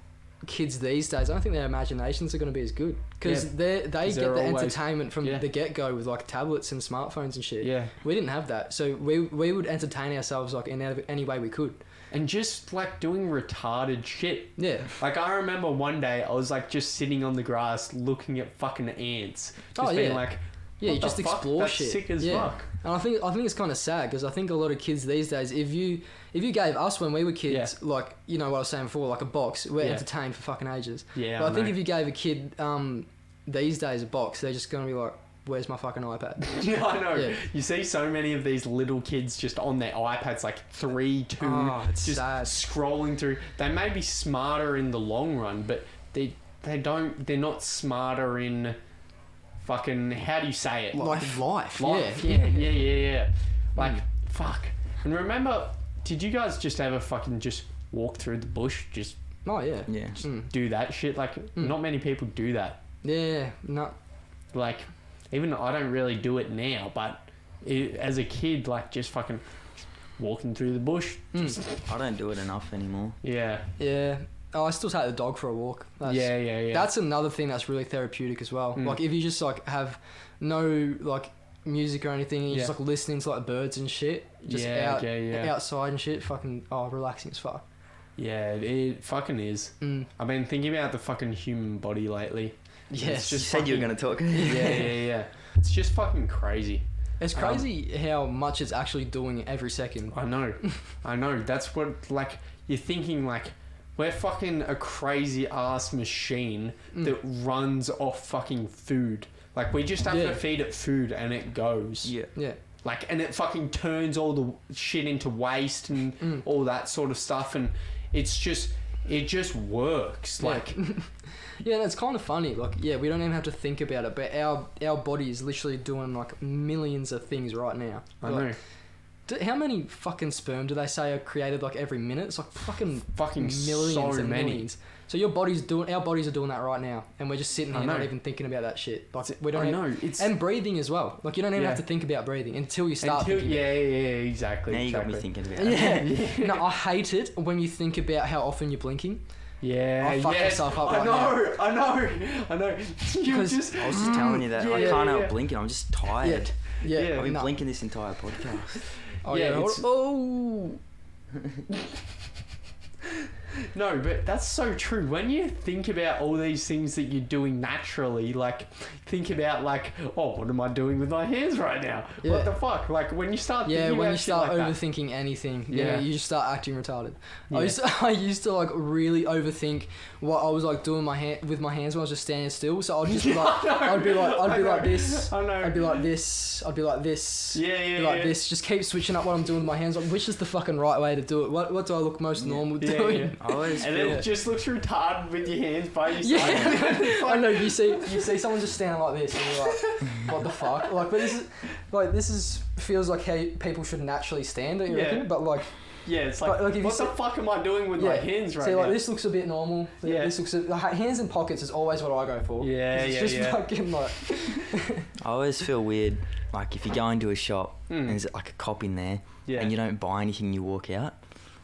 Speaker 3: kids these days. I don't think their imaginations are going to be as good because
Speaker 1: Yeah.
Speaker 3: they they
Speaker 1: 'Cause
Speaker 3: get
Speaker 1: they're
Speaker 3: the
Speaker 1: always-
Speaker 3: entertainment from
Speaker 1: yeah.
Speaker 3: the get go with like tablets and smartphones and shit.
Speaker 1: yeah.
Speaker 3: We didn't have that, so we we would entertain ourselves like in ev- any way we could.
Speaker 1: And just like doing retarded shit.
Speaker 3: Yeah.
Speaker 1: Like I remember one day I was like just sitting on the grass looking at fucking ants, just
Speaker 3: Oh,
Speaker 1: being
Speaker 3: yeah.
Speaker 1: like,
Speaker 3: Yeah.
Speaker 1: "What
Speaker 3: you
Speaker 1: the
Speaker 3: just
Speaker 1: fuck?
Speaker 3: explore
Speaker 1: That's
Speaker 3: shit.
Speaker 1: Sick as
Speaker 3: yeah.
Speaker 1: fuck.
Speaker 3: And I think I think it's kind of sad because I think a lot of kids these days, if you if you gave us when we were kids, like you know what I was saying before, like a box, we're
Speaker 1: Yeah.
Speaker 3: entertained for fucking ages.
Speaker 1: Yeah,
Speaker 3: but I think
Speaker 1: know.
Speaker 3: if you gave a kid um, these days a box, they're just gonna be like, "Where's my fucking iPad?"
Speaker 1: Yeah, I know.
Speaker 3: Yeah.
Speaker 1: You see so many of these little kids just on their iPads, like three, two,
Speaker 3: Oh, it's
Speaker 1: just
Speaker 3: sad.
Speaker 1: scrolling through. They may be smarter in the long run, but they they don't. They're not smarter in fucking. How do you say it?
Speaker 3: Like life,
Speaker 1: Life.
Speaker 3: yeah. Mm.
Speaker 1: Yeah, yeah, yeah, yeah. Like fuck. And remember, did you guys just ever fucking just walk through the bush? Just
Speaker 3: Oh yeah,
Speaker 2: Yeah.
Speaker 3: Mm.
Speaker 1: do that shit. Like not many people do that.
Speaker 3: yeah, no,
Speaker 1: like even I don't really do it now, but it, as a kid, like just fucking walking through the bush.
Speaker 3: mm.
Speaker 2: I don't do it enough anymore.
Speaker 1: Yeah,
Speaker 3: yeah. Oh, I still take the dog for a walk. That's,
Speaker 1: yeah, yeah, yeah.
Speaker 3: that's another thing that's really therapeutic as well.
Speaker 1: Mm.
Speaker 3: Like if you just like have no like music or anything, and you're
Speaker 1: Yeah.
Speaker 3: just like listening to like birds and shit, just
Speaker 1: yeah,
Speaker 3: out
Speaker 1: yeah, yeah,
Speaker 3: outside and shit. Fucking oh, relaxing as fuck.
Speaker 1: yeah. It, it fucking is.
Speaker 3: Mm.
Speaker 1: I've been thinking about the fucking human body lately.
Speaker 3: Yes,
Speaker 2: You
Speaker 1: just
Speaker 2: said you were
Speaker 1: fucking-
Speaker 2: gonna talk.
Speaker 1: Yeah, yeah, yeah. It's just fucking crazy.
Speaker 3: it's
Speaker 1: um,
Speaker 3: crazy how much it's actually doing every second.
Speaker 1: I know, I know. That's what like you're thinking like. We're fucking a crazy ass machine
Speaker 3: Mm.
Speaker 1: that runs off fucking food. Like we just have
Speaker 3: Yeah.
Speaker 1: to feed it food and it goes.
Speaker 2: Yeah.
Speaker 3: Yeah,
Speaker 1: like and it fucking turns all the shit into waste and
Speaker 3: Mm.
Speaker 1: all that sort of stuff and it's just it just works
Speaker 3: Yeah.
Speaker 1: like
Speaker 3: Yeah, and it's kind of funny. Like, yeah, we don't even have to think about it, but our our body is literally doing like millions of things right now.
Speaker 1: i
Speaker 3: Like,
Speaker 1: know
Speaker 3: d- how many fucking sperm do they say are created like every minute? It's like fucking
Speaker 1: fucking
Speaker 3: millions
Speaker 1: so
Speaker 3: and
Speaker 1: many
Speaker 3: millions. So your body's doing, our bodies are doing that right now, and we're just sitting
Speaker 1: I
Speaker 3: here not
Speaker 1: know.
Speaker 3: even thinking about that shit. Like
Speaker 1: That's it.
Speaker 3: we don't
Speaker 1: I
Speaker 3: even-
Speaker 1: know. It's
Speaker 3: and breathing as well. Like you don't even
Speaker 1: Yeah.
Speaker 3: have to think about breathing until you start.
Speaker 1: until,
Speaker 3: thinking
Speaker 1: yeah, yeah, yeah, exactly.
Speaker 2: Now you got
Speaker 1: exactly.
Speaker 2: me thinking about it.
Speaker 3: Yeah. no, I hate it when you think about how often you're blinking.
Speaker 1: Yeah,
Speaker 3: I'll fuck
Speaker 1: yeah.
Speaker 3: myself up
Speaker 1: I
Speaker 3: right
Speaker 1: know, I know, I know. You
Speaker 3: Because-
Speaker 1: just
Speaker 2: I was just telling you that I
Speaker 1: Yeah,
Speaker 2: can't
Speaker 1: yeah,
Speaker 2: help
Speaker 1: yeah.
Speaker 2: blinking. I'm just tired.
Speaker 3: Yeah.
Speaker 1: Yeah.
Speaker 2: I've been
Speaker 3: nah.
Speaker 2: blinking this entire podcast.
Speaker 3: Oh,
Speaker 1: Yeah,
Speaker 3: yeah.
Speaker 1: it's-
Speaker 3: Oh.
Speaker 1: No, but that's so true. When you think about all these things that you're doing naturally, like think about like, oh, what am I doing with my hands right now?
Speaker 3: Yeah.
Speaker 1: What the fuck? Like when you start
Speaker 3: Yeah,
Speaker 1: thinking
Speaker 3: when
Speaker 1: about
Speaker 3: you
Speaker 1: shit
Speaker 3: start
Speaker 1: like that.
Speaker 3: overthinking anything, you, know,
Speaker 1: Yeah.
Speaker 3: you just start acting retarded.
Speaker 1: Yeah.
Speaker 3: I, used to, I used to like really overthink what I was like doing my hand with my hands when I was just standing still. So I'd just be like, I'd be like, I'd be
Speaker 1: I
Speaker 3: like
Speaker 1: know,
Speaker 3: this,
Speaker 1: I know.
Speaker 3: I'd be like this, I'd be like this,
Speaker 1: Yeah, yeah,
Speaker 3: be like
Speaker 1: yeah.
Speaker 3: this. Just keep switching up what I'm doing with my hands. Like, which is the fucking right way to do it? What what do I look most normal
Speaker 1: Yeah,
Speaker 3: doing?
Speaker 1: yeah.
Speaker 2: I always
Speaker 1: And then
Speaker 2: feel
Speaker 1: it just looks retarded with your hands by yourself.
Speaker 3: Yeah, I know. You see, you see someone just standing like this, and you're like, "What the fuck?" Like, but this is, like, this is feels like how people should naturally stand, don't you
Speaker 1: Yeah.
Speaker 3: reckon? But like,
Speaker 1: Yeah, it's like,
Speaker 3: But, like, if you
Speaker 1: what the
Speaker 3: sit-
Speaker 1: fuck am I doing with my
Speaker 3: Yeah.
Speaker 1: hands right
Speaker 3: see,
Speaker 1: now?
Speaker 3: like this looks a bit normal.
Speaker 1: Yeah.
Speaker 3: Yeah. This looks a, like, hands in pockets is always what I go for.
Speaker 1: Yeah,
Speaker 3: 'Cause it's
Speaker 1: yeah,
Speaker 3: just
Speaker 1: yeah.
Speaker 3: fucking like,
Speaker 2: I always feel weird. Like if you go into a shop
Speaker 1: Mm.
Speaker 2: and there's like a cop in there
Speaker 1: yeah,
Speaker 2: and you don't buy anything, you walk out.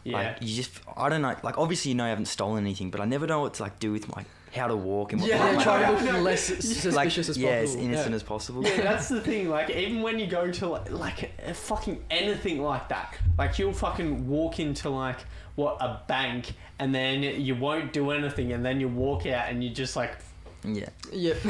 Speaker 1: yeah.
Speaker 2: Like you just, I don't know. Like obviously you know I haven't stolen anything, but I never know what to like do with my how to walk and what.
Speaker 1: Yeah,
Speaker 2: what
Speaker 3: yeah,
Speaker 2: my-
Speaker 3: try to look
Speaker 1: no,
Speaker 3: less
Speaker 2: like,
Speaker 3: suspicious as
Speaker 2: yeah, as
Speaker 3: possible.
Speaker 2: innocent as possible.
Speaker 1: Yeah, that's the thing. Like, even when you go to like, like a fucking anything like that, like you'll fucking walk into like what a bank, and then you won't do anything, and then you walk out, and you just like,
Speaker 2: yeah.
Speaker 3: Yeah.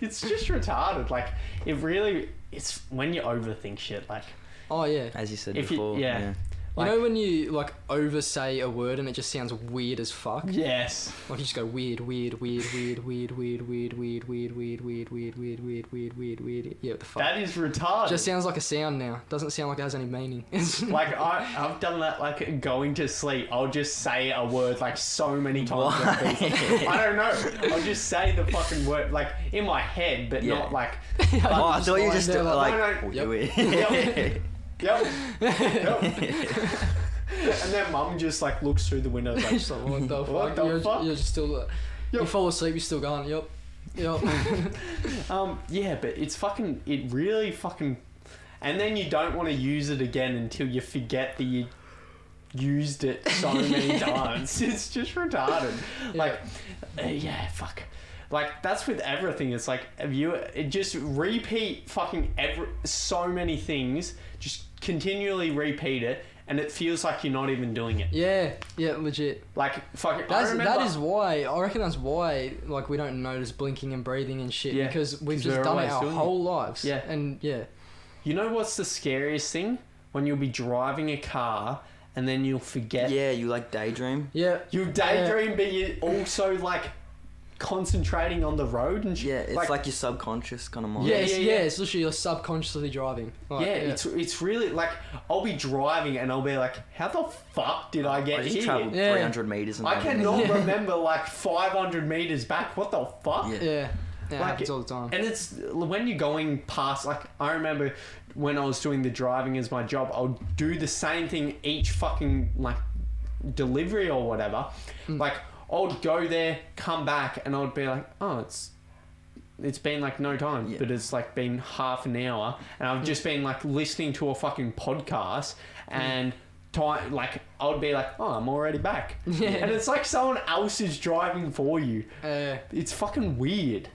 Speaker 1: it's just retarded. Like, it really, it's when you overthink shit. Like,
Speaker 3: Oh yeah.
Speaker 2: As you said
Speaker 1: If you-
Speaker 2: before.
Speaker 1: yeah.
Speaker 3: You
Speaker 1: Like-
Speaker 3: know when you like oversay a word and it just sounds weird as fuck.
Speaker 1: yes,
Speaker 3: Like you just go weird, weird, weird, weird, weird, weird, weird, weird, weird, weird, weird, weird, weird, weird, weird, weird, weird. Yeah, what the fuck.
Speaker 1: that is retarded.
Speaker 3: Just sounds like a sound now. Doesn't sound like it has any meaning. It's-
Speaker 1: like I, I've done that. Like going to sleep, I'll just say a word like so many times.
Speaker 2: Why?
Speaker 1: I don't know. I'll just say the fucking word like in my head, but
Speaker 2: Yeah.
Speaker 1: not like
Speaker 2: Oh, I thought you were
Speaker 3: lying
Speaker 2: just
Speaker 3: there
Speaker 2: like,
Speaker 1: like-
Speaker 2: oh,
Speaker 1: No,
Speaker 3: no,
Speaker 2: you
Speaker 1: yep. Yep. yep. and then mum just like looks through the window like,
Speaker 3: Just like, what the fuck?
Speaker 1: What the
Speaker 3: you're,
Speaker 1: fuck?
Speaker 3: you're just still. Like, You
Speaker 1: Yep.
Speaker 3: fall asleep, you're still going. Yep. Yep.
Speaker 1: um, yeah, but it's fucking, it really fucking, and then you don't want to use it again until you forget that you used it so many times. It's just retarded. Like, uh, yeah, fuck. Like that's with everything. It's like if you it just repeat fucking every so many things. Just continually repeat it, and it feels like you're not even doing it.
Speaker 3: yeah. Yeah. Legit.
Speaker 1: Like fucking. I
Speaker 3: That's
Speaker 1: remember,
Speaker 3: that is why I reckon that's why like we don't notice blinking and breathing and shit
Speaker 1: Yeah,
Speaker 3: because we've
Speaker 1: 'cause
Speaker 3: just
Speaker 1: we're
Speaker 3: done it
Speaker 1: always
Speaker 3: our
Speaker 1: doing it.
Speaker 3: whole lives.
Speaker 1: Yeah.
Speaker 3: And yeah.
Speaker 1: You know what's the scariest thing? When you'll be driving a car and then you'll forget.
Speaker 2: yeah, you like daydream.
Speaker 3: Yeah.
Speaker 1: You daydream, but you're also like concentrating on the road and shit.
Speaker 2: Yeah, it's like, your subconscious kind of mind.
Speaker 3: Yeah,
Speaker 1: Yeah,
Speaker 3: it's,
Speaker 1: yeah,
Speaker 3: yeah,
Speaker 1: yeah.
Speaker 3: It's literally you're subconsciously driving. Like,
Speaker 1: yeah, it's it's really like I'll be driving and I'll be like, how the fuck did I get
Speaker 2: I just
Speaker 1: here?
Speaker 2: Oh, traveled
Speaker 3: Yeah.
Speaker 2: 300 meters. And
Speaker 1: I
Speaker 2: back.
Speaker 1: cannot remember like 500 meters back. What the fuck?
Speaker 2: Yeah.
Speaker 3: yeah. That
Speaker 1: Like
Speaker 3: happens
Speaker 1: it-
Speaker 3: all the time.
Speaker 1: And it's when you're going past, like, I remember when I was doing the driving as my job, I'll do the same thing each fucking, like, delivery or whatever.
Speaker 3: Hmm.
Speaker 1: Like, I'll go there, come back, and I'd be like, oh, it's. It's been like no time,
Speaker 2: Yeah.
Speaker 1: but it's like been half an hour, and I've just been like listening to a fucking podcast,
Speaker 3: Hmm.
Speaker 1: and time like I would be like, oh, I'm already back,
Speaker 3: Yeah.
Speaker 1: and it's like someone else is driving for you,
Speaker 3: Uh,
Speaker 1: it's fucking weird.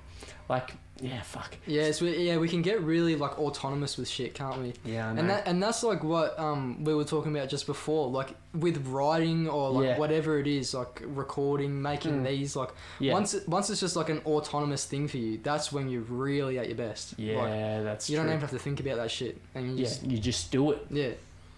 Speaker 1: Like, yeah, fuck.
Speaker 3: yeah, it's, we- yeah, we can get really like autonomous with shit, can't we?
Speaker 1: Yeah, I know.
Speaker 3: And that and that's like what um we were talking about just before, like with writing or like
Speaker 1: Yeah.
Speaker 3: whatever it is, like recording, making
Speaker 1: Mm.
Speaker 3: these, like
Speaker 1: yeah.
Speaker 3: once it- once it's just like an autonomous thing for you, that's when you're really at your best.
Speaker 1: yeah,
Speaker 3: Like,
Speaker 1: that's
Speaker 3: you don't
Speaker 1: true.
Speaker 3: even have to think about that shit, and you
Speaker 1: yeah,
Speaker 3: just
Speaker 1: you just do it.
Speaker 3: yeah.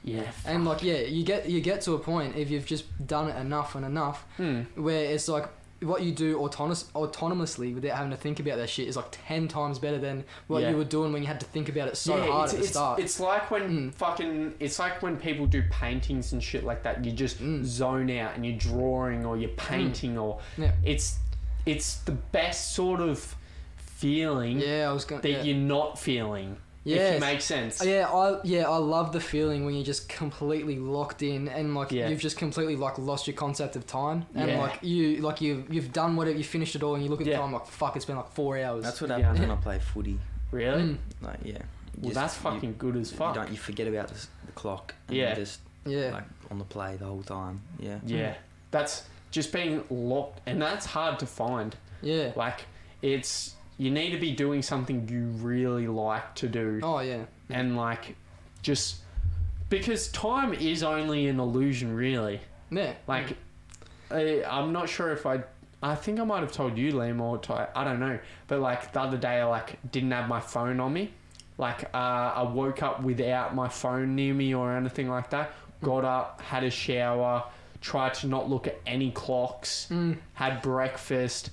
Speaker 1: Yeah. fuck.
Speaker 3: And like yeah, you get you get to a point if you've just done it enough and enough
Speaker 1: Hmm.
Speaker 3: where it's like what you do autonomous autonomously without having to think about that shit is like ten times better than what
Speaker 1: Yeah.
Speaker 3: you were doing when you had to think about it so
Speaker 1: yeah,
Speaker 3: hard
Speaker 1: it's,
Speaker 3: at the
Speaker 1: it's,
Speaker 3: start.
Speaker 1: it's like when
Speaker 3: Mm.
Speaker 1: fucking it's like when people do paintings and shit like that. You just
Speaker 3: Mm.
Speaker 1: zone out and you're drawing or you're painting or
Speaker 3: Yeah.
Speaker 1: it's it's the best sort of feeling
Speaker 3: yeah, I was gonna.
Speaker 1: that
Speaker 3: Yeah.
Speaker 1: you're not feeling. If
Speaker 3: Yes.
Speaker 1: it makes sense.
Speaker 3: Uh, Yeah, I yeah, I love the feeling when you're just completely locked in and like
Speaker 1: Yeah.
Speaker 3: you've just completely like lost your concept of time and
Speaker 1: Yeah.
Speaker 3: like you like you you've done whatever you finished it all and you look at
Speaker 1: Yeah.
Speaker 3: the time like fuck it's been like four hours.
Speaker 2: That's what
Speaker 1: Yeah.
Speaker 2: happens when I play footy.
Speaker 1: Really?
Speaker 3: Mm,
Speaker 2: Like yeah.
Speaker 1: Well,
Speaker 2: Just-
Speaker 1: that's
Speaker 2: you-
Speaker 1: fucking good as
Speaker 2: you
Speaker 1: fuck.
Speaker 2: don't you forget about the, s- the clock? And
Speaker 1: Yeah.
Speaker 2: You're just
Speaker 3: yeah.
Speaker 2: like on the play the whole time. Yeah.
Speaker 1: yeah. That's just being locked, and that's hard to find.
Speaker 3: yeah.
Speaker 1: Like, it's you need to be doing something you really like to do,
Speaker 3: Oh yeah.
Speaker 1: and like, just because time is only an illusion, really.
Speaker 3: Yeah.
Speaker 1: Like, I, I'm not sure if I. I think I might have told you, Liam, or Ty. I don't know. But like the other day, I like didn't have my phone on me. Like uh, I woke up without my phone near me or anything like that. Got up, had a shower, tried to not look at any clocks,
Speaker 3: Mm.
Speaker 1: had breakfast.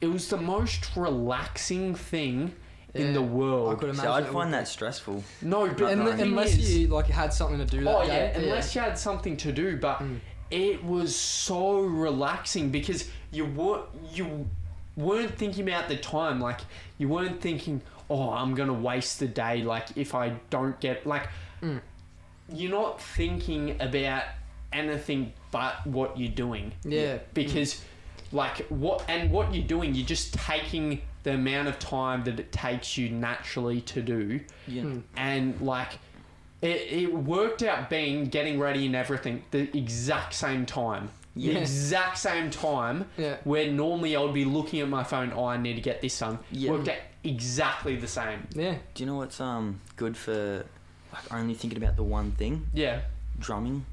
Speaker 1: It was the most relaxing thing in
Speaker 3: Yeah,
Speaker 1: the
Speaker 3: I
Speaker 1: world.
Speaker 3: could imagine.
Speaker 2: So I'd
Speaker 3: it
Speaker 2: find
Speaker 3: would
Speaker 2: that stressful.
Speaker 1: No,
Speaker 3: be-
Speaker 1: but
Speaker 3: And
Speaker 1: the
Speaker 2: annoying.
Speaker 1: thing
Speaker 3: unless
Speaker 1: is-
Speaker 3: you like had something to do that
Speaker 1: Oh
Speaker 3: day.
Speaker 1: yeah, unless you had something to do, but it was so relaxing because you were you weren't thinking about the time, like you weren't thinking, oh, I'm gonna waste the day, like if I don't get like, you're not thinking about anything but what you're doing.
Speaker 3: Yeah.
Speaker 1: because like what and what you're doing, you're just taking the amount of time that it takes you naturally to do
Speaker 2: Yeah.
Speaker 3: Hmm.
Speaker 1: and like it, it worked out being getting ready and everything the exact same time the
Speaker 3: Yeah.
Speaker 1: exact same time
Speaker 3: Yeah.
Speaker 1: where normally i would be looking at my phone oh i need to get this done
Speaker 2: Yeah.
Speaker 1: worked out exactly the same
Speaker 3: Yeah.
Speaker 2: Do you know what's um good for like only thinking about the one thing?
Speaker 1: yeah
Speaker 2: Drumming.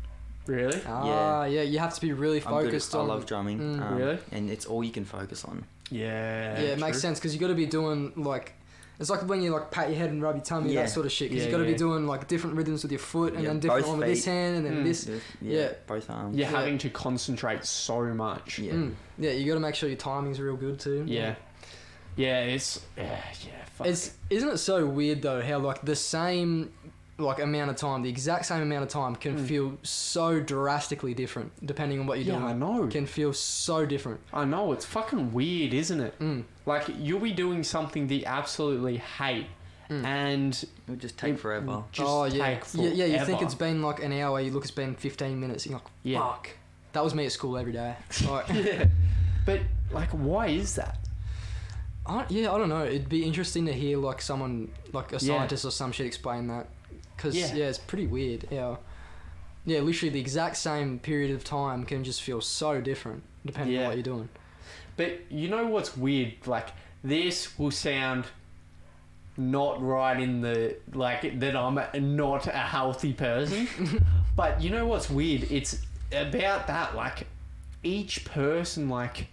Speaker 1: really
Speaker 3: Ah, yeah. You have to be really
Speaker 2: I'm good at-
Speaker 3: focused on.
Speaker 2: I love drumming.
Speaker 3: Mm.
Speaker 2: um,
Speaker 1: Really?
Speaker 2: And it's all you can focus on.
Speaker 1: yeah
Speaker 3: yeah, it makes sense because you got to be doing like it's like when you like pat your head and rub your tummy
Speaker 2: Yeah.
Speaker 3: that sort of shit because
Speaker 1: Yeah,
Speaker 3: you got to
Speaker 1: yeah.
Speaker 3: be doing like different rhythms with your foot and
Speaker 2: Yeah,
Speaker 3: then different
Speaker 2: both
Speaker 3: one with this
Speaker 2: feet.
Speaker 3: hand and then
Speaker 1: Mm.
Speaker 3: this.
Speaker 2: Yeah,
Speaker 3: Yeah.
Speaker 2: Both arms.
Speaker 1: you're
Speaker 3: Yeah.
Speaker 1: having to concentrate so much
Speaker 2: Yeah.
Speaker 3: Mm. Yeah, you got to make sure your timing's real good too.
Speaker 1: yeah yeah it's yeah yeah fuck.
Speaker 3: It's isn't it so weird though how like the same like amount of time, the exact same amount of time can
Speaker 1: Mm.
Speaker 3: feel so drastically different depending on what you're
Speaker 1: yeah i
Speaker 3: doing.
Speaker 1: know
Speaker 3: Can feel so different.
Speaker 1: i know it's fucking weird isn't it
Speaker 3: Mm.
Speaker 1: like you'll be doing something that you absolutely hate
Speaker 3: Mm.
Speaker 1: and
Speaker 2: It would just take
Speaker 1: It-
Speaker 2: forever.
Speaker 1: just
Speaker 3: oh
Speaker 1: take
Speaker 3: yeah, yeah, yeah. You think
Speaker 1: forever.
Speaker 3: it's been like an hour, you look, it's been 15 minutes. You're like,
Speaker 1: Yeah.
Speaker 3: fuck. That was me at school every day. Like,
Speaker 1: yeah. But like, why is that?
Speaker 3: I, yeah, I don't know. It'd be interesting to hear like someone, like a
Speaker 1: Yeah.
Speaker 3: scientist or some shit, explain that. Because
Speaker 1: Yeah.
Speaker 3: yeah. it's pretty weird. Yeah, yeah. Literally, the exact same period of time can just feel so different depending
Speaker 1: Yeah.
Speaker 3: on what you're doing.
Speaker 1: But you know what's weird? Like, this will sound not right in the like that I'm not a healthy person. but you know what's weird? It's about that. Like, each person like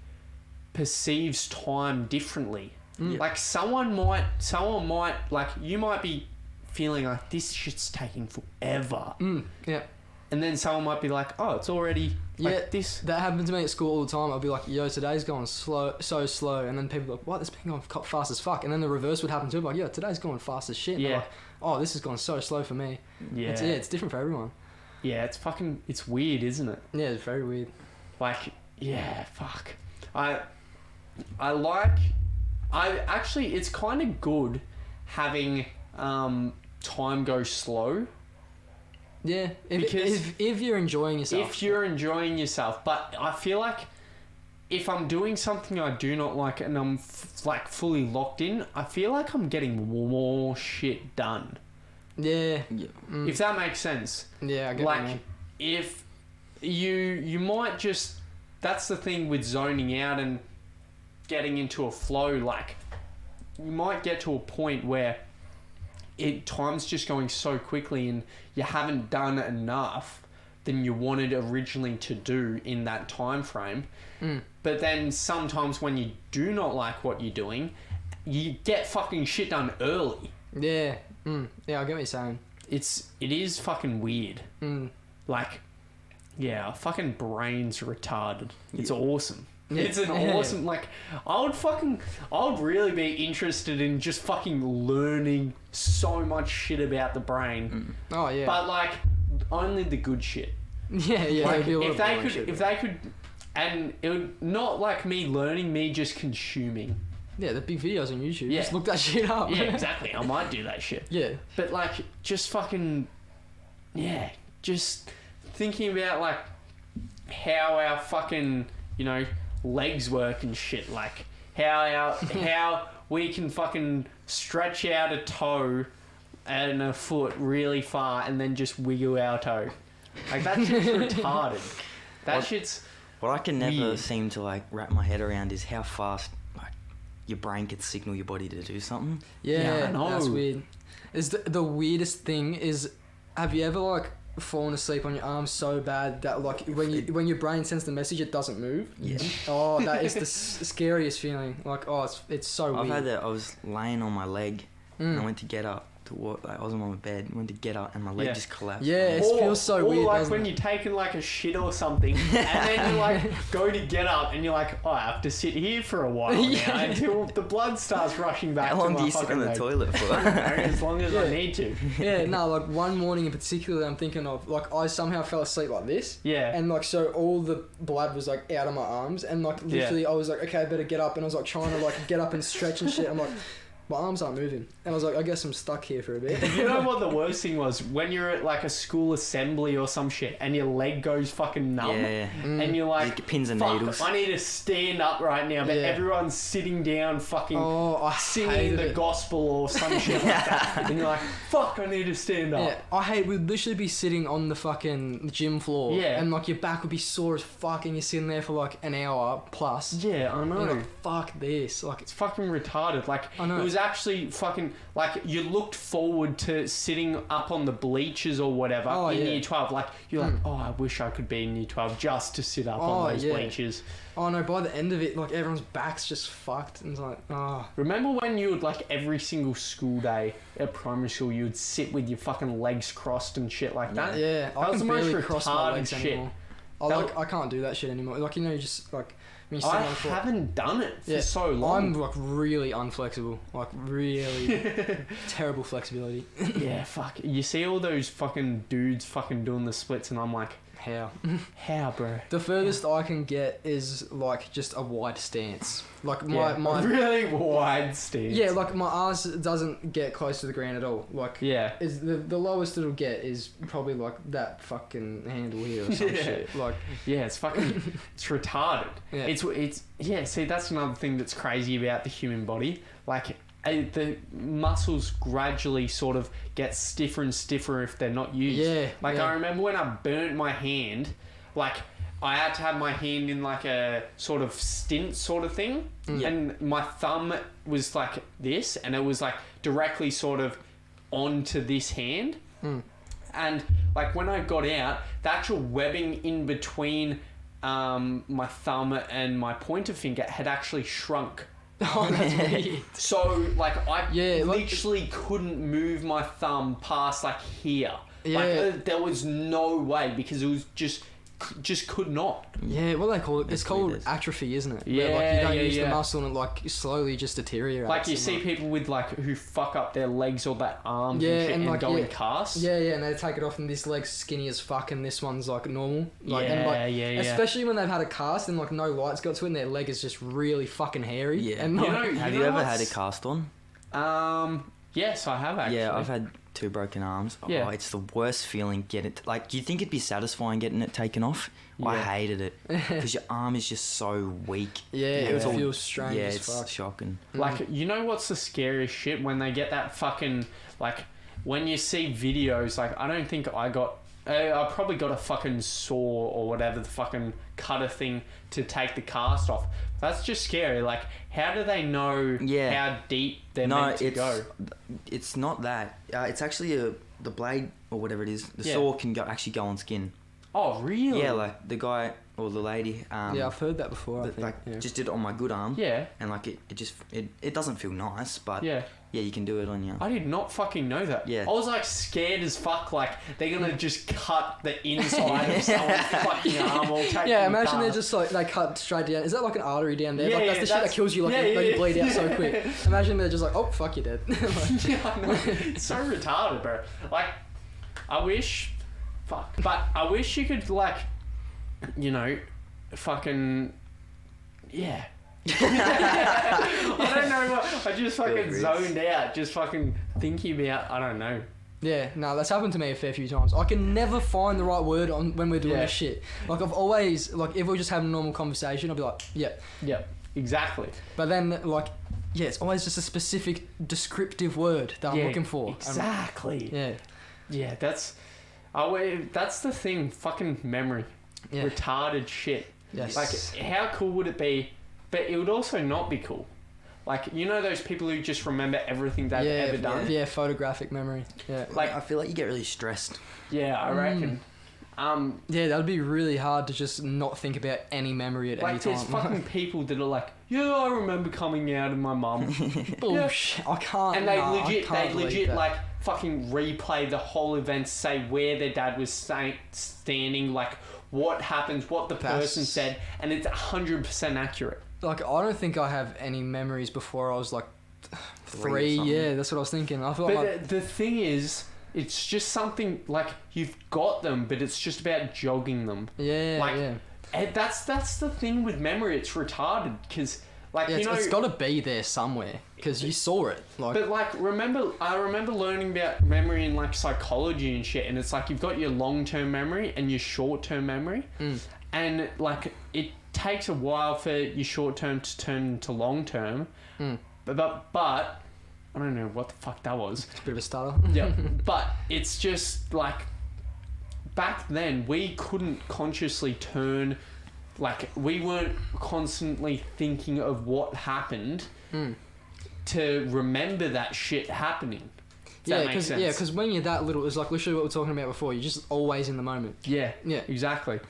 Speaker 1: perceives time differently.
Speaker 3: Mm. Yeah.
Speaker 1: Like someone might, someone might like you might be feeling like this shit's taking forever,
Speaker 3: Mm, yeah,
Speaker 1: and then someone might be like, oh, it's already like
Speaker 3: Yeah.
Speaker 1: this
Speaker 3: that happened to me at school all the time. I'd be like, "Yo, today's going slow, so slow," and then people be like, "What? This been going co- fast as fuck." And then the reverse would happen too. Like, "Yo, today's going fast as shit." And they're
Speaker 1: Yeah.
Speaker 3: Like, oh, this has gone so slow for me.
Speaker 1: Yeah.
Speaker 3: It's, yeah, it's different for everyone.
Speaker 1: yeah, it's fucking it's weird, isn't it?
Speaker 3: Yeah, it's very weird.
Speaker 1: Like, yeah, fuck. I I like I actually it's kind of good having um time go slow
Speaker 3: Yeah, if,
Speaker 1: Because-
Speaker 3: if, if you're enjoying yourself.
Speaker 1: if you're enjoying yourself, but I feel like if I'm doing something I do not like and I'm f- like fully locked in, I feel like I'm getting more shit done.
Speaker 3: yeah,
Speaker 2: Yeah.
Speaker 3: Mm.
Speaker 1: If that makes sense.
Speaker 3: yeah, I get what you mean.
Speaker 1: like if you you might just that's the thing with zoning out and getting into a flow like you might get to a point where it time's just going so quickly and you haven't done enough than you wanted originally to do in that time frame
Speaker 3: Mm.
Speaker 1: but then sometimes when you do not like what you're doing you get fucking shit done early
Speaker 3: Yeah. Mm. Yeah, I get what you're saying.
Speaker 1: it's it is fucking weird
Speaker 3: Mm.
Speaker 1: like yeah our fucking brain's retarded it's awesome
Speaker 3: Yeah.
Speaker 1: it's an
Speaker 3: Yeah.
Speaker 1: awesome like i would fucking i would really be interested in just fucking learning so much shit about the brain
Speaker 3: Oh yeah.
Speaker 1: but like only the good shit
Speaker 3: yeah, yeah.
Speaker 1: like
Speaker 3: there'd be a lot
Speaker 1: if
Speaker 3: of
Speaker 1: they
Speaker 3: boring
Speaker 1: could
Speaker 3: shit.
Speaker 1: if they could and it would not like me learning me just consuming
Speaker 3: Yeah, the big videos on YouTube.
Speaker 1: Yeah.
Speaker 3: Just look that shit up.
Speaker 1: Yeah, exactly. I might do that shit.
Speaker 3: yeah.
Speaker 1: But like, just fucking, yeah, just thinking about like how our fucking you know legs work and shit. Like how our how we can fucking stretch out a toe and a foot really far and then just wiggle our toe. Like that shit's retarded. That
Speaker 2: What-
Speaker 1: shit's
Speaker 2: What I can never
Speaker 1: Weird.
Speaker 2: seem to like wrap my head around is how fast like your brain can signal your body to do something.
Speaker 3: Yeah,
Speaker 1: Yeah, I know.
Speaker 3: that's weird. Is the, the weirdest thing is, have you ever like fallen asleep on your arm so bad that like when you when your brain sends the message it doesn't move?
Speaker 2: Yeah.
Speaker 3: Oh, that is the s- scariest feeling. Like oh, it's it's so
Speaker 2: I've
Speaker 3: weird.
Speaker 2: had that. I was laying on my leg and I
Speaker 3: Mm.
Speaker 2: went to get up to walk. Like, I was on my bed, went to get up, and my leg
Speaker 1: Yeah.
Speaker 2: just collapsed.
Speaker 3: Yeah,
Speaker 2: Like,
Speaker 3: It feels so
Speaker 1: or
Speaker 3: weird,
Speaker 1: like
Speaker 3: doesn't
Speaker 1: when
Speaker 3: it?
Speaker 1: you're taking like a shit or something, and then you like go to get up, and you're like, oh, I have to sit here for a while now
Speaker 3: Yeah.
Speaker 1: until the blood starts rushing back.
Speaker 2: How
Speaker 1: to
Speaker 2: long
Speaker 1: my
Speaker 2: do you sit
Speaker 1: fucking
Speaker 2: on the
Speaker 1: leg."
Speaker 2: toilet
Speaker 1: I don't know,
Speaker 2: for?
Speaker 1: as long as I
Speaker 3: Yeah.
Speaker 1: need to.
Speaker 3: yeah, no, like one morning in particular, I'm thinking of like I somehow fell asleep like this.
Speaker 1: Yeah.
Speaker 3: And like so, all the blood was like out of my arms, and like
Speaker 1: Yeah.
Speaker 3: literally, I was like, okay, I better get up, and I was like trying to like get up and stretch and shit. I'm like, my arms aren't moving, and I was like, I guess I'm stuck here for a bit. Mm.
Speaker 1: you know what the worst thing was when you're at like a school assembly or some shit, and your leg goes fucking numb,
Speaker 2: yeah,
Speaker 3: Mm.
Speaker 1: and you're like.
Speaker 2: Like pins and
Speaker 1: Fuck,
Speaker 2: needles.
Speaker 1: I need to stand up right now, but
Speaker 3: Yeah.
Speaker 1: everyone's sitting down fucking
Speaker 3: Oh, I
Speaker 1: singing
Speaker 3: hated
Speaker 1: the
Speaker 3: it.
Speaker 1: gospel or some shit like that. And you're like, fuck, I need to stand up.
Speaker 3: Yeah, I hate. We'd literally be sitting on the fucking gym floor.
Speaker 1: Yeah.
Speaker 3: And like your back would be sore as fuck, and you're sitting there for like an hour plus.
Speaker 1: Yeah, I
Speaker 3: And
Speaker 1: know.
Speaker 3: you're like, fuck this. Like,
Speaker 1: It's fucking retarded. Like
Speaker 3: I know.
Speaker 1: it was actually fucking like you looked forward to sitting up on the bleachers or whatever
Speaker 3: Oh,
Speaker 1: in
Speaker 3: yeah. Hmm.
Speaker 1: year twelve. Like you're like, oh, I wish I could be in year twelve just to sit up on
Speaker 3: Oh,
Speaker 1: those
Speaker 3: yeah.
Speaker 1: bleachers.
Speaker 3: oh no, by the end of it, like everyone's back's just fucked, and it's like, oh.
Speaker 1: Remember when you would like every single school day at primary school, you would sit with your fucking legs crossed and shit like that.
Speaker 3: Yeah,
Speaker 1: was
Speaker 3: I
Speaker 1: the
Speaker 3: can
Speaker 1: most
Speaker 3: barely cross my
Speaker 1: retarded
Speaker 3: legs
Speaker 1: shit.
Speaker 3: anymore. I
Speaker 1: That
Speaker 3: like I can't do that shit anymore. Like you know, you just like when you
Speaker 1: I
Speaker 3: stand on the floor.
Speaker 1: haven't done it for
Speaker 3: Yeah,
Speaker 1: so
Speaker 3: I'm
Speaker 1: long.
Speaker 3: like really unflexible, like really terrible flexibility.
Speaker 1: yeah, fuck. You see all those fucking dudes fucking doing the splits, and I'm like,
Speaker 3: How?
Speaker 1: how, bro?
Speaker 3: The furthest I can get is like just a wide stance. Like my
Speaker 1: yeah.
Speaker 3: my
Speaker 1: really wide stance.
Speaker 3: yeah, like my ass doesn't get close to the ground at all. Like
Speaker 1: Yeah.
Speaker 3: is the the lowest it'll get is probably like that fucking handle here or some
Speaker 1: Yeah.
Speaker 3: shit. Like
Speaker 1: Yeah, it's fucking it's retarded.
Speaker 3: Yeah.
Speaker 1: It's it's yeah, see that's another thing that's crazy about the human body. Like eh, the muscles gradually sort of get stiffer and stiffer if they're not used.
Speaker 3: Yeah,
Speaker 1: Like
Speaker 3: yeah.
Speaker 1: I remember when I burnt my hand, like I had to have my hand in like a sort of stint sort of thing,
Speaker 3: Mm. Yeah.
Speaker 1: and my thumb was like this, and it was like directly sort of onto this hand.
Speaker 3: Mm.
Speaker 1: And like when I got out, the actual webbing in between um, my thumb and my pointer finger had actually shrunk.
Speaker 3: oh that's weird.
Speaker 1: So like I
Speaker 3: Yeah, like-
Speaker 1: literally couldn't move my thumb past like here.
Speaker 3: Yeah.
Speaker 1: Like uh, there was no way because it was just just could not.
Speaker 3: Yeah, what do they call it?
Speaker 2: That's
Speaker 3: it's
Speaker 2: what it
Speaker 3: called
Speaker 2: is.
Speaker 3: atrophy, isn't it?
Speaker 1: Yeah,
Speaker 3: like you don't
Speaker 1: yeah,
Speaker 3: use
Speaker 1: yeah.
Speaker 3: the muscle and it like slowly just deteriorates.
Speaker 1: Like you
Speaker 3: and,
Speaker 1: see people with like who fuck up their legs or that arms
Speaker 3: Yeah,
Speaker 1: and shit
Speaker 3: and,
Speaker 1: and,
Speaker 3: like,
Speaker 1: go
Speaker 3: yeah.
Speaker 1: in casts.
Speaker 3: Yeah, yeah, and they take it off and this leg's skinny as fuck and this one's like normal. Like,
Speaker 1: yeah,
Speaker 3: and, like,
Speaker 1: yeah, yeah.
Speaker 3: Especially when they've had a cast and like no lights got to it and their leg is just really fucking hairy.
Speaker 2: Yeah.
Speaker 3: And
Speaker 1: You
Speaker 3: like,
Speaker 1: know- you
Speaker 2: Have
Speaker 1: know
Speaker 2: you ever
Speaker 1: what's-
Speaker 2: had a cast on?
Speaker 1: Um. Yes, I have actually.
Speaker 2: Yeah, I've had two broken arms. Oh,
Speaker 1: Yeah.
Speaker 2: it's the worst feeling. Get it? Like, do you think it'd be satisfying getting it taken off? I
Speaker 1: Yeah.
Speaker 2: hated it because your arm is just so weak.
Speaker 3: yeah, it
Speaker 2: It's
Speaker 3: would
Speaker 2: all-
Speaker 3: feel strange
Speaker 2: Yeah,
Speaker 3: as
Speaker 2: it's
Speaker 3: fuck.
Speaker 2: shocking.
Speaker 1: Like,
Speaker 2: Hmm.
Speaker 1: you know what's the scariest shit? When they get that fucking, like, when you see videos, like, I don't think I got, uh, I probably got a fucking saw or whatever, the fucking cutter thing to take the cast off. That's just scary. Like, how do they know
Speaker 2: Yeah.
Speaker 1: how deep they're
Speaker 2: no,
Speaker 1: meant to
Speaker 2: it's
Speaker 1: go?
Speaker 2: it's not that. Uh, it's actually a the blade or whatever it is. The
Speaker 1: Yeah.
Speaker 2: saw can go actually go on skin.
Speaker 1: Oh, really?
Speaker 2: Yeah, like the guy or the lady. Um,
Speaker 3: yeah, I've heard that before. I
Speaker 2: that,
Speaker 3: think.
Speaker 2: like
Speaker 3: yeah.
Speaker 2: just did it on my good arm.
Speaker 1: Yeah,
Speaker 2: And like it, it just it, it doesn't feel nice, but
Speaker 1: yeah.
Speaker 2: yeah, you can do it on your.
Speaker 1: I did not fucking know that.
Speaker 2: Yeah.
Speaker 1: I was like scared as fuck. Like they're gonna just cut the inside of someone's fucking arm or take
Speaker 3: yeah,
Speaker 1: the
Speaker 3: imagine they're
Speaker 1: cast.
Speaker 3: just like they cut straight down. Is that like an artery down there?
Speaker 1: Yeah,
Speaker 3: like that's
Speaker 1: yeah,
Speaker 3: the shit
Speaker 1: that's-
Speaker 3: that kills you. Like,
Speaker 1: yeah,
Speaker 3: you- like
Speaker 1: yeah,
Speaker 3: you bleed out so
Speaker 1: yeah.
Speaker 3: quick. Imagine they're just like, oh fuck, you're dead. Like,
Speaker 1: yeah, I know. It's so retarded, bro. Like, I wish, fuck, but I wish you could like, you know, fucking, yeah. I don't know I just fucking
Speaker 2: Gillies.
Speaker 1: zoned out, just fucking thinking about, I don't know.
Speaker 3: Yeah, no, that's happened to me a fair few times. I can never find the right word on when we're doing
Speaker 1: Yeah.
Speaker 3: this shit. Like I've always like if we're just having a normal conversation, I'll be like, yeah.
Speaker 1: Yep, exactly.
Speaker 3: But then like, yeah, it's always just a specific descriptive word that I'm
Speaker 1: Yeah,
Speaker 3: looking for. And-
Speaker 1: Exactly. Yeah,
Speaker 3: yeah,
Speaker 1: that's. I, wa- that's the thing, fucking memory.
Speaker 3: yeah,
Speaker 1: Retarded shit.
Speaker 3: yes.
Speaker 1: Like, how cool would it be? But it would also not be cool. Like, you know those people who just remember everything they've
Speaker 3: yeah,
Speaker 1: ever done?
Speaker 3: yeah, photographic memory. Yeah,
Speaker 1: Like-
Speaker 2: Like I feel like you get really stressed.
Speaker 1: Yeah, I reckon.
Speaker 3: Mm.
Speaker 1: Um,
Speaker 3: yeah, that'd be really hard to just not think about any memory at any
Speaker 1: like,
Speaker 3: time.
Speaker 1: there's fucking people that are like, yeah, I remember coming out of my mum.
Speaker 3: bullshit. I can't.
Speaker 1: and they
Speaker 3: nah, I
Speaker 1: legit,
Speaker 3: can't
Speaker 1: they
Speaker 3: believe
Speaker 1: legit
Speaker 3: that.
Speaker 1: like fucking replay the whole event, say where their dad was sta- standing, like what happens, what the
Speaker 3: That's-
Speaker 1: person said, and it's hundred percent accurate.
Speaker 3: Like I don't think I have any memories before I was like
Speaker 2: Three
Speaker 3: three.
Speaker 2: or something.
Speaker 3: yeah, that's what I was thinking. I thought like,
Speaker 1: But uh, the, the thing is, it's just something like you've got them, but it's just about jogging them.
Speaker 3: yeah,
Speaker 1: like,
Speaker 3: yeah.
Speaker 1: And that's that's the thing with memory; it's retarded because, like,
Speaker 3: Yeah,
Speaker 1: you
Speaker 3: it's,
Speaker 1: know,
Speaker 3: it's got to be there somewhere because you saw it. Like,
Speaker 1: But like, remember, I remember learning about memory and like psychology and shit, and it's like you've got your long term memory and your short term memory,
Speaker 3: Mm.
Speaker 1: and like it takes a while for your short term to turn into long term.
Speaker 3: Mm.
Speaker 1: But, but but I don't know what the fuck that was.
Speaker 3: it's a bit of a stutter.
Speaker 1: yeah, but it's just like back then we couldn't consciously turn. Like we weren't constantly thinking of what happened
Speaker 3: Hmm.
Speaker 1: to remember that shit happening. Does
Speaker 3: yeah,
Speaker 1: that make
Speaker 3: because
Speaker 1: sense?
Speaker 3: when you're that little, it's like literally what we are talking about before. You're just always in the moment.
Speaker 1: yeah,
Speaker 3: Yeah.
Speaker 1: exactly.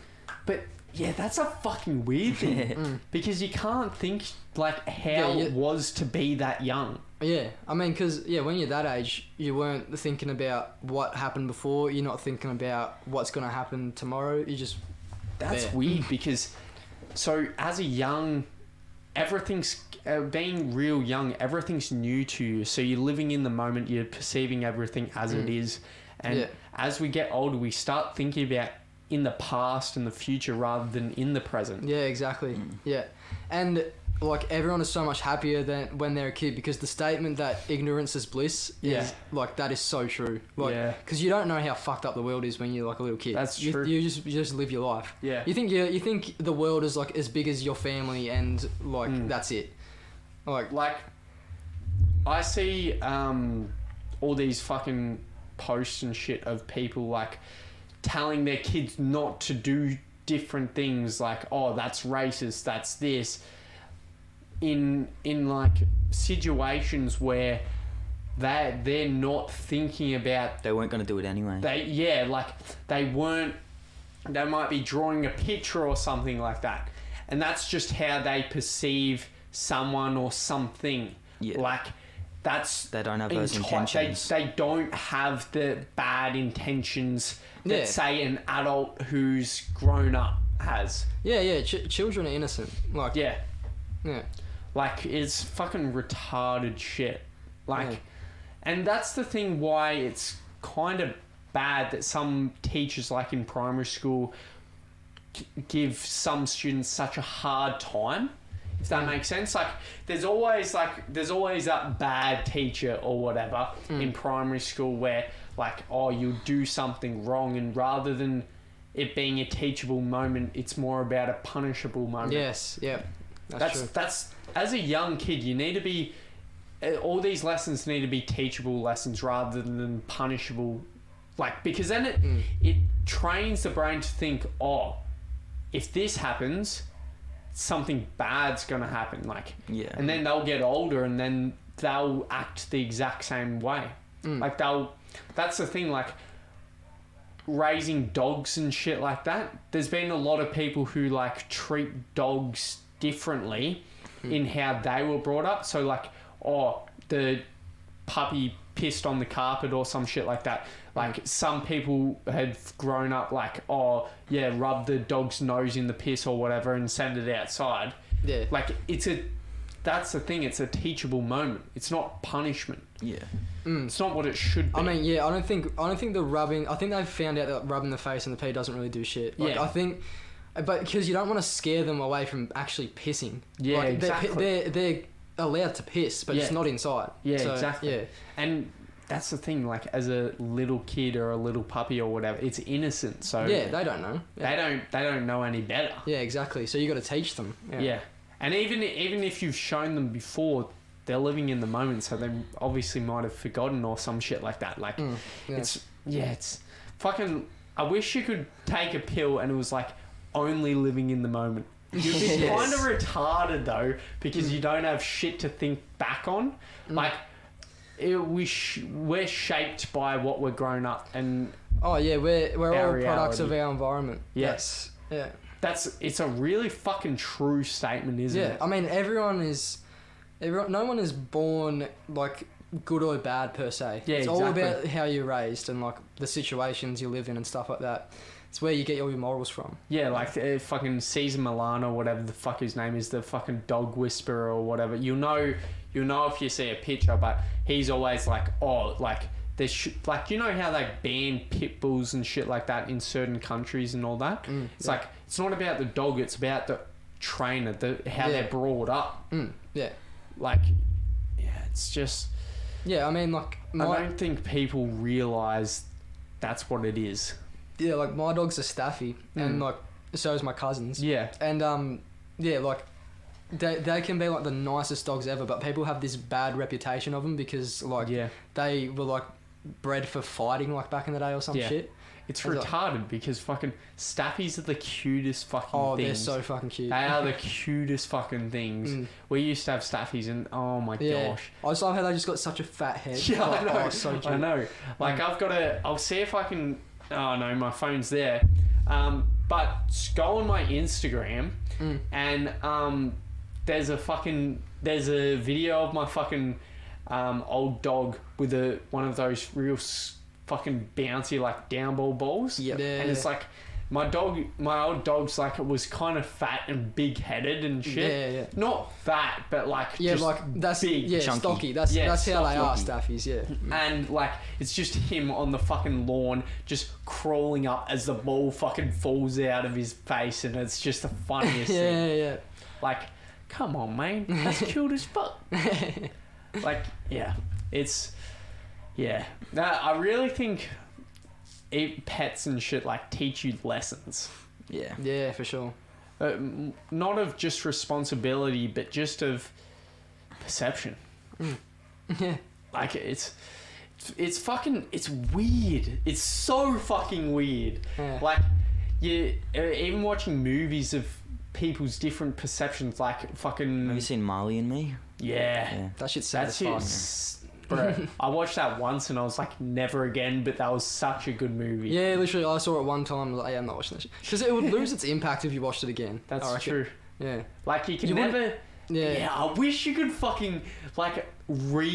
Speaker 1: But yeah, that's a fucking weird thing because you can't think like how
Speaker 3: Hmm. Yeah, you-
Speaker 1: it was to be that young.
Speaker 3: Yeah, I mean, because yeah, when you're that age, you weren't thinking about what happened before. You're not thinking about what's gonna happen tomorrow. You just
Speaker 1: That's
Speaker 3: Yeah.
Speaker 1: weird because, so as a young, everything's uh, being real young. Everything's new to you, so you're living in the moment. You're perceiving everything as it is, and
Speaker 3: Mm. Yeah.
Speaker 1: as we get older, we start thinking about in the past and the future rather than in the present.
Speaker 3: yeah, exactly.
Speaker 1: Mm.
Speaker 3: Yeah, and like everyone is so much happier than when they're a kid because the statement that ignorance is bliss
Speaker 1: Yeah.
Speaker 3: is like that is so true. Like,
Speaker 1: Yeah.
Speaker 3: because you don't know how fucked up the world is when you're like a little kid.
Speaker 1: That's
Speaker 3: you,
Speaker 1: true.
Speaker 3: You just you just live your life.
Speaker 1: Yeah.
Speaker 3: You think you you think the world is like as big as your family and like
Speaker 1: Mm.
Speaker 3: that's it. Like
Speaker 1: like I see um, all these fucking posts and shit of people like telling their kids not to do different things like oh that's racist that's this in in like situations where they they're not thinking about
Speaker 2: They weren't gonna do it anyway.
Speaker 1: they yeah like they weren't they might be drawing a picture or something like that and that's just how they perceive someone or something
Speaker 2: Yeah.
Speaker 1: like that's
Speaker 2: They don't have those
Speaker 1: enti-
Speaker 2: intentions.
Speaker 1: they, they don't have the bad intentions that
Speaker 3: Yeah.
Speaker 1: say an adult who's grown up has
Speaker 3: yeah, yeah. Ch- children are innocent. Like
Speaker 1: yeah
Speaker 3: yeah.
Speaker 1: like it's fucking retarded shit. Like
Speaker 3: Yeah.
Speaker 1: and that's the thing why it's kind of bad that some teachers like in primary school g- give some students such a hard time. If that makes sense. Like there's always like there's always that bad teacher or whatever in primary school where like oh you do something wrong and rather than it being a teachable moment, it's more about a punishable moment.
Speaker 3: Yes. Yeah. That's,
Speaker 1: That's
Speaker 3: true.
Speaker 1: that's as a young kid, you need to be. uh, All these lessons need to be teachable lessons rather than punishable, like because then it it trains the brain to think, oh, if this happens, something bad's gonna happen, like,
Speaker 2: Yeah.
Speaker 1: and then they'll get older and then they'll act the exact same way, like they'll. That's the thing, like raising dogs and shit like that, there's been a lot of people who like treat dogs differently in how they were brought up. So like, oh, the puppy pissed on the carpet or some shit like that. Like some people had grown up like, oh yeah, rub the dog's nose in the piss or whatever and send it outside.
Speaker 3: yeah.
Speaker 1: Like it's a that's the thing, it's a teachable moment. It's not punishment.
Speaker 2: yeah.
Speaker 1: It's not what it should be.
Speaker 3: I mean, yeah, I don't think I don't think the rubbing. I think they've found out that rubbing the face and the pee doesn't really do shit. Like,
Speaker 1: Yeah.
Speaker 3: I think, but because you don't want to scare them away from actually pissing.
Speaker 1: Yeah,
Speaker 3: like,
Speaker 1: exactly.
Speaker 3: They're, they're, they're allowed to piss, but it's
Speaker 1: Yeah.
Speaker 3: not inside.
Speaker 1: Yeah,
Speaker 3: So,
Speaker 1: exactly.
Speaker 3: Yeah,
Speaker 1: And that's the thing, like as a little kid or a little puppy or whatever, it's innocent. So
Speaker 3: yeah, they don't know. Yeah,
Speaker 1: they don't they don't know any better.
Speaker 3: yeah exactly. So you got to teach them.
Speaker 1: Yeah. And even even if you've shown them before, they're living in the moment, so they obviously might have forgotten or some shit like that. Like
Speaker 3: Mm, yeah.
Speaker 1: it's yeah, it's fucking. I wish you could take a pill and it was like only living in the moment. You'd be
Speaker 3: Yes.
Speaker 1: kind of retarded though because you don't have shit to think back on.
Speaker 3: Mm.
Speaker 1: Like it, we sh- we're shaped by what we're grown up, and
Speaker 3: Oh yeah, we're we're
Speaker 1: Our
Speaker 3: all products of
Speaker 1: reality.
Speaker 3: our environment.
Speaker 1: Yes.
Speaker 3: That's-
Speaker 1: that's it's a really fucking true statement,
Speaker 3: yeah.
Speaker 1: isn't
Speaker 3: Yeah.
Speaker 1: it?
Speaker 3: I mean, everyone is, everyone. No one is born like good or bad per se.
Speaker 1: Yeah,
Speaker 3: It's all
Speaker 1: exactly.
Speaker 3: about how you're raised and like the situations you live in and stuff like that. It's where you get all your morals from.
Speaker 1: Yeah, like uh, fucking Caesar Milan or whatever the fuck his name is, the fucking dog whisperer or whatever. You know, you know if you see a picture, but he's always like, oh, like there's sh- like you know how they ban pit bulls and shit like that in certain countries and all that.
Speaker 3: Mm,
Speaker 1: it's like it's not about the dog, it's about the trainer, the how
Speaker 3: Yeah.
Speaker 1: they're brought up.
Speaker 3: Mm, yeah.
Speaker 1: Like, yeah, it's just
Speaker 3: Yeah. I mean, like
Speaker 1: I
Speaker 3: my
Speaker 1: don't think people realize that's what it is.
Speaker 3: yeah, like my dog's a staffy, and
Speaker 1: Mm.
Speaker 3: like so is my cousin's.
Speaker 1: Yeah,
Speaker 3: And um, yeah, like they they can be like the nicest dogs ever, but people have this bad reputation of them because like
Speaker 1: yeah.
Speaker 3: they were like bred for fighting like back in the day or some
Speaker 1: Yeah.
Speaker 3: shit.
Speaker 1: It's
Speaker 3: As a-
Speaker 1: retarded because fucking staffies are the cutest fucking
Speaker 3: Oh,
Speaker 1: things.
Speaker 3: they're so fucking cute.
Speaker 1: They are the cutest fucking things.
Speaker 3: Mm.
Speaker 1: We used to have staffies and oh my
Speaker 3: Yeah.
Speaker 1: gosh.
Speaker 3: I just love how they just got such a fat head.
Speaker 1: Yeah, I
Speaker 3: Like,
Speaker 1: know.
Speaker 3: Oh, it's so cute.
Speaker 1: I know. Like I've got a I'll see if I can oh no, my phone's there. Um but just go on my Instagram
Speaker 3: Mm.
Speaker 1: and um there's a fucking there's a video of my fucking um, old dog with a one of those real s- fucking bouncy like down ball balls.
Speaker 2: Yep.
Speaker 3: Yeah.
Speaker 1: and it's like my dog my old dog's like it was kind of fat and big headed and shit
Speaker 3: Yeah, yeah.
Speaker 1: not fat but like
Speaker 3: Yeah,
Speaker 1: just,
Speaker 3: like that's
Speaker 1: big,
Speaker 3: yeah,
Speaker 2: chunky.
Speaker 3: stocky. That's
Speaker 1: Yeah,
Speaker 3: that's how they are,
Speaker 2: stocky.
Speaker 3: staffies. Yeah.
Speaker 1: and like it's just him on the fucking lawn just crawling up as the ball fucking falls out of his face and it's just the funniest
Speaker 3: Yeah,
Speaker 1: thing
Speaker 3: yeah,
Speaker 1: like come on man that's cute as fuck like yeah it's yeah Nah, i really think it, pets and shit like teach you lessons
Speaker 2: Yeah.
Speaker 3: yeah, for sure.
Speaker 1: uh, m- not of just responsibility, but just of perception.
Speaker 3: Yeah.
Speaker 1: Like it's, it's fucking, it's weird. It's so fucking weird.
Speaker 3: Yeah.
Speaker 1: Like, you uh, even watching movies of people's different perceptions, like
Speaker 2: Have you
Speaker 1: fucking
Speaker 2: seen Marley and Me?
Speaker 1: yeah.
Speaker 2: Yeah.
Speaker 3: That shit's sad.
Speaker 1: That's
Speaker 3: That's
Speaker 1: it. S- Bro, I watched that once and I was like, never again. But that was such a good movie.
Speaker 3: Yeah, literally, I saw it one time. I was like, yeah, I'm not watching this because it would lose its impact if you watched it again. I
Speaker 1: that's
Speaker 3: reckon.
Speaker 1: true.
Speaker 3: Yeah.
Speaker 1: Like you can
Speaker 3: You wouldn't-
Speaker 1: never.
Speaker 3: yeah,
Speaker 1: Yeah. I wish you could fucking like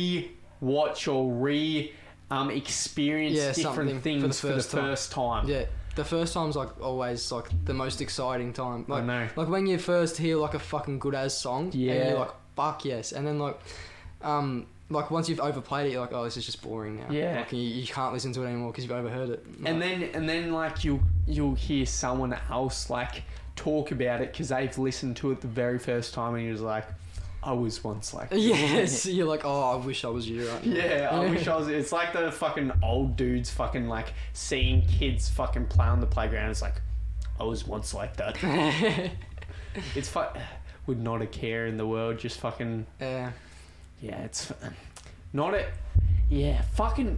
Speaker 1: re-watch or re um experience
Speaker 3: Yeah, something
Speaker 1: different
Speaker 3: for
Speaker 1: things for
Speaker 3: the
Speaker 1: the
Speaker 3: first time.
Speaker 1: first time.
Speaker 3: yeah. The first time's like always like the most exciting time. Like,
Speaker 1: I know.
Speaker 3: Like when you first hear like a fucking good ass song, and
Speaker 1: Yeah.
Speaker 3: you're like, fuck yes. And then like, um, like once you've overplayed it, you're like, oh, this is just boring now.
Speaker 1: Yeah.
Speaker 3: Like, you, you can't listen to it anymore because you've overheard it.
Speaker 1: And then and then like you'll you'll hear someone else like talk about it because they've listened to it the very first time and you're just like, I was once like that."
Speaker 3: yes, you're like, oh, I wish I was you right now.
Speaker 1: Yeah, I wish I was. It's like the fucking old dudes fucking like seeing kids fucking play on the playground. It's like, I was once like that. it's fu- would not a care in the world. Just fucking
Speaker 3: Yeah.
Speaker 1: Yeah, it's f- not a. Yeah, fucking.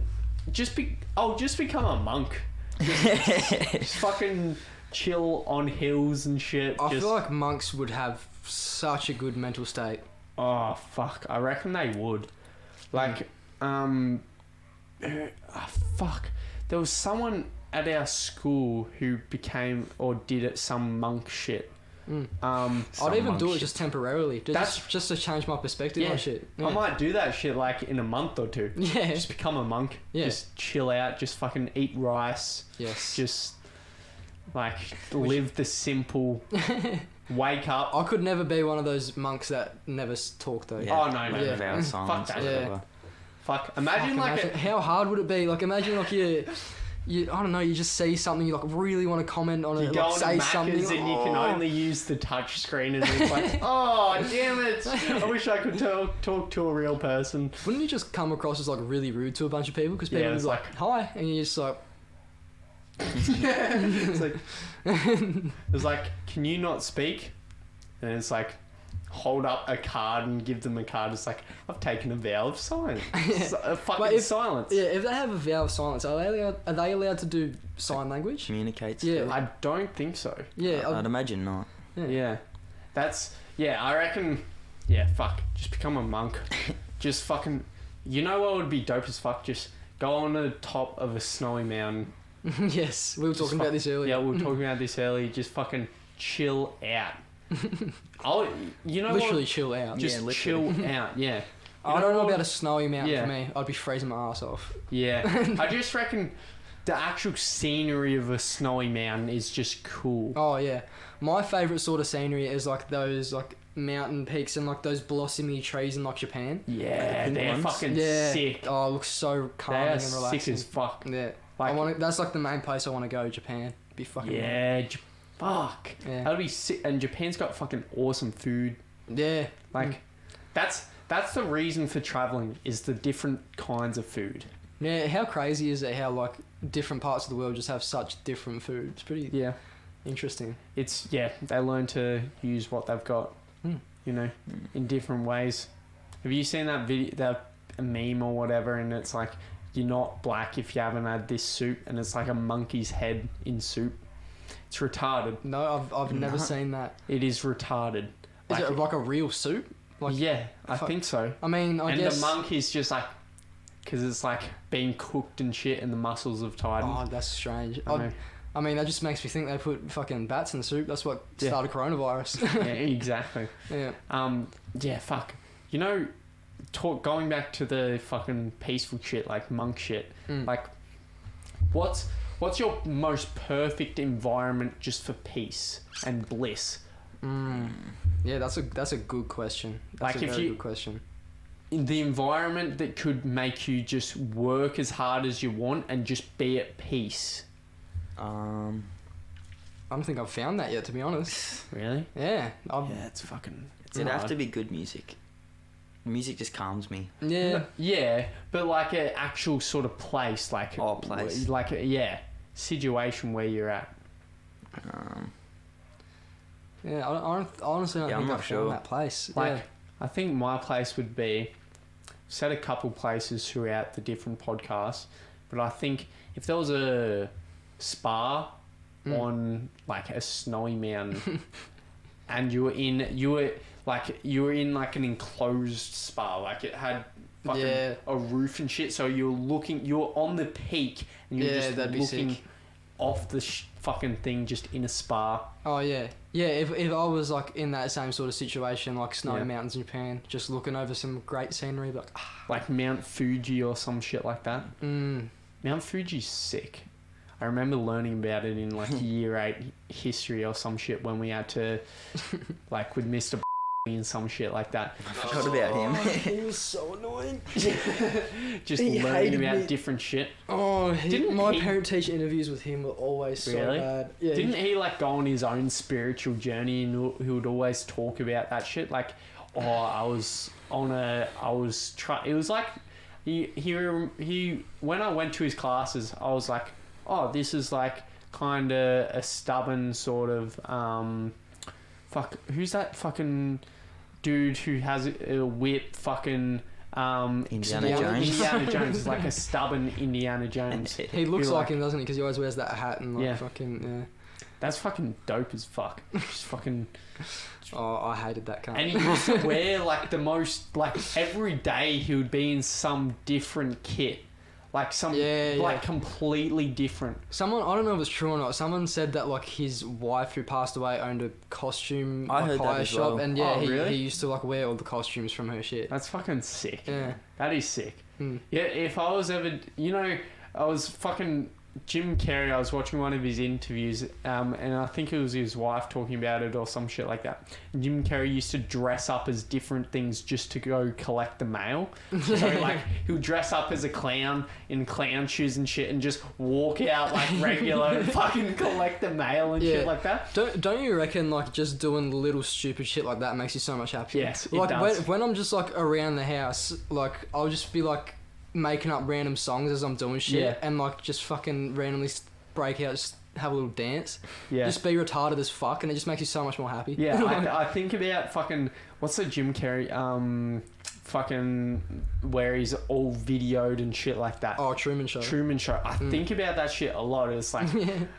Speaker 1: Just be. Oh, just become a monk. Just fucking chill on hills and shit.
Speaker 3: I
Speaker 1: just,
Speaker 3: feel like monks would have such a good mental state.
Speaker 1: oh fuck, I reckon they would. Like, um, ah, fuck. There was someone at our school who became or did it some monk shit.
Speaker 3: Mm.
Speaker 1: Um,
Speaker 2: Some
Speaker 3: I'd even
Speaker 2: monk
Speaker 3: do it
Speaker 2: shit.
Speaker 3: just temporarily, just,
Speaker 1: That's-
Speaker 3: just to change my perspective
Speaker 1: Yeah.
Speaker 3: on shit. Yeah.
Speaker 1: I might do that shit like in a month or two.
Speaker 3: yeah.
Speaker 1: Just become a monk.
Speaker 3: Yeah.
Speaker 1: Just chill out. Just fucking eat rice.
Speaker 3: yes.
Speaker 1: just like live the simple wake up Oh,
Speaker 3: I could never be one of those monks that never s- talk though.
Speaker 2: Yeah.
Speaker 1: Oh, no, no,
Speaker 2: Like,
Speaker 3: no.
Speaker 2: vow silence,
Speaker 1: that.
Speaker 2: whatever.
Speaker 1: fuck
Speaker 3: Fuck,
Speaker 1: imagine like
Speaker 3: imagine- how hard would it be? Like imagine like you you, I don't know, you just see something, you like really want to comment on
Speaker 1: You
Speaker 3: it,
Speaker 1: go
Speaker 3: like
Speaker 1: on
Speaker 3: say
Speaker 1: Macca's
Speaker 3: something.
Speaker 1: and you can
Speaker 3: Oh.
Speaker 1: only use the touch screen, and it's like, oh damn it! I wish I could talk talk to a real person.
Speaker 3: Wouldn't you just come across as like really rude to a bunch of people? Because people
Speaker 1: Yeah,
Speaker 3: would
Speaker 1: it's
Speaker 3: be like, hi, and you're just like,
Speaker 1: It's like, it's like, can you not speak? And it's like, hold up a card and give them a card. It's like, I've taken a vow of silence, S- a fucking
Speaker 3: if-
Speaker 1: silence.
Speaker 3: yeah, if they have a vow of silence, are they allowed, are they allowed to do sign language?
Speaker 2: Communicates.
Speaker 3: Yeah.
Speaker 1: I don't think so.
Speaker 3: Yeah,
Speaker 2: I'd,
Speaker 3: I'd-
Speaker 2: imagine not.
Speaker 1: Yeah, that's yeah. I reckon. Yeah, fuck. Just become a monk. just fucking. You know what would be dope as fuck? Just go on the top of a snowy mountain.
Speaker 3: yes, we were
Speaker 1: Just
Speaker 3: talking about
Speaker 1: fuck-
Speaker 3: this earlier.
Speaker 1: Yeah, we were talking about this earlier. Just fucking chill out. I'll, you know
Speaker 3: literally
Speaker 1: what?
Speaker 3: chill out.
Speaker 1: Just
Speaker 2: Yeah, literally.
Speaker 1: chill out. Yeah. You
Speaker 3: I don't know
Speaker 1: what-
Speaker 3: about a snowy mountain
Speaker 1: Yeah.
Speaker 3: for me. I'd be freezing my ass off.
Speaker 1: Yeah, I just reckon the actual scenery of a snowy mountain is just cool.
Speaker 3: Oh yeah, my favorite sort of scenery is like those like mountain peaks and like those blossomy trees in like Japan.
Speaker 1: Yeah,
Speaker 2: pink
Speaker 1: they're
Speaker 2: ones?
Speaker 1: fucking
Speaker 3: yeah.
Speaker 1: sick.
Speaker 3: Oh, it looks so
Speaker 1: They
Speaker 3: calming
Speaker 1: are
Speaker 3: and relaxing.
Speaker 1: sick as fuck.
Speaker 3: Yeah.
Speaker 1: Like,
Speaker 3: I want to. That's like the main place I want to go. Japan. Be fucking.
Speaker 1: yeah, J- fuck.
Speaker 3: Yeah.
Speaker 1: That'd be sick. And Japan's got fucking awesome food.
Speaker 3: Yeah.
Speaker 1: Like, that's that's the reason for traveling is the different kinds of food.
Speaker 3: Yeah. How crazy is it? How like different parts of the world just have such different food. It's pretty
Speaker 1: Yeah,
Speaker 3: interesting.
Speaker 1: it's yeah. They learn to use what they've got.
Speaker 3: Hmm.
Speaker 1: You know,
Speaker 2: Mm.
Speaker 1: in different ways. Have you seen that video, that meme or whatever? And it's like, you're not black if you haven't had this soup, and it's like a monkey's head in soup. It's retarded.
Speaker 3: No, I've I've never
Speaker 2: No.
Speaker 3: seen that.
Speaker 1: It is retarded.
Speaker 3: Is
Speaker 1: Like,
Speaker 3: it like a real soup? Like
Speaker 1: yeah, I
Speaker 3: fuck.
Speaker 1: think so.
Speaker 3: I mean, I
Speaker 1: and
Speaker 3: guess.
Speaker 1: the monk is just like, because it's like being cooked and shit, and the muscles have tightened.
Speaker 3: Oh, that's strange.
Speaker 1: I
Speaker 3: I,
Speaker 1: know.
Speaker 3: I mean, that just makes me think they put fucking bats in the soup. That's what
Speaker 1: Yeah.
Speaker 3: started coronavirus.
Speaker 1: yeah, exactly.
Speaker 3: yeah.
Speaker 1: Um, yeah, fuck. You know, talk going back to the fucking peaceful shit, like monk shit.
Speaker 3: Mm.
Speaker 1: Like, what's what's your most perfect environment just for peace and bliss?
Speaker 3: Mm. Yeah, that's a that's a good question. That's
Speaker 1: Like,
Speaker 3: a
Speaker 1: if
Speaker 3: very
Speaker 1: you-
Speaker 3: good question.
Speaker 1: In the environment that could make you just work as hard as you want and just be at peace.
Speaker 2: Um,
Speaker 3: I don't think I've found that yet, to be honest.
Speaker 1: Really?
Speaker 3: Yeah, I've,
Speaker 1: Yeah, it's fucking. It's
Speaker 2: it'd have
Speaker 1: hard.
Speaker 2: to be good music. Music just calms me.
Speaker 3: yeah.
Speaker 1: Yeah, yeah, but like an actual sort of place, like
Speaker 2: Oh, place.
Speaker 1: like a, yeah, situation where you're at.
Speaker 2: Um,
Speaker 3: yeah. I, don't- I don't- I honestly don't
Speaker 2: Yeah, I'm
Speaker 3: think
Speaker 2: not
Speaker 3: I've
Speaker 2: sure.
Speaker 3: found that place.
Speaker 1: Like,
Speaker 3: yeah.
Speaker 1: I think my place would be set a couple places throughout the different podcasts, but I think if there was a spa
Speaker 3: Mm.
Speaker 1: on like a snowy mountain, and you were in you were like you were in like an enclosed spa, like it had fucking
Speaker 3: Yeah.
Speaker 1: a roof and shit, so you're looking you're on the peak and you're
Speaker 3: Yeah,
Speaker 1: just
Speaker 3: that'd be
Speaker 1: looking
Speaker 3: sick.
Speaker 1: off the sh- fucking thing just in a spa.
Speaker 3: Oh yeah, yeah. If if I was like in that same sort of situation, like snow
Speaker 1: Yeah.
Speaker 3: mountains in Japan, just looking over some great scenery, like, ah,
Speaker 1: like Mount Fuji or some shit like that.
Speaker 3: mm,
Speaker 1: Mount Fuji's sick. I remember learning about it in like year eight history or some shit when we had to, like with Mr. and some shit like that.
Speaker 2: I forgot about him.
Speaker 3: Oh, he was so annoying.
Speaker 1: Just
Speaker 3: He
Speaker 1: learning
Speaker 3: hated
Speaker 1: about
Speaker 3: me.
Speaker 1: different shit.
Speaker 3: Oh, he,
Speaker 1: Didn't
Speaker 3: my
Speaker 1: he-
Speaker 3: parent-teacher interviews with him were always so
Speaker 1: Really?
Speaker 3: bad. Yeah,
Speaker 1: Didn't he like go on his own spiritual journey and he would always talk about that shit? Like, oh, I was on a, I was try. It was like, he he he. When I went to his classes, I was like, oh, this is like kind of a stubborn sort of um, fuck. Who's that fucking dude who has a, a whip? Fucking um,
Speaker 2: Indiana
Speaker 3: Jones.
Speaker 1: Indiana Jones is like a stubborn Indiana Jones.
Speaker 3: He looks
Speaker 1: Be
Speaker 3: like,
Speaker 1: like-
Speaker 3: him, doesn't he? Because he always wears that hat and like
Speaker 1: Yeah.
Speaker 3: fucking.
Speaker 1: That's fucking dope as fuck. Just fucking.
Speaker 3: Yeah. Oh, I hated that kind.
Speaker 1: And he used to wear like the most like every day he would be in some different kit. Like some
Speaker 3: Yeah, yeah.
Speaker 1: like completely different.
Speaker 3: Someone I don't know if it's true or not. Someone said that like his wife who passed away owned a costume
Speaker 2: I
Speaker 3: like,
Speaker 2: heard that
Speaker 3: hire
Speaker 2: as
Speaker 3: shop,
Speaker 2: well.
Speaker 3: and yeah,
Speaker 1: Oh,
Speaker 3: he,
Speaker 1: really?
Speaker 3: he used to like wear all the costumes from her shit.
Speaker 1: That's fucking sick.
Speaker 3: Yeah.
Speaker 1: That is sick.
Speaker 3: Hmm.
Speaker 1: Yeah, if I was ever you know, I was fucking Jim Carrey, I was watching one of his interviews, um, and I think it was his wife talking about it or some shit like that. Jim Carrey used to dress up as different things just to go collect the mail. So like he'll dress up as a clown in clown shoes and shit, and just walk out like regular and fucking collect the mail and shit
Speaker 3: Yeah.
Speaker 1: like that.
Speaker 3: Don't don't you reckon like just doing little stupid shit like that makes you so much happier?
Speaker 1: Yes, it
Speaker 3: like
Speaker 1: does.
Speaker 3: when when I'm just like around the house, like I'll just be like making up random songs as I'm doing shit,
Speaker 1: Yeah.
Speaker 3: and like just fucking randomly s- break out, just have a little dance,
Speaker 1: Yeah.
Speaker 3: just be retarded as fuck, and it just makes you so much more happy.
Speaker 1: Yeah, I, I think about fucking what's the Jim Carrey um fucking where he's all videoed and shit like that.
Speaker 3: oh, Truman Show. Mm.
Speaker 1: Truman Show. I think about that shit a lot. It's like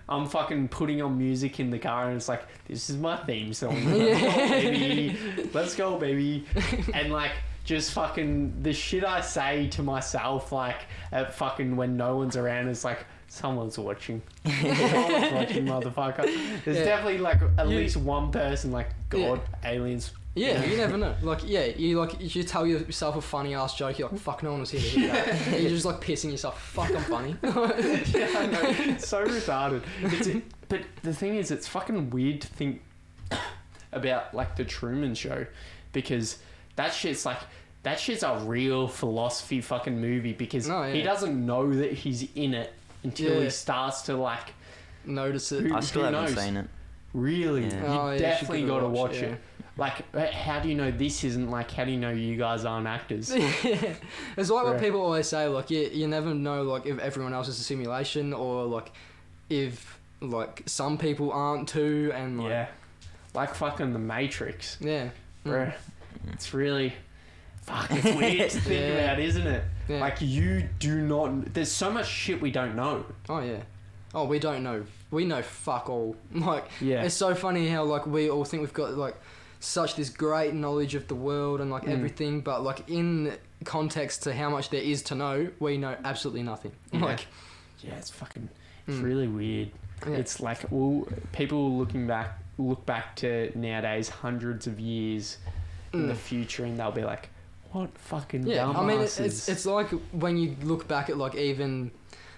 Speaker 1: I'm fucking putting on music in the car, and it's like this is my theme song. Let's go, baby. Let's go, baby. And like just fucking the shit I say to myself, like at fucking when no one's around, is like. Someone's watching. Someone's watching, motherfucker. There's
Speaker 3: Yeah.
Speaker 1: definitely like at
Speaker 3: You-
Speaker 1: least one person, like
Speaker 3: Yeah.
Speaker 1: God, aliens.
Speaker 3: Yeah, you never know. Like, yeah, you like you tell yourself a funny ass joke. You're like, fuck, no one was here to hear that. And you're just like pissing yourself. Fuck, I'm funny.
Speaker 1: yeah, I know. It's so retarded. It's, but the thing is, it's fucking weird to think about like the Truman Show because that shit's like that shit's a real philosophy fucking movie because
Speaker 3: No,
Speaker 1: he
Speaker 3: Oh, yeah.
Speaker 1: doesn't know that he's in it until
Speaker 3: Yeah.
Speaker 1: he starts to like
Speaker 3: Notice it.
Speaker 1: Who-
Speaker 2: I still
Speaker 1: who
Speaker 2: haven't
Speaker 1: knows?
Speaker 2: seen it.
Speaker 1: really.
Speaker 2: Yeah.
Speaker 1: You
Speaker 3: Oh, yeah, you should
Speaker 1: definitely
Speaker 3: give it a
Speaker 1: got to
Speaker 3: watch,
Speaker 1: watch
Speaker 3: yeah.
Speaker 1: it. Like, h- how do you know this isn't like? How do you know you guys aren't actors?
Speaker 3: yeah. It's like
Speaker 1: Yeah.
Speaker 3: what people always say, like you, you never know like if everyone else is a simulation or like if like some people aren't too and like
Speaker 1: yeah, like fucking the Matrix.
Speaker 3: yeah.
Speaker 1: Bruh, It's really fuck. It's weird to think
Speaker 3: Yeah.
Speaker 1: about, isn't it?
Speaker 3: Yeah.
Speaker 1: Like you do not. There's so much shit we don't know.
Speaker 3: Oh yeah. Oh, we don't know. We know fuck all. Like
Speaker 1: Yeah.
Speaker 3: it's so funny how like we all think we've got like such this great knowledge of the world and like
Speaker 1: Mm.
Speaker 3: everything, but like in context to how much there is to know, we know absolutely nothing.
Speaker 1: Yeah.
Speaker 3: Like
Speaker 1: Yeah, it's fucking. It's
Speaker 3: Mm.
Speaker 1: really weird.
Speaker 3: yeah.
Speaker 1: It's like well, people looking back look back to nowadays hundreds of years in the
Speaker 3: Mm.
Speaker 1: future, and they'll be like, "What fucking
Speaker 3: Yeah,
Speaker 1: dumbasses."
Speaker 3: I mean, it's, it's it's like when you look back at like even.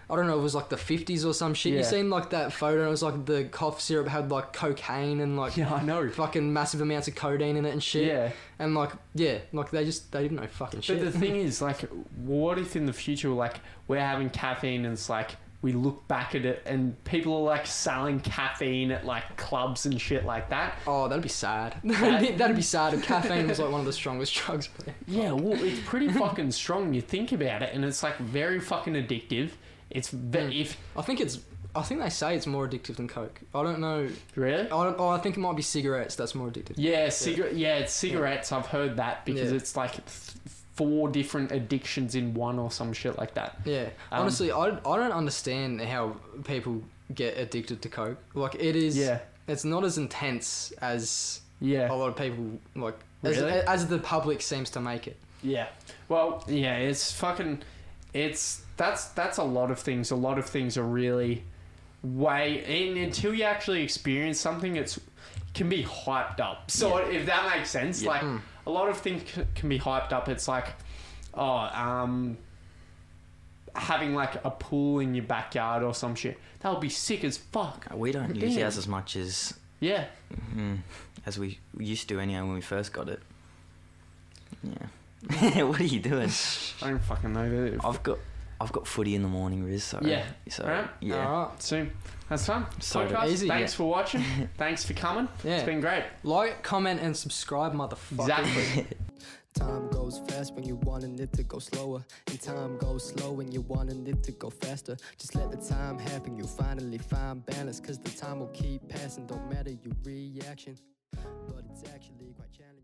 Speaker 3: I don't know, it was like the 50s or some shit.
Speaker 1: Yeah.
Speaker 3: You seen like that photo and it was like the cough syrup had like cocaine and like
Speaker 1: yeah, I know.
Speaker 3: fucking massive amounts of codeine in it and shit.
Speaker 1: Yeah.
Speaker 3: And like, yeah, like they just, they didn't know fucking shit.
Speaker 1: But the thing is, like, what if in the future, like, we're having caffeine and it's like we look back at it and people are like selling caffeine at like clubs and shit like that?
Speaker 3: oh, that'd be sad. that'd, be, that'd be sad if caffeine was like one of the strongest drugs.
Speaker 1: Yeah, well, it's pretty fucking strong. You think about it, and it's like very fucking addictive. It's ve-
Speaker 3: Mm.
Speaker 1: if
Speaker 3: I think it's, I think they say it's more addictive than coke. I don't know.
Speaker 1: really.
Speaker 3: I, don't, oh, I think it might be cigarettes that's more addictive.
Speaker 1: Yeah, cigarette. Yeah, it's cigarettes. I've heard that because
Speaker 3: Yeah.
Speaker 1: it's like th- four different addictions in one or some shit like that.
Speaker 3: Yeah.
Speaker 1: Um,
Speaker 3: Honestly, I, I don't understand how people get addicted to coke. Like it is
Speaker 1: Yeah,
Speaker 3: it's not as intense as a
Speaker 1: yeah,
Speaker 3: lot of people like
Speaker 1: Really?
Speaker 3: as, as the public seems to make it.
Speaker 1: yeah. Well, yeah, it's fucking. It's that's that's a lot of things. A lot of things are really way and until you actually experience something, it's can be hyped up. So if that makes sense,
Speaker 2: Yeah.
Speaker 1: like
Speaker 3: Mm.
Speaker 1: a lot of things c- can be hyped up. It's like, oh, um, having like a pool in your backyard or some shit. That would be sick as fuck.
Speaker 2: Uh, We don't use
Speaker 1: Yeah.
Speaker 2: ours as much as
Speaker 1: Yeah,
Speaker 2: mm, as we used to anyhow when we first got it. Yeah. what are you doing?
Speaker 1: I don't fucking know. That it-
Speaker 2: I've got I've got footy in the morning, Riz. So
Speaker 1: Yeah.
Speaker 2: So
Speaker 1: Right.
Speaker 2: yeah.
Speaker 3: Alright.
Speaker 1: So that's fun.
Speaker 2: So
Speaker 1: Podcast.
Speaker 3: easy,
Speaker 1: Thanks for watching. Thanks for coming. It's
Speaker 3: Yeah.
Speaker 1: been great.
Speaker 3: Like, comment and subscribe, motherfucker.
Speaker 1: Exactly.
Speaker 4: Time goes fast when you're wanting it to go slower. And time goes slow when you're wanting it to go faster. Just let the time happen, you finally find balance. Cause the time will keep passing, don't matter your reaction. But it's actually quite challenging.